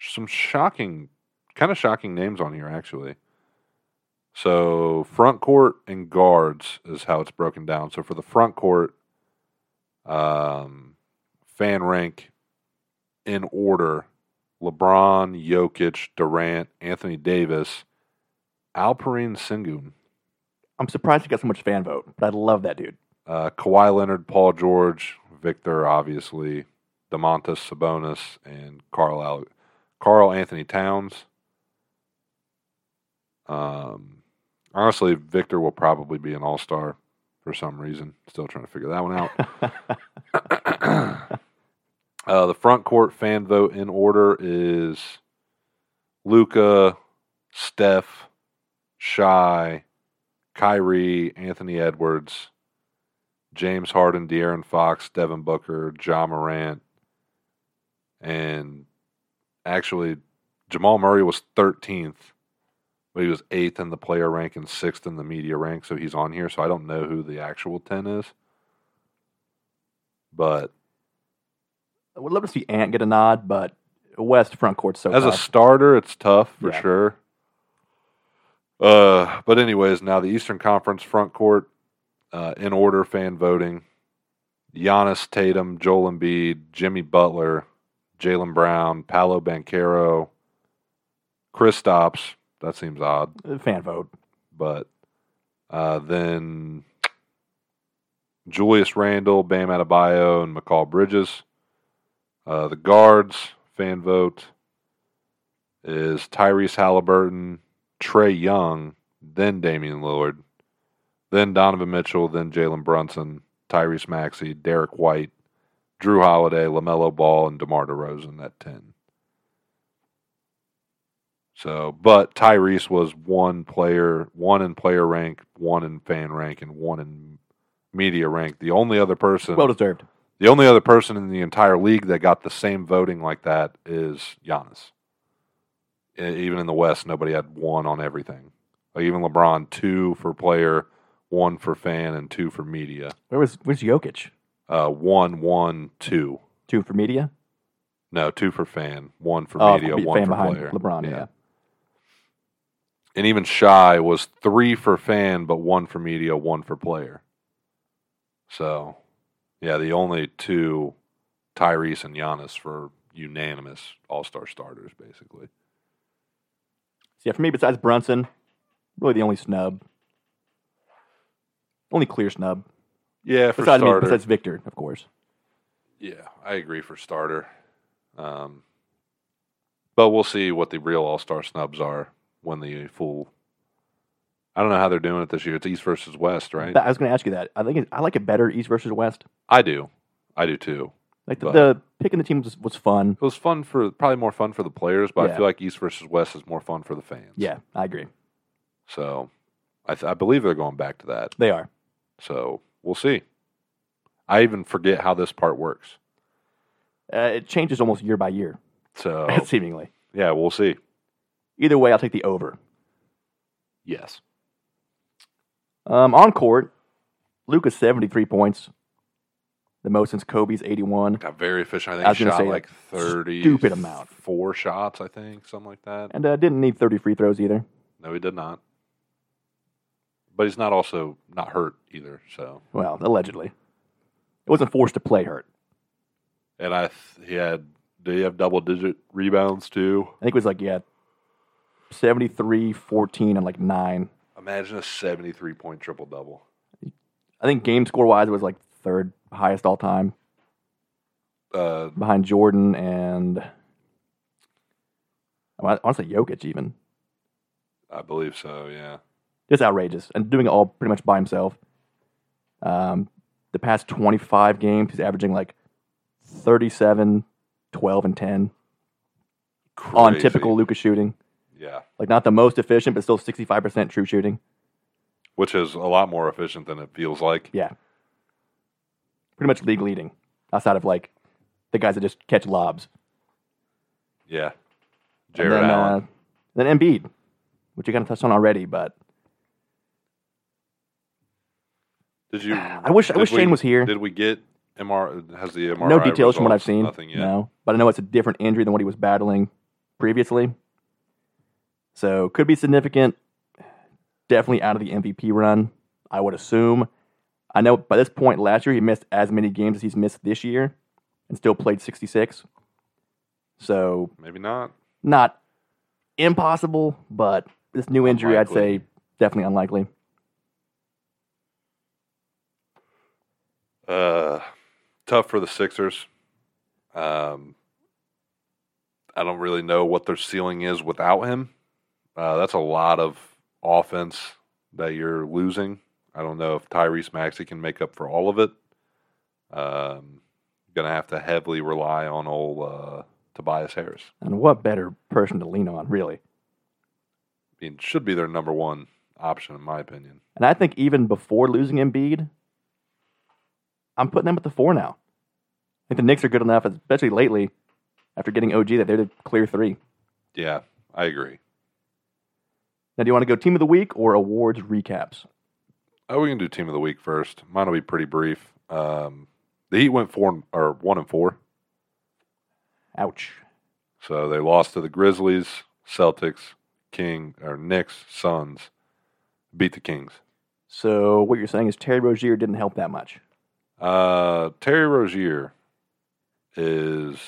Speaker 3: some shocking, kind of shocking names on here, actually. So, front court and guards is how it's broken down. So, for the front court, um, fan rank in order LeBron, Jokic, Durant, Anthony Davis, Alperin Sengun,
Speaker 2: I'm surprised he got so much fan vote, but I love that dude.
Speaker 3: uh, Kawhi Leonard, Paul George, Victor, obviously, DeMontis Sabonis, and Carl Al- Carl Anthony Towns. Um, honestly, Victor will probably be an All Star for some reason. Still trying to figure that one out. uh, the front court fan vote in order is Luca, Steph, Shy, Kyrie, Anthony Edwards, James Harden, De'Aaron Fox, Devin Booker, Ja Morant, and actually Jamal Murray was 13th, but he was eighth in the player rank and sixth in the media rank, so he's on here. So I don't know who the actual 10 is, but
Speaker 2: I would love to see Ant get a nod, but West front court's so
Speaker 3: as a
Speaker 2: tough.
Speaker 3: starter, it's tough for
Speaker 2: Uh, Yeah.
Speaker 3: sure. Uh, but anyways, now the Eastern Conference front court uh, in order fan voting: Giannis, Tatum, Joel Embiid, Jimmy Butler, Jalen Brown, Paolo Banquero, Chris Stops. That seems odd,
Speaker 2: Uh, fan vote.
Speaker 3: but uh, then Julius Randle, Bam Adebayo, and McCall Bridges. Uh, the guards fan vote is Tyrese Halliburton, Trey Young, then Damian Lillard, then Donovan Mitchell, then Jalen Brunson, Tyrese Maxey, Derek White, Drew Holiday, LaMelo Ball, and DeMar DeRozan at 10. So, but Tyrese was one player, one in player rank, one in fan rank, and one in media rank. The only other person
Speaker 2: Well deserved.
Speaker 3: the only other person in the entire league that got the same voting like that is Giannis. E- Even in the West, nobody had one on everything. Like even LeBron, two for player, one for fan, and two for media.
Speaker 2: Where was where's Jokic?
Speaker 3: Uh, one, one, two.
Speaker 2: Two for media.
Speaker 3: No, two for fan, one for
Speaker 2: Oh,
Speaker 3: media,
Speaker 2: be-
Speaker 3: one
Speaker 2: fan
Speaker 3: for
Speaker 2: behind
Speaker 3: player.
Speaker 2: LeBron, yeah.
Speaker 3: And even Shy was three for fan, but one for media, one for player. So, yeah, the only two, Tyrese and Giannis, for unanimous All Star starters, basically.
Speaker 2: So yeah, for me, besides Brunson, really the only snub, only clear snub.
Speaker 3: Yeah, for
Speaker 2: Besides, I mean,
Speaker 3: starter.
Speaker 2: besides Victor, of course.
Speaker 3: yeah, I agree for starter. Um, but we'll see what the real All Star snubs are when the full. I don't know how they're doing it this year. It's East versus West, right?
Speaker 2: That- I was going to ask you that. I think it, I like it better East versus West.
Speaker 3: I do. I do too.
Speaker 2: Like the,
Speaker 3: But-
Speaker 2: the picking the teams was, was fun.
Speaker 3: It was fun for probably more fun for the players, but
Speaker 2: Yeah.
Speaker 3: I feel like East versus West is more fun for the fans.
Speaker 2: Yeah, I agree.
Speaker 3: So I, th- I believe they're going back to that.
Speaker 2: They are.
Speaker 3: So we'll see. I even forget how this part works.
Speaker 2: Uh, it changes almost year by year,
Speaker 3: So
Speaker 2: seemingly.
Speaker 3: yeah, we'll see.
Speaker 2: Either way, I'll take the over.
Speaker 3: Yes.
Speaker 2: Um, on court, Luca's 73 points, the most since Kobe's 81.
Speaker 3: Got very efficient.
Speaker 2: I
Speaker 3: I
Speaker 2: was
Speaker 3: think
Speaker 2: gonna
Speaker 3: shot
Speaker 2: say,
Speaker 3: like thirty
Speaker 2: stupid amount.
Speaker 3: four shots. I think something like that.
Speaker 2: And uh, didn't need 30 free throws either.
Speaker 3: No, he did not. But he's not also not hurt either. So
Speaker 2: Well, allegedly. It wasn't forced to play hurt.
Speaker 3: and I th- he had. Do you have double digit rebounds too?
Speaker 2: I think it was like, yeah, 73, 14, and like nine.
Speaker 3: Imagine a 73 point triple double.
Speaker 2: I think game score wise, it was like third highest all time
Speaker 3: Uh,
Speaker 2: behind Jordan and I honestly Jokic even.
Speaker 3: I believe so, yeah.
Speaker 2: Just outrageous and doing it all pretty much by himself. Um, the past 25 games, he's averaging like 37, 12, and 10 on
Speaker 3: Crazy.
Speaker 2: typical Luca shooting.
Speaker 3: Yeah,
Speaker 2: Like not the most efficient, but still 65% true shooting.
Speaker 3: which is a lot more efficient than it feels like.
Speaker 2: Yeah. Pretty much league leading outside of like the guys that just catch lobs.
Speaker 3: Yeah.
Speaker 2: And
Speaker 3: Jared
Speaker 2: then,
Speaker 3: Allen.
Speaker 2: Uh, then Embiid, which you kind of touched on already, but
Speaker 3: did you?
Speaker 2: I wish- I
Speaker 3: did
Speaker 2: wish
Speaker 3: we-
Speaker 2: Shane was here.
Speaker 3: Did we get MR has the MRI.
Speaker 2: no details from what I've
Speaker 3: results,
Speaker 2: seen.
Speaker 3: Nothing yet.
Speaker 2: No, but I know it's a different injury than what he was battling previously. So could be significant. Definitely out of the MVP run, I would assume. I know by this point last year he missed as many games as he's missed this year, and still played 66. So
Speaker 3: Maybe not.
Speaker 2: not impossible, but this new injury, I'd
Speaker 3: Unlikely.
Speaker 2: say definitely unlikely.
Speaker 3: Uh, tough for the Sixers. Um, I don't really know what their ceiling is without him. Uh, that's a lot of offense that you're losing. I don't know if Tyrese Maxey can make up for all of it. Um, gonna have to heavily rely on old uh, Tobias Harris.
Speaker 2: And what better person to lean on, really?
Speaker 3: I mean, should be their number one option in my opinion.
Speaker 2: And I think even before losing Embiid, I'm putting them at the four now. I think the Knicks are good enough, especially lately, after getting OG, that they're the clear three.
Speaker 3: Yeah, I agree.
Speaker 2: Now, do you want to go team of the week or awards recaps?
Speaker 3: Oh, we can do team of the week first. Mine will be pretty brief. Um, the Heat went four and- or one and four.
Speaker 2: Ouch.
Speaker 3: So they lost to the Grizzlies, Celtics, King or Knicks, Suns, beat the Kings.
Speaker 2: So, what you're saying is Terry Rozier didn't help that much.
Speaker 3: Uh, Terry Rozier has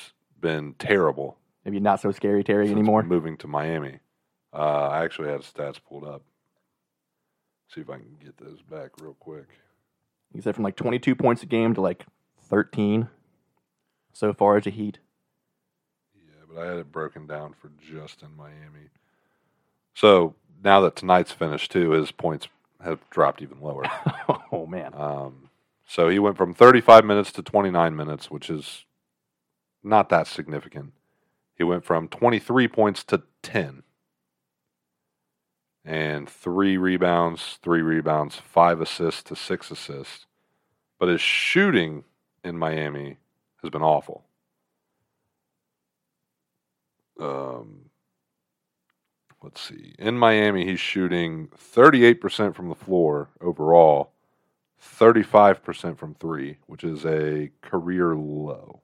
Speaker 3: been terrible
Speaker 2: Maybe not so scary, Terry,
Speaker 3: since
Speaker 2: anymore.
Speaker 3: moving to Miami. Uh, I actually had stats pulled up. See if I can get those back real quick.
Speaker 2: He said from like 22 points a game to like 13 so far as a Heat.
Speaker 3: Yeah, but I had it broken down for just in Miami. So now that tonight's finished too, his points have dropped even lower.
Speaker 2: oh, man.
Speaker 3: Um, so he went from 35 minutes to 29 minutes, which is not that significant. He went from 23 points to 10. And three rebounds, three rebounds, five assists to six assists. But his shooting in Miami has been awful. Um, let's see. In Miami, he's shooting 38% from the floor overall, 35% from three, which is a career low.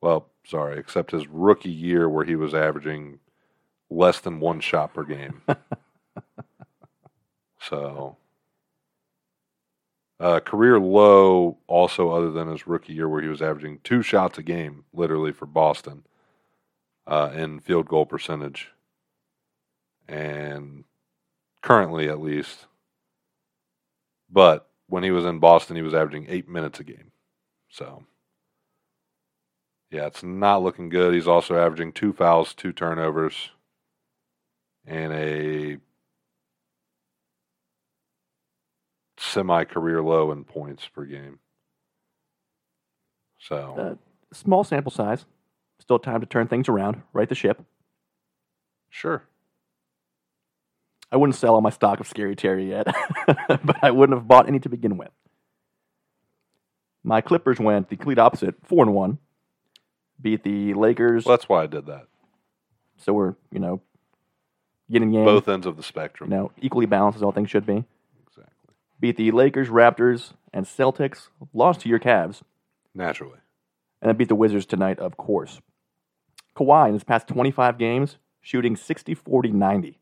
Speaker 3: Well, sorry, except his rookie year where he was averaging less than one shot per game. so, uh, career low also, other than his rookie year where he was averaging two shots a game, literally for Boston, uh, in field goal percentage. And currently, at least, but when he was in Boston, he was averaging eight minutes a game. So, yeah, it's not looking good. He's also averaging two fouls, two turnovers, and a semi career low in points per game. So,
Speaker 2: Uh, small sample size. Still time to turn things around, right the ship.
Speaker 3: sure.
Speaker 2: I wouldn't sell all my stock of Scary Terry yet, but I wouldn't have bought any to begin with. My Clippers went the complete opposite, four and one, beat the Lakers.
Speaker 3: Well, that's why I did that.
Speaker 2: So we're you know, yin and yang,
Speaker 3: Both ends of the
Speaker 2: you
Speaker 3: spectrum.
Speaker 2: know, equally balanced as all things should be.
Speaker 3: Exactly.
Speaker 2: Beat the Lakers, Raptors, and Celtics. Lost to your Cavs,
Speaker 3: Naturally.
Speaker 2: and then beat the Wizards tonight, of course. Kawhi in his past 25 games, shooting 60, 40, 90,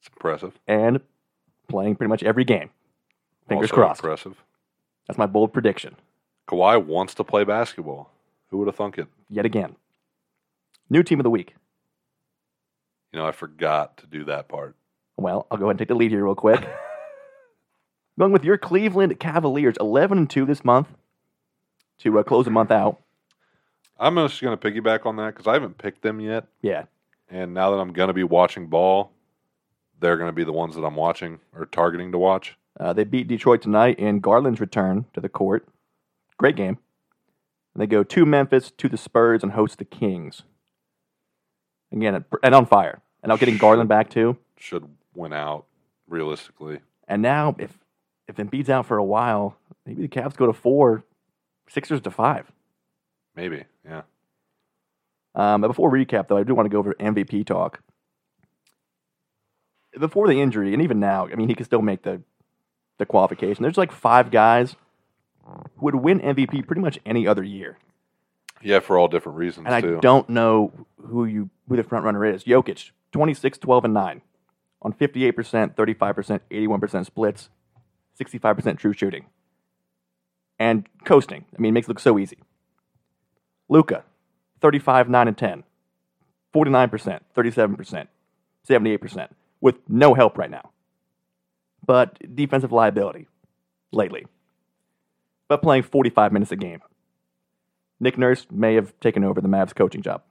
Speaker 3: It's impressive.
Speaker 2: and playing pretty much every game. Fingers
Speaker 3: Also
Speaker 2: crossed.
Speaker 3: Impressive.
Speaker 2: That's my bold prediction.
Speaker 3: Kawhi wants to play basketball. Who would have thunk it?
Speaker 2: yet again. New team of the week.
Speaker 3: You know, I forgot to do that part.
Speaker 2: Well, I'll go ahead and take the lead here real quick. Going with your Cleveland Cavaliers, eleven and two this month to uh, close the month out.
Speaker 3: I'm just going to piggyback on that because I haven't picked them yet.
Speaker 2: Yeah,
Speaker 3: And now that I'm going to be watching ball, they're going to be the ones that I'm watching or targeting to watch.
Speaker 2: uh, they beat Detroit tonight in Garland's return to the court. Great game. And they go to Memphis, to the Spurs, and host the Kings. Again, and on fire. And now getting Garland back too.
Speaker 3: Should win out realistically.
Speaker 2: And now, if if Embiid's out for a while, maybe the Cavs go to four, Sixers to five.
Speaker 3: Maybe. Yeah.
Speaker 2: Um, but before recap, though, I do want to go over MVP talk. Before the injury, and even now, I mean, he can still make the the qualification. There's like five guys who would win MVP pretty much any other year.
Speaker 3: Yeah, for all different reasons
Speaker 2: And I
Speaker 3: too.
Speaker 2: don't know who you who the front runner is. Jokic, 26, 12, and 9 on 58%, 35%, 81% splits, 65% true shooting. And coasting. I mean, it makes it look so easy. Luca, 35, 9, and 10, 49%, 37%, 78%, with no help right now. But defensive liability lately. But playing 45 minutes a game. Nick Nurse may have taken over the Mavs coaching job.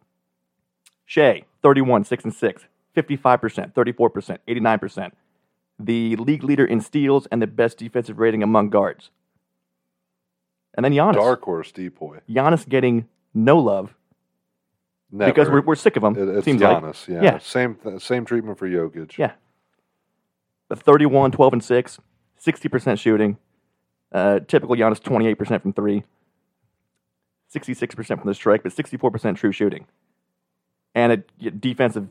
Speaker 2: Shea, 31, 6 and 6, 55%, 34%, 89%. The league leader in steals and the best defensive rating among guards. And then Giannis.
Speaker 3: Dark horse depoy.
Speaker 2: Giannis getting no love
Speaker 3: Never.
Speaker 2: because we're, we're sick of him.
Speaker 3: It- it's
Speaker 2: seems like.
Speaker 3: Giannis. Yeah.
Speaker 2: Yeah.
Speaker 3: Same th- same treatment for Jokic.
Speaker 2: Yeah. But 31, 12, and 6, 60% shooting. Uh, typical Giannis, 28% from three, 66% from the strike, but 64% true shooting. And a y- defensive,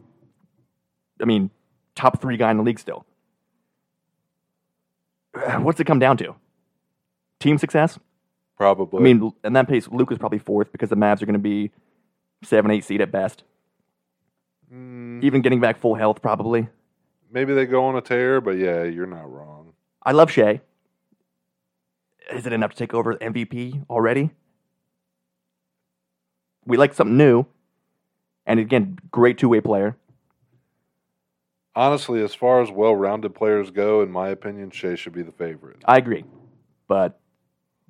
Speaker 2: I mean, top three guy in the league still. What's it come down to? Team success?
Speaker 3: Probably.
Speaker 2: I mean, in that pace, Luke is probably fourth because the Mavs are going to be seven, eight seed at best. Even getting back full health, probably.
Speaker 3: maybe they go on a tear, but yeah, you're not wrong.
Speaker 2: I love Shea. Is it enough to take over MVP already? We like something new. And again, great two way player.
Speaker 3: Honestly, as far as well-rounded players go, in my opinion, Shea should be the favorite.
Speaker 2: I agree. But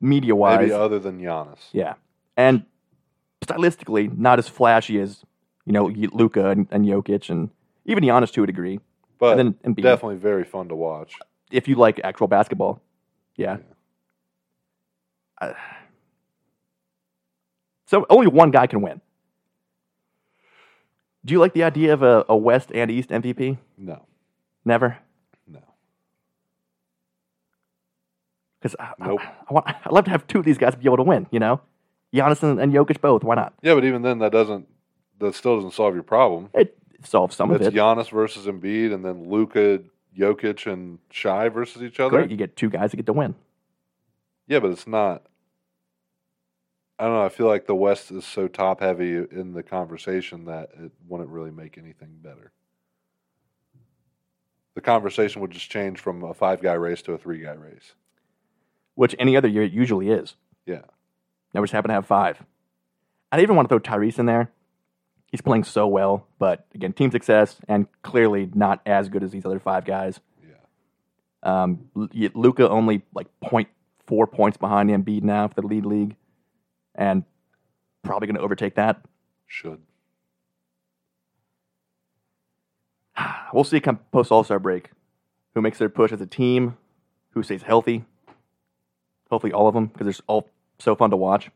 Speaker 2: media wise,
Speaker 3: Maybe uh, other than Giannis.
Speaker 2: yeah. And stylistically, not as flashy as, you know, Luca and, and Jokic and even Giannis to a degree.
Speaker 3: But
Speaker 2: and then Embiid.
Speaker 3: definitely very fun to watch.
Speaker 2: if you like actual basketball. Yeah. I- so only one guy can win. Do you like the idea of a, a West and East MVP?
Speaker 3: No,
Speaker 2: Never,
Speaker 3: no.
Speaker 2: because I, I-
Speaker 3: Nope.
Speaker 2: I, want I'd love to have two of these guys be able to win. You know, Giannis and, and Jokic both. Why not?
Speaker 3: Yeah, but even then, that doesn't that still doesn't solve your problem.
Speaker 2: It solves some
Speaker 3: It's
Speaker 2: of it.
Speaker 3: Giannis versus Embiid, and then Luca, Jokic, and Shy versus each other.
Speaker 2: Great, you get two guys that get to win.
Speaker 3: Yeah, but it's not. I don't know. I feel like the West is so top heavy in the conversation that it wouldn't really make anything better. The conversation would just change from a five guy race to a three guy race.
Speaker 2: which any other year it usually is.
Speaker 3: Yeah.
Speaker 2: Now we just happen to have five. I even want to throw Tyrese in there. He's playing so well, but again, team success and clearly not as good as these other five guys.
Speaker 3: Yeah.
Speaker 2: Um, Luca only like 0.4 points behind Embiid now for the lead league, and probably going to overtake that.
Speaker 3: Should.
Speaker 2: We'll see come post All Star break who makes their push as a team, who stays healthy. Hopefully, all of them, because they're all so fun to watch.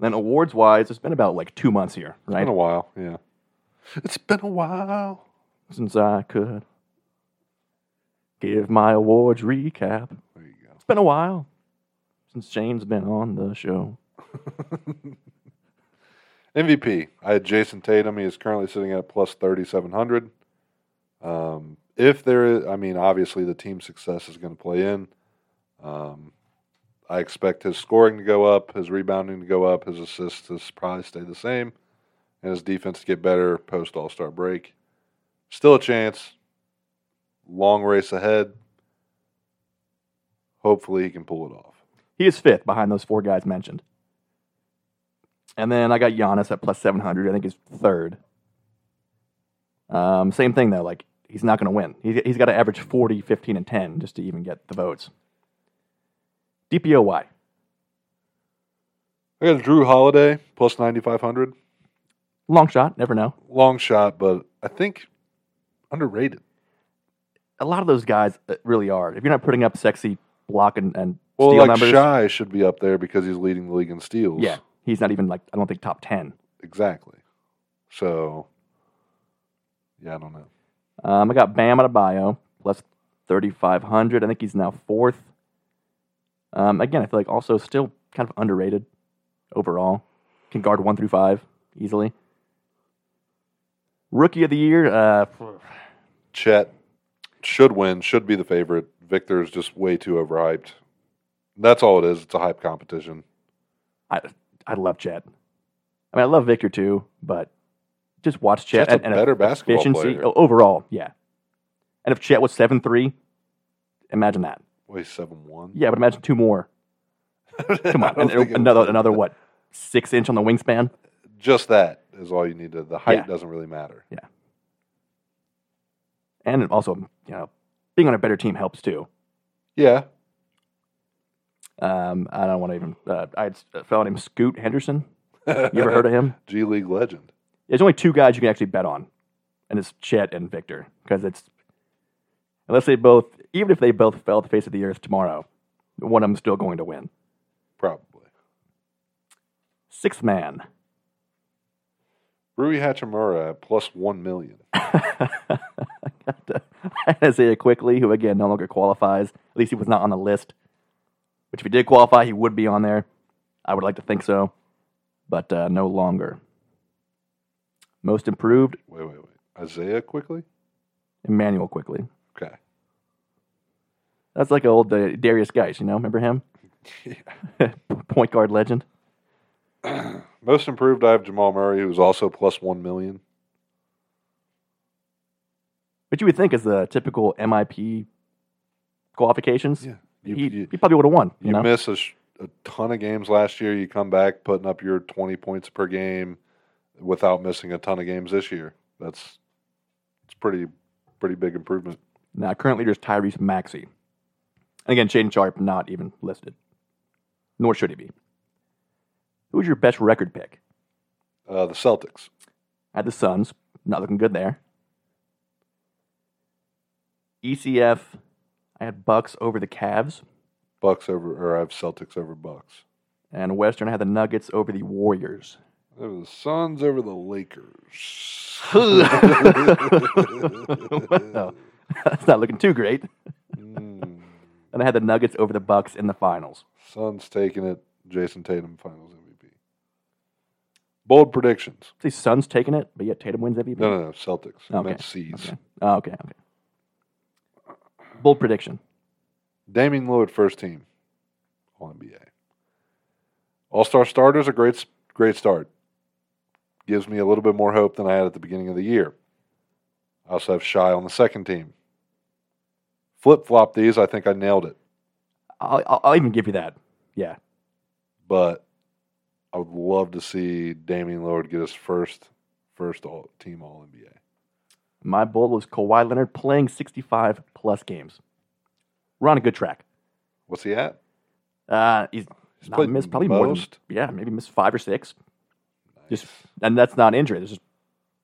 Speaker 2: Then, awards wise, it's been about like two months here, right?
Speaker 3: Been a while. Yeah. It's been a while.
Speaker 2: Since I could give my awards recap.
Speaker 3: There you go.
Speaker 2: It's been a while since Shane's been on the show.
Speaker 3: MVP. I had Jason Tatum. He is currently sitting at plus thirty seven hundred. Um, if there is, I mean, obviously the team success is going to play in. Um, I expect his scoring to go up, his rebounding to go up, his assists to s- probably stay the same, and his defense to get better post All Star break. Still a chance. Long race ahead. Hopefully he can pull it off.
Speaker 2: He is fifth behind those four guys mentioned. And then I got Giannis at plus 700. I think he's third. Um, same thing, though. Like, he's not going to win. He's, he's got to average 40, 15, and 10 just to even get the votes. DPOY.
Speaker 3: I got Drew Holiday plus ninety five hundred.
Speaker 2: Long shot. Never know.
Speaker 3: long shot, but I think underrated.
Speaker 2: A lot of those guys uh, really are. If you're not putting up sexy block and, and
Speaker 3: Well,
Speaker 2: steal
Speaker 3: like
Speaker 2: numbers.
Speaker 3: Shy should be up there because he's leading the league in steals.
Speaker 2: Yeah. He's not even, like, I don't think top 10.
Speaker 3: exactly. So, yeah, I don't know.
Speaker 2: Um, I got Bam Adebayo plus thirty five hundred. I think he's now fourth. Um, again, I feel like also still kind of underrated overall. Can guard one through five easily. Rookie of the year, uh,
Speaker 3: Chet should win, should be the favorite. Victor is just way too overhyped. That's all it is. It's a hype competition.
Speaker 2: I I love Chet. I mean, I love Victor too, but just watch Chet
Speaker 3: Chet's a
Speaker 2: and, and
Speaker 3: better basketball
Speaker 2: efficiency
Speaker 3: player.
Speaker 2: o- overall. Yeah, and if Chet was seven three, imagine that.
Speaker 3: Wait, seven one.
Speaker 2: Yeah, but imagine two more. Come on, and another another what six inch on the wingspan.
Speaker 3: Just that is all you need to. The height
Speaker 2: Yeah.
Speaker 3: doesn't really matter.
Speaker 2: and also you know being on a better team helps too.
Speaker 3: Yeah,
Speaker 2: Um, I don't want to even. Uh, I had a fellow named Scoot Henderson. You ever heard of him?
Speaker 3: G League legend.
Speaker 2: There's only two guys you can actually bet on, and it's Chet and Victor because it's unless they both, even if they both fell off the face of the earth tomorrow, one of them's still going to win.
Speaker 3: Probably.
Speaker 2: Sixth man.
Speaker 3: Rui Hachimura at plus one million.
Speaker 2: Isaiah Quickly, who again no longer qualifies. At least he was not on the list. Which, if he did qualify, he would be on there. I would like to think so, but uh, no longer. Most improved,
Speaker 3: Wait, wait, wait. Isaiah quickly.
Speaker 2: Emmanuel Quickly.
Speaker 3: Okay.
Speaker 2: That's like old uh, Darius Geis, you know? Remember him? Point guard legend.
Speaker 3: Most improved. I have Jamal Murray, who's also plus one million.
Speaker 2: Which you would think is the typical MIP qualifications.
Speaker 3: Yeah. You,
Speaker 2: he,
Speaker 3: you,
Speaker 2: he probably would have won, you,
Speaker 3: you
Speaker 2: know?
Speaker 3: miss a, sh- a ton of games last year. You come back putting up your twenty points per game without missing a ton of games this year. That's it's pretty pretty big improvement.
Speaker 2: Now, current leader is Tyrese Maxey. And again, Shaden Sharp not even listed, nor should he be. Who was your best record pick?
Speaker 3: Uh, the Celtics.
Speaker 2: I had the Suns, not looking good there. ECF, I had Bucks over the Cavs,
Speaker 3: Bucks over, or I have Celtics over Bucks.
Speaker 2: and Western I had the Nuggets over the Warriors.
Speaker 3: It was the Suns over the Lakers.
Speaker 2: Well, Oh, that's not looking too great.
Speaker 3: Mm.
Speaker 2: And I had the Nuggets over the Bucks in the finals.
Speaker 3: Suns taking it. Jason Tatum Finals MVP. Bold predictions.
Speaker 2: See, Suns taking it, but yet Tatum wins MVP.
Speaker 3: No, no, no. Celtics. I
Speaker 2: Okay.
Speaker 3: meant C's.
Speaker 2: Okay. Oh, okay, okay. Bold prediction.
Speaker 3: Damian Lillard first team. All NBA. All Star starters a great s- great start. Gives me a little bit more hope than I had at the beginning of the year. I also have Shy on the second team. Flip flop these. I think I nailed it.
Speaker 2: I'll, I'll, I'll even give you that. Yeah.
Speaker 3: but I would love to see Damian Lillard get his first first all team All NBA.
Speaker 2: My bold was Kawhi Leonard playing 65 plus games. We're on a good track.
Speaker 3: What's he at?
Speaker 2: Uh, he's
Speaker 3: He's
Speaker 2: not
Speaker 3: played
Speaker 2: missed probably
Speaker 3: most?
Speaker 2: more than, yeah, maybe missed five or six. Just
Speaker 3: Nice.
Speaker 2: And that's not injury. This is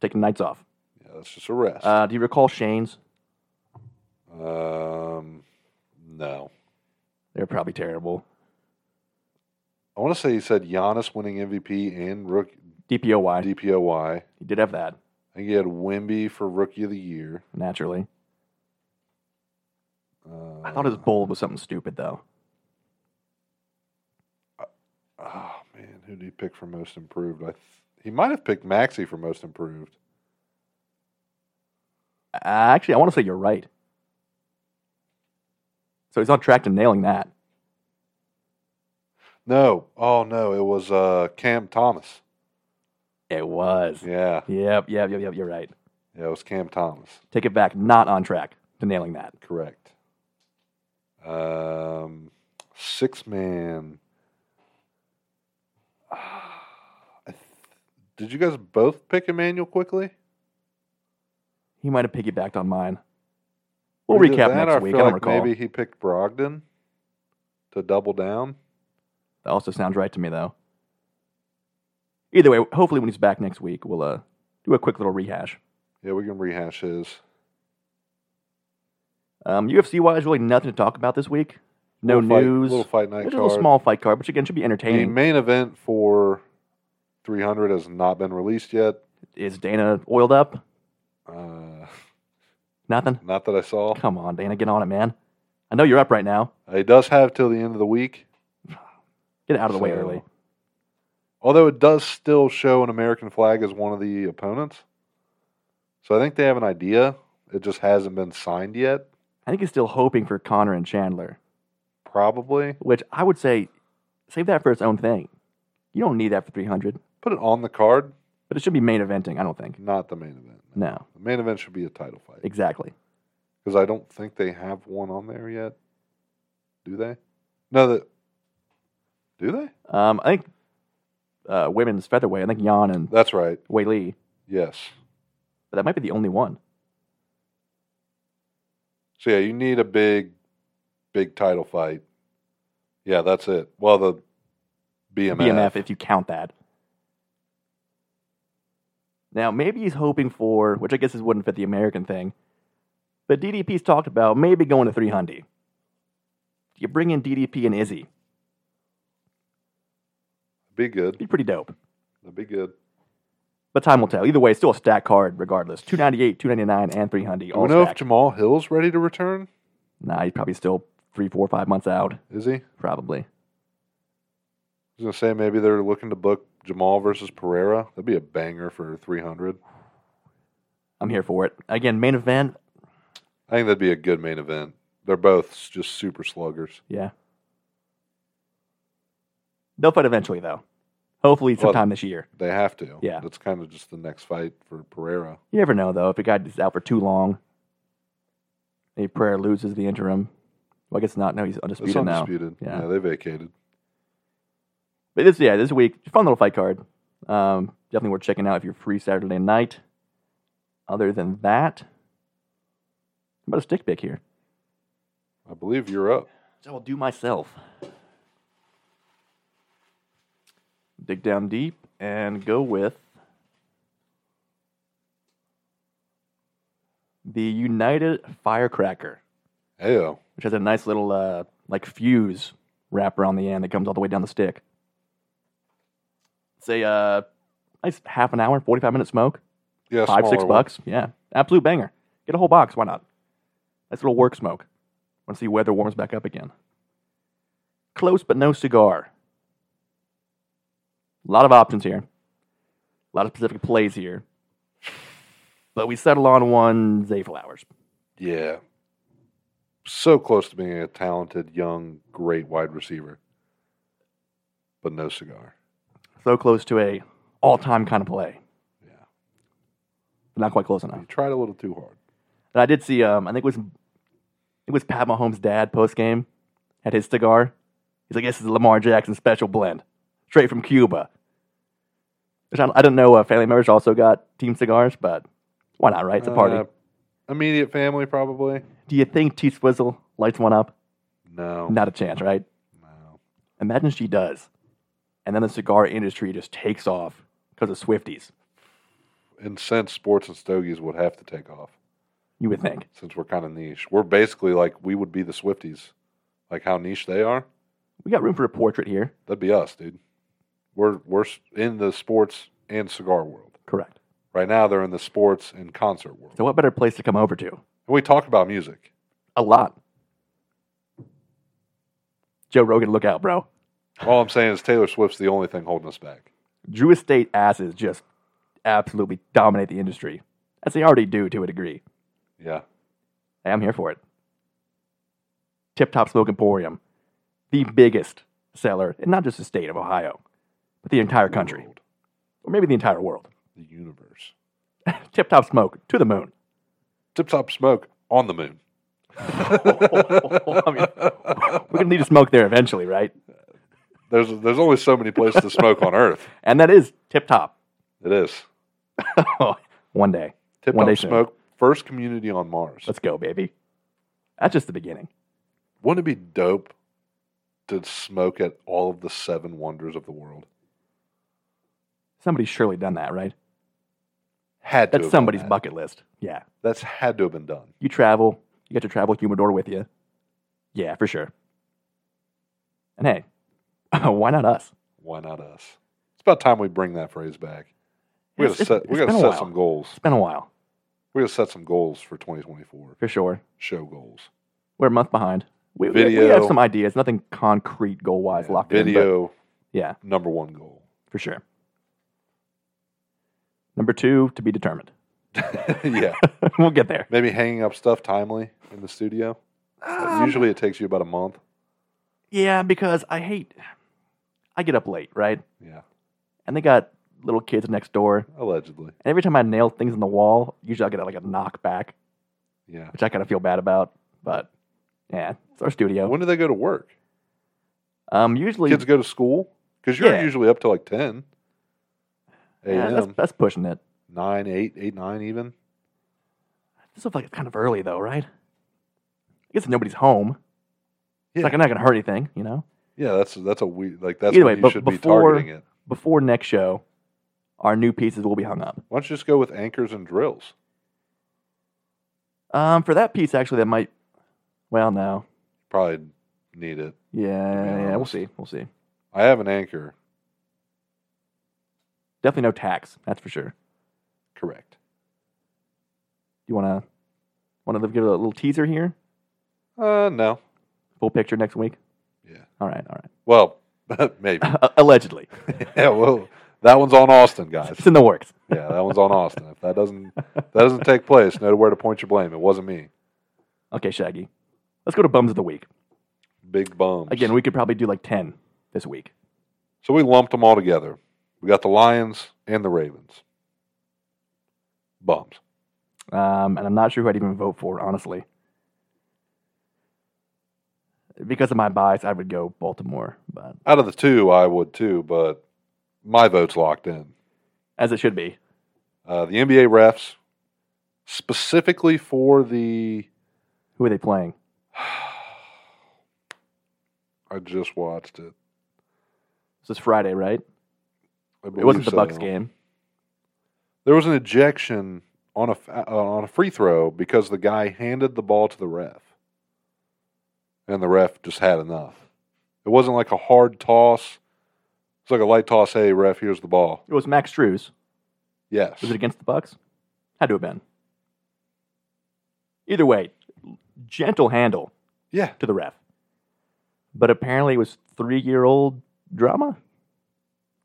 Speaker 2: taking nights off.
Speaker 3: Yeah, that's just a rest.
Speaker 2: Uh, do you recall Shane's?
Speaker 3: um, no,
Speaker 2: They're probably terrible.
Speaker 3: I want to say he said Giannis winning MVP and rook
Speaker 2: DPOY.
Speaker 3: DPOY.
Speaker 2: he did have that,
Speaker 3: I think he had Wimby for Rookie of the Year.
Speaker 2: naturally.
Speaker 3: Uh,
Speaker 2: I thought his bold was something stupid, though.
Speaker 3: Oh man, who did he pick for most improved? I th- he might have picked Maxi for most improved.
Speaker 2: Uh, actually, I want to say you're right. So he's on track to nailing that.
Speaker 3: No, oh no, it was uh, Cam Thomas.
Speaker 2: It was.
Speaker 3: Yeah,
Speaker 2: Yep, yep, yep, yep. You're right.
Speaker 3: yeah, it was Cam Thomas.
Speaker 2: Take it back. Not on track to nailing that.
Speaker 3: Correct. Um, six man. Ah, I th- Did you guys both pick Emmanuel quickly?
Speaker 2: He might have piggybacked on mine. We'll
Speaker 3: Either
Speaker 2: recap
Speaker 3: that or
Speaker 2: next week. I
Speaker 3: feel
Speaker 2: don't
Speaker 3: like
Speaker 2: recall.
Speaker 3: Maybe he picked Brogdon to double down.
Speaker 2: That also sounds right to me, though. Either way, hopefully when he's back next week, we'll uh, do a quick little rehash.
Speaker 3: Yeah, we can rehash his.
Speaker 2: Um, UFC wise, really nothing to talk about this week. No
Speaker 3: Little fight-
Speaker 2: news.
Speaker 3: little fight night
Speaker 2: There's a
Speaker 3: card.
Speaker 2: little small fight card, which again should be
Speaker 3: the
Speaker 2: entertaining.
Speaker 3: main event for 300 has not been released yet.
Speaker 2: Is Dana oiled up?
Speaker 3: Uh,
Speaker 2: Nothing.
Speaker 3: not that I saw.
Speaker 2: Come on, Dana, get on it, man. I know you're up right now.
Speaker 3: He does have till the end of the week.
Speaker 2: Get it out of the way
Speaker 3: So-
Speaker 2: early.
Speaker 3: Although it does still show an American flag as one of the opponents. So I think they have an idea. It just hasn't been signed yet.
Speaker 2: I think he's still hoping for Connor and Chandler.
Speaker 3: Probably
Speaker 2: Which I would say, save that for its own thing. You don't need that for 300,
Speaker 3: put it on the card,
Speaker 2: but it should be main eventing. I don't think.
Speaker 3: not the main event.
Speaker 2: No,
Speaker 3: The main event should be a title fight
Speaker 2: exactly.
Speaker 3: because I don't think they have one on there yet. Do they? No, that. Do they?
Speaker 2: Um, I think uh, women's featherweight. I think Yan and
Speaker 3: That's right.
Speaker 2: Wei Li,
Speaker 3: Yes.
Speaker 2: but that might be the only one.
Speaker 3: So yeah, you need a big, big title fight. Yeah, that's it. Well, the BMF.
Speaker 2: BMF, if you count that. Now, maybe he's hoping for, which I guess this wouldn't fit the American thing, but DDP's talked about maybe going to 300. You bring in DDP and Izzy.
Speaker 3: be good.
Speaker 2: Be pretty dope.
Speaker 3: That'd be good.
Speaker 2: But time will tell. Either way, it's still a stack card regardless. 298, 299, and 300.
Speaker 3: Do
Speaker 2: All
Speaker 3: we know if
Speaker 2: stacked.
Speaker 3: Jamal Hill's ready to return?
Speaker 2: nah, he's probably still three, four, five months out.
Speaker 3: Is he? I
Speaker 2: Probably.
Speaker 3: was gonna say maybe they're looking to book Jamal versus Pereira. That'd be a banger for three hundred.
Speaker 2: I'm here for it. Again, main event.
Speaker 3: I think that'd be a good main event. They're both s- just super sluggers.
Speaker 2: Yeah. They'll fight eventually, though. Hopefully,
Speaker 3: Well-
Speaker 2: sometime this year.
Speaker 3: They have to.
Speaker 2: Yeah.
Speaker 3: That's kind of just the next fight for Pereira.
Speaker 2: You never know, though. If a guy is out for too long, a prayer loses the interim. Well, I guess not. No, he's
Speaker 3: That's
Speaker 2: undisputed,
Speaker 3: undisputed.
Speaker 2: now. Yeah.
Speaker 3: yeah, they vacated.
Speaker 2: But this, yeah, this week, fun little fight card. Um, definitely worth checking out if you're free Saturday night. Other than that, how about a stick pick here?
Speaker 3: I believe you're up.
Speaker 2: So I'll do myself. Dig down deep and go with the United Firecracker.
Speaker 3: Ayo.
Speaker 2: which has a nice little uh, like fuse wrap around the end that comes all the way down the stick. It's a uh, nice half an hour, forty five minute smoke,
Speaker 3: Yeah,
Speaker 2: five six
Speaker 3: smaller one.
Speaker 2: bucks. Yeah, absolute banger. Get a whole box, why not? Nice little work smoke. Want to see weather warms back up again. Close but no cigar. A lot of options here. A lot of specific plays here. But we settle on one Zay Flowers.
Speaker 3: Yeah. So close to being a talented, young, great wide receiver. But no cigar.
Speaker 2: so close to a all-time kind of play.
Speaker 3: Yeah.
Speaker 2: But not quite close enough.
Speaker 3: You tried a little too hard.
Speaker 2: And I did see. Um, I think it was it was Pat Mahomes' dad post game had his cigar. He's like, "This is a Lamar Jackson special blend, straight from Cuba." Which I, I don't know. Uh, family members also got team cigars, but why not? Right? It's a party.
Speaker 3: Uh, immediate family, probably.
Speaker 2: Do you think T Swizzle lights one up?
Speaker 3: No.
Speaker 2: Not a chance, right?
Speaker 3: No.
Speaker 2: Imagine she does, and then the cigar industry just takes off because of Swifties.
Speaker 3: And since sports and stogies would have to take off,
Speaker 2: You would think.
Speaker 3: since we're kind of niche, we're basically like we would be the Swifties, like how niche they are.
Speaker 2: We got room for a portrait here.
Speaker 3: That'd be us, dude. We're we're s- in the sports and cigar world
Speaker 2: Correct.
Speaker 3: right now. They're in the sports and concert world.
Speaker 2: So, what better place to come over to?
Speaker 3: And we talk about music.
Speaker 2: A lot. Joe Rogan, look out, bro.
Speaker 3: All I'm saying is Taylor Swift's the only thing holding us back.
Speaker 2: Drew Estate asses just absolutely dominate the industry, as they already do to a degree.
Speaker 3: Yeah,
Speaker 2: Hey, I'm here for it. Tip Top Smoke Emporium, the biggest seller in not just the state of Ohio, but the entire country,
Speaker 3: World.
Speaker 2: or maybe the entire world.
Speaker 3: the universe.
Speaker 2: Tip Top Smoke to the moon.
Speaker 3: Tip top smoke on the moon.
Speaker 2: I mean, we're going to need to smoke there eventually, right?
Speaker 3: There's there's only so many places to smoke on Earth.
Speaker 2: And that is Tip Top.
Speaker 3: It is.
Speaker 2: Oh, One day.
Speaker 3: Tip
Speaker 2: One
Speaker 3: Top
Speaker 2: day soon.
Speaker 3: Smoke, first community on Mars.
Speaker 2: Let's go, baby. That's just the beginning.
Speaker 3: Wouldn't it be dope to smoke at all of the seven wonders of the world?
Speaker 2: Somebody's surely done that, right? That's
Speaker 3: Had to have done
Speaker 2: somebody's
Speaker 3: that.
Speaker 2: bucket list. Yeah.
Speaker 3: That's had to have been done.
Speaker 2: You travel, you get your travel humidor with you. Yeah, for sure. And hey, why not us?
Speaker 3: Why not us? It's about time we bring that phrase back. We
Speaker 2: It's-
Speaker 3: gotta
Speaker 2: it's-
Speaker 3: set we
Speaker 2: it's
Speaker 3: gotta
Speaker 2: been a
Speaker 3: set
Speaker 2: while.
Speaker 3: some goals.
Speaker 2: It's been a while,
Speaker 3: We gotta set some goals for twenty twenty four.
Speaker 2: for sure.
Speaker 3: Show goals.
Speaker 2: We're a month behind. We, we- we have
Speaker 3: Video.
Speaker 2: some ideas, nothing concrete goal wise locked in. but
Speaker 3: Video
Speaker 2: Yeah,
Speaker 3: number one goal.
Speaker 2: for sure. Number two, to be determined.
Speaker 3: yeah.
Speaker 2: we'll get there. Um,
Speaker 3: Maybe hanging up stuff timely in the studio. Usually it takes you about a month.
Speaker 2: Yeah, because I hate. I get up late, right?
Speaker 3: Yeah,
Speaker 2: And they got little kids next door.
Speaker 3: allegedly.
Speaker 2: And every time I nail things in the wall, usually I get like a knockback,
Speaker 3: Yeah.
Speaker 2: which I kind of feel bad about. But yeah, it's our studio.
Speaker 3: When do they go to work?
Speaker 2: Um, usually,
Speaker 3: Kids go to school because you're
Speaker 2: Yeah.
Speaker 3: usually up to like ten.
Speaker 2: yeah,
Speaker 3: A.M.
Speaker 2: that's, that's pushing it.
Speaker 3: nine, eight, eight, nine, even.
Speaker 2: This is like it's kind of early though, right? I guess if nobody's home.
Speaker 3: Yeah.
Speaker 2: It's like I'm not gonna hurt anything, you know.
Speaker 3: Yeah, that's that's a we like that's
Speaker 2: Either
Speaker 3: when
Speaker 2: way,
Speaker 3: you
Speaker 2: but
Speaker 3: should be
Speaker 2: before-
Speaker 3: targeting it.
Speaker 2: Before next show, our new pieces will be hung up.
Speaker 3: Why don't you just go with anchors and drills?
Speaker 2: Um, for that piece, actually, that might. Well, no.
Speaker 3: Probably need it.
Speaker 2: Yeah, yeah, we'll
Speaker 3: honest.
Speaker 2: see. We'll see.
Speaker 3: I have an anchor.
Speaker 2: Definitely no tax. That's for sure.
Speaker 3: Correct.
Speaker 2: You wanna wanna give it a little teaser here?
Speaker 3: Uh, no.
Speaker 2: Full picture next week.
Speaker 3: Yeah.
Speaker 2: All right. All right.
Speaker 3: Well, maybe.
Speaker 2: A- allegedly,
Speaker 3: yeah. Well, that one's on Austin, guys.
Speaker 2: it's in the works.
Speaker 3: Yeah, that one's on Austin. If that doesn't that doesn't take place, know where to point your blame. It wasn't me.
Speaker 2: Okay, Shaggy. Let's go to bums of the week.
Speaker 3: Big bums.
Speaker 2: Again, we could probably do like ten this week.
Speaker 3: so we lumped them all together. We got the Lions and the Ravens. Bums.
Speaker 2: Um, and I'm not sure who I'd even vote for, honestly. Because of my bias, I would go Baltimore, but
Speaker 3: Out of the two, I would too, but my vote's locked in.
Speaker 2: as it should be.
Speaker 3: Uh, the NBA refs, specifically for the.
Speaker 2: Who are they playing?
Speaker 3: I just watched it.
Speaker 2: This is Friday, right?
Speaker 3: I
Speaker 2: It wasn't
Speaker 3: believe
Speaker 2: the Bucks
Speaker 3: so.
Speaker 2: game.
Speaker 3: There was an ejection on a f- uh, on a free throw because the guy handed the ball to the ref, and the ref just had enough. It wasn't like a hard toss. It's like a light toss. Hey, ref, here's the ball.
Speaker 2: It was Max Struz.
Speaker 3: Yes,
Speaker 2: Was it against the Bucks? Had to have been. Either way, gentle handle
Speaker 3: yeah,
Speaker 2: to the ref. But apparently it was three year old drama?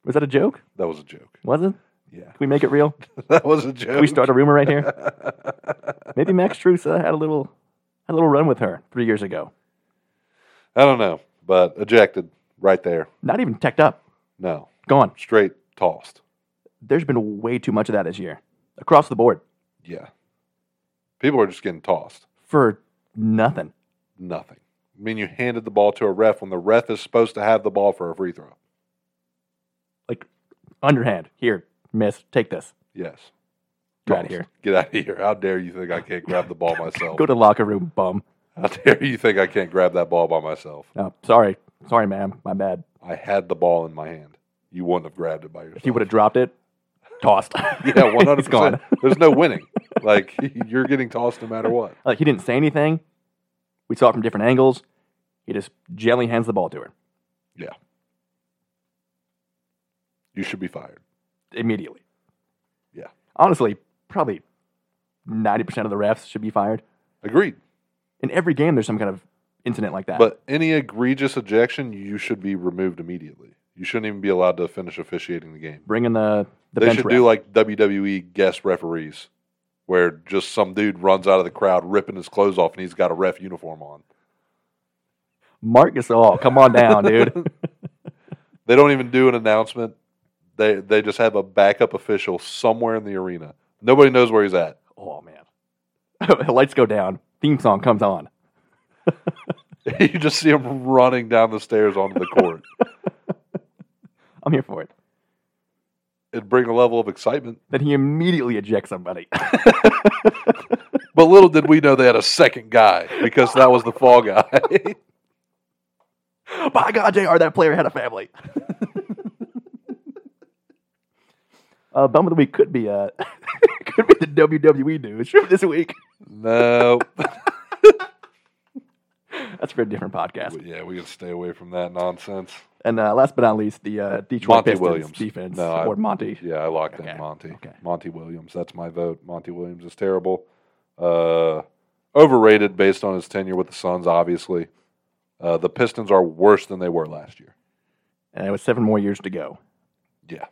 Speaker 2: Was that a joke?
Speaker 3: that was a joke.
Speaker 2: Was it? Can
Speaker 3: Yeah,
Speaker 2: we make it real?
Speaker 3: that was a
Speaker 2: Can
Speaker 3: joke.
Speaker 2: we start a rumor right here? Maybe Max Struess uh, had a little had a little run with her three years ago.
Speaker 3: I don't know, but ejected right there.
Speaker 2: Not even teched up,
Speaker 3: No,
Speaker 2: gone.
Speaker 3: straight tossed.
Speaker 2: There's been way too much of that this year across the board
Speaker 3: Yeah, people are just getting tossed.
Speaker 2: for nothing.
Speaker 3: Nothing. I mean, you handed the ball to a ref when the ref is supposed to have the ball for a free throw.
Speaker 2: Like underhand, here, miss, take this.
Speaker 3: Yes.
Speaker 2: Get out of
Speaker 3: Thomas,
Speaker 2: here.
Speaker 3: Get out of here. How dare you think I can't grab the ball myself?
Speaker 2: Go to the locker room, bum.
Speaker 3: How dare you think I can't grab that ball by myself?
Speaker 2: No, sorry, sorry, ma'am, my bad.
Speaker 3: I had the ball in my hand. You wouldn't have grabbed it by yourself.
Speaker 2: If you would have dropped it, tossed.
Speaker 3: yeah, one hundred
Speaker 2: It's gone.
Speaker 3: percent. There's no winning. Like you're getting tossed no matter what.
Speaker 2: Like he didn't say anything. We saw it from different angles. He just gently hands the ball to her
Speaker 3: Yeah. You should be fired.
Speaker 2: immediately.
Speaker 3: Yeah.
Speaker 2: Honestly, probably ninety percent of the refs should be fired.
Speaker 3: Agreed.
Speaker 2: in every game there's some kind of incident like that.
Speaker 3: But any egregious ejection, you should be removed immediately. You shouldn't even be allowed to finish officiating the game.
Speaker 2: bringing the the
Speaker 3: they
Speaker 2: bench
Speaker 3: should
Speaker 2: ref.
Speaker 3: do like WWE guest referees, where just some dude runs out of the crowd ripping his clothes off, and he's got a ref uniform on.
Speaker 2: Mark Gasol, come on down, dude.
Speaker 3: They don't even do an announcement. They they just have a backup official somewhere in the arena. Nobody knows where he's at.
Speaker 2: oh man, lights go down. Theme song comes on.
Speaker 3: you just see him running down the stairs onto the court.
Speaker 2: I'm here for it.
Speaker 3: It'd bring a level of excitement.
Speaker 2: Then he immediately ejects somebody.
Speaker 3: But little did we know they had a second guy because that was the fall guy.
Speaker 2: By God, Jr. That player had a family. uh, bum of the week could be uh, could be the WWE news from this week.
Speaker 3: no.
Speaker 2: That's for a different podcast.
Speaker 3: yeah, we can stay away from that nonsense.
Speaker 2: And uh, last but not least, the uh, Detroit
Speaker 3: Monty
Speaker 2: Pistons
Speaker 3: Williams.
Speaker 2: defense
Speaker 3: No, I-
Speaker 2: or Monty.
Speaker 3: Yeah, I locked
Speaker 2: Okay.
Speaker 3: in Monty.
Speaker 2: Okay.
Speaker 3: Monty Williams. That's my vote. Monty Williams is terrible. Uh, overrated based on his tenure with the Suns, obviously. Uh, the Pistons are worse than they were last year.
Speaker 2: And it was seven more years to go.
Speaker 3: Yeah.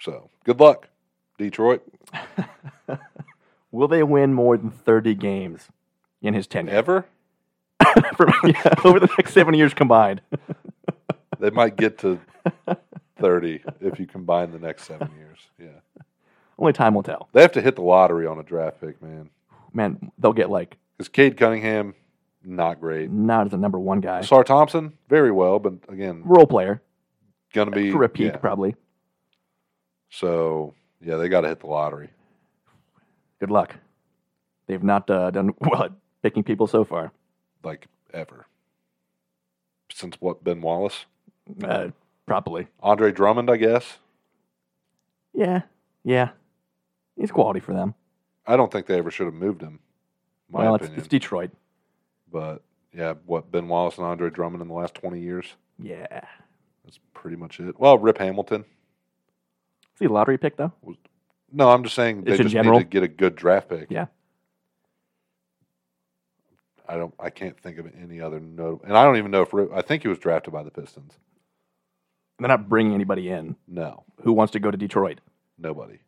Speaker 3: So good luck, Detroit.
Speaker 2: Will they win more than 30 games in his tenure?
Speaker 3: Ever?
Speaker 2: From, yeah, over the next seven years combined.
Speaker 3: They might get to 30 if you combine the next seven years. Yeah.
Speaker 2: Only time will tell.
Speaker 3: They have to hit the lottery on a draft pick, man.
Speaker 2: Man, they'll get like
Speaker 3: Because Cade Cunningham, not great.
Speaker 2: not as a number one guy.
Speaker 3: Sar Thompson, very well, but again,
Speaker 2: Role player
Speaker 3: going to be.
Speaker 2: for a peak,
Speaker 3: yeah.
Speaker 2: probably.
Speaker 3: So, yeah, they got to hit the lottery.
Speaker 2: Good luck. They've not uh, done well at picking people so far.
Speaker 3: like ever. Since what Ben Wallace,
Speaker 2: Uh, probably.
Speaker 3: Andre Drummond, I guess.
Speaker 2: Yeah. Yeah. He's quality for them.
Speaker 3: I don't think they ever should have moved him. My
Speaker 2: well, it's,
Speaker 3: opinion,
Speaker 2: it's Detroit.
Speaker 3: but yeah, what Ben Wallace and Andre Drummond in the last twenty years?
Speaker 2: Yeah.
Speaker 3: That's pretty much it. Well, Rip Hamilton.
Speaker 2: Is he a lottery pick, though?
Speaker 3: No, I'm just saying they
Speaker 2: It's in
Speaker 3: just
Speaker 2: general?
Speaker 3: need to get a good draft pick.
Speaker 2: Yeah.
Speaker 3: I don't. I can't think of any other notable. And I don't even know if Rip, I think he was drafted by the Pistons.
Speaker 2: They're not bringing anybody in
Speaker 3: No,
Speaker 2: who wants to go to Detroit.
Speaker 3: nobody.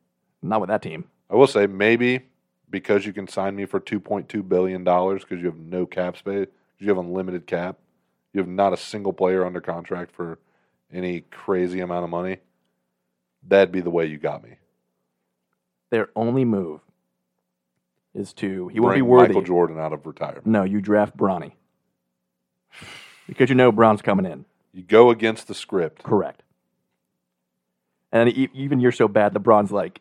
Speaker 2: Not with that team.
Speaker 3: I will say maybe because you can sign me for two point two billion dollars because you have no cap space, 'cause you have unlimited cap, you have not a single player under contract for any crazy amount of money. That'd be the way you got me.
Speaker 2: Their only move is to he
Speaker 3: You
Speaker 2: won't
Speaker 3: Bring
Speaker 2: be worthy.
Speaker 3: Michael Jordan out of retirement.
Speaker 2: No, you draft Bronny because you know Bron's coming in.
Speaker 3: You go against the script.
Speaker 2: Correct. And e- even you're so bad, LeBron's like,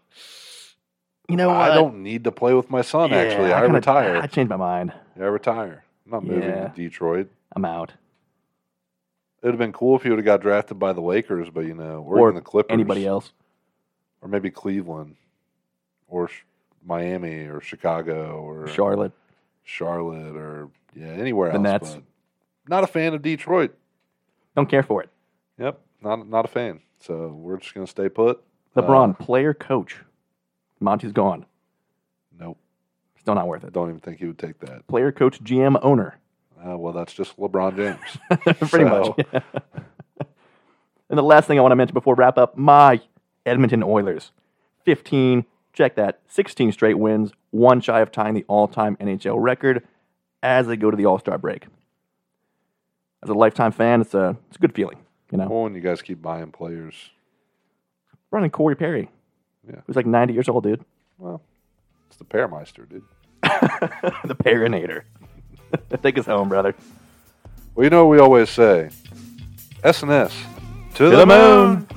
Speaker 2: you know,
Speaker 3: I
Speaker 2: what?
Speaker 3: don't need to play with my son.
Speaker 2: Yeah,
Speaker 3: actually, I,
Speaker 2: kinda- I
Speaker 3: retire.
Speaker 2: changed my mind.
Speaker 3: I retire. I'm not moving
Speaker 2: Yeah.
Speaker 3: to Detroit.
Speaker 2: I'm out.
Speaker 3: It would have been cool if you would have got drafted by the Lakers, but you know, or,
Speaker 2: Or
Speaker 3: even the Clippers,
Speaker 2: Anybody else?
Speaker 3: or maybe Cleveland, or Sh- Miami, or Chicago, or
Speaker 2: Charlotte.
Speaker 3: Charlotte, or yeah, anywhere
Speaker 2: The
Speaker 3: else.
Speaker 2: Nets.
Speaker 3: But not a fan of Detroit.
Speaker 2: Don't care for it.
Speaker 3: Yep, not not a fan. So we're just gonna stay put. Uh.
Speaker 2: LeBron, player, coach. Monty's gone.
Speaker 3: Nope,
Speaker 2: Still not worth
Speaker 3: I
Speaker 2: it.
Speaker 3: don't even think he would take that.
Speaker 2: Player, coach, GM, owner.
Speaker 3: Uh, well, that's just LeBron James.
Speaker 2: Pretty
Speaker 3: So,
Speaker 2: much. and the last thing I want to mention before wrap up my Edmonton Oilers. 15, check that, 16 straight wins, one shy of tying the all time NHL record as they go to the All Star break. As a lifetime fan, it's a, it's a good feeling, you know.
Speaker 3: Well, when you guys keep buying players,
Speaker 2: Running Corey Perry,
Speaker 3: Yeah.
Speaker 2: who's like 90 years old, dude.
Speaker 3: well, it's the Parameister, dude.
Speaker 2: the Paranator. Take us home, brother.
Speaker 3: Well, you know what we always say, S and S to,
Speaker 2: the moon.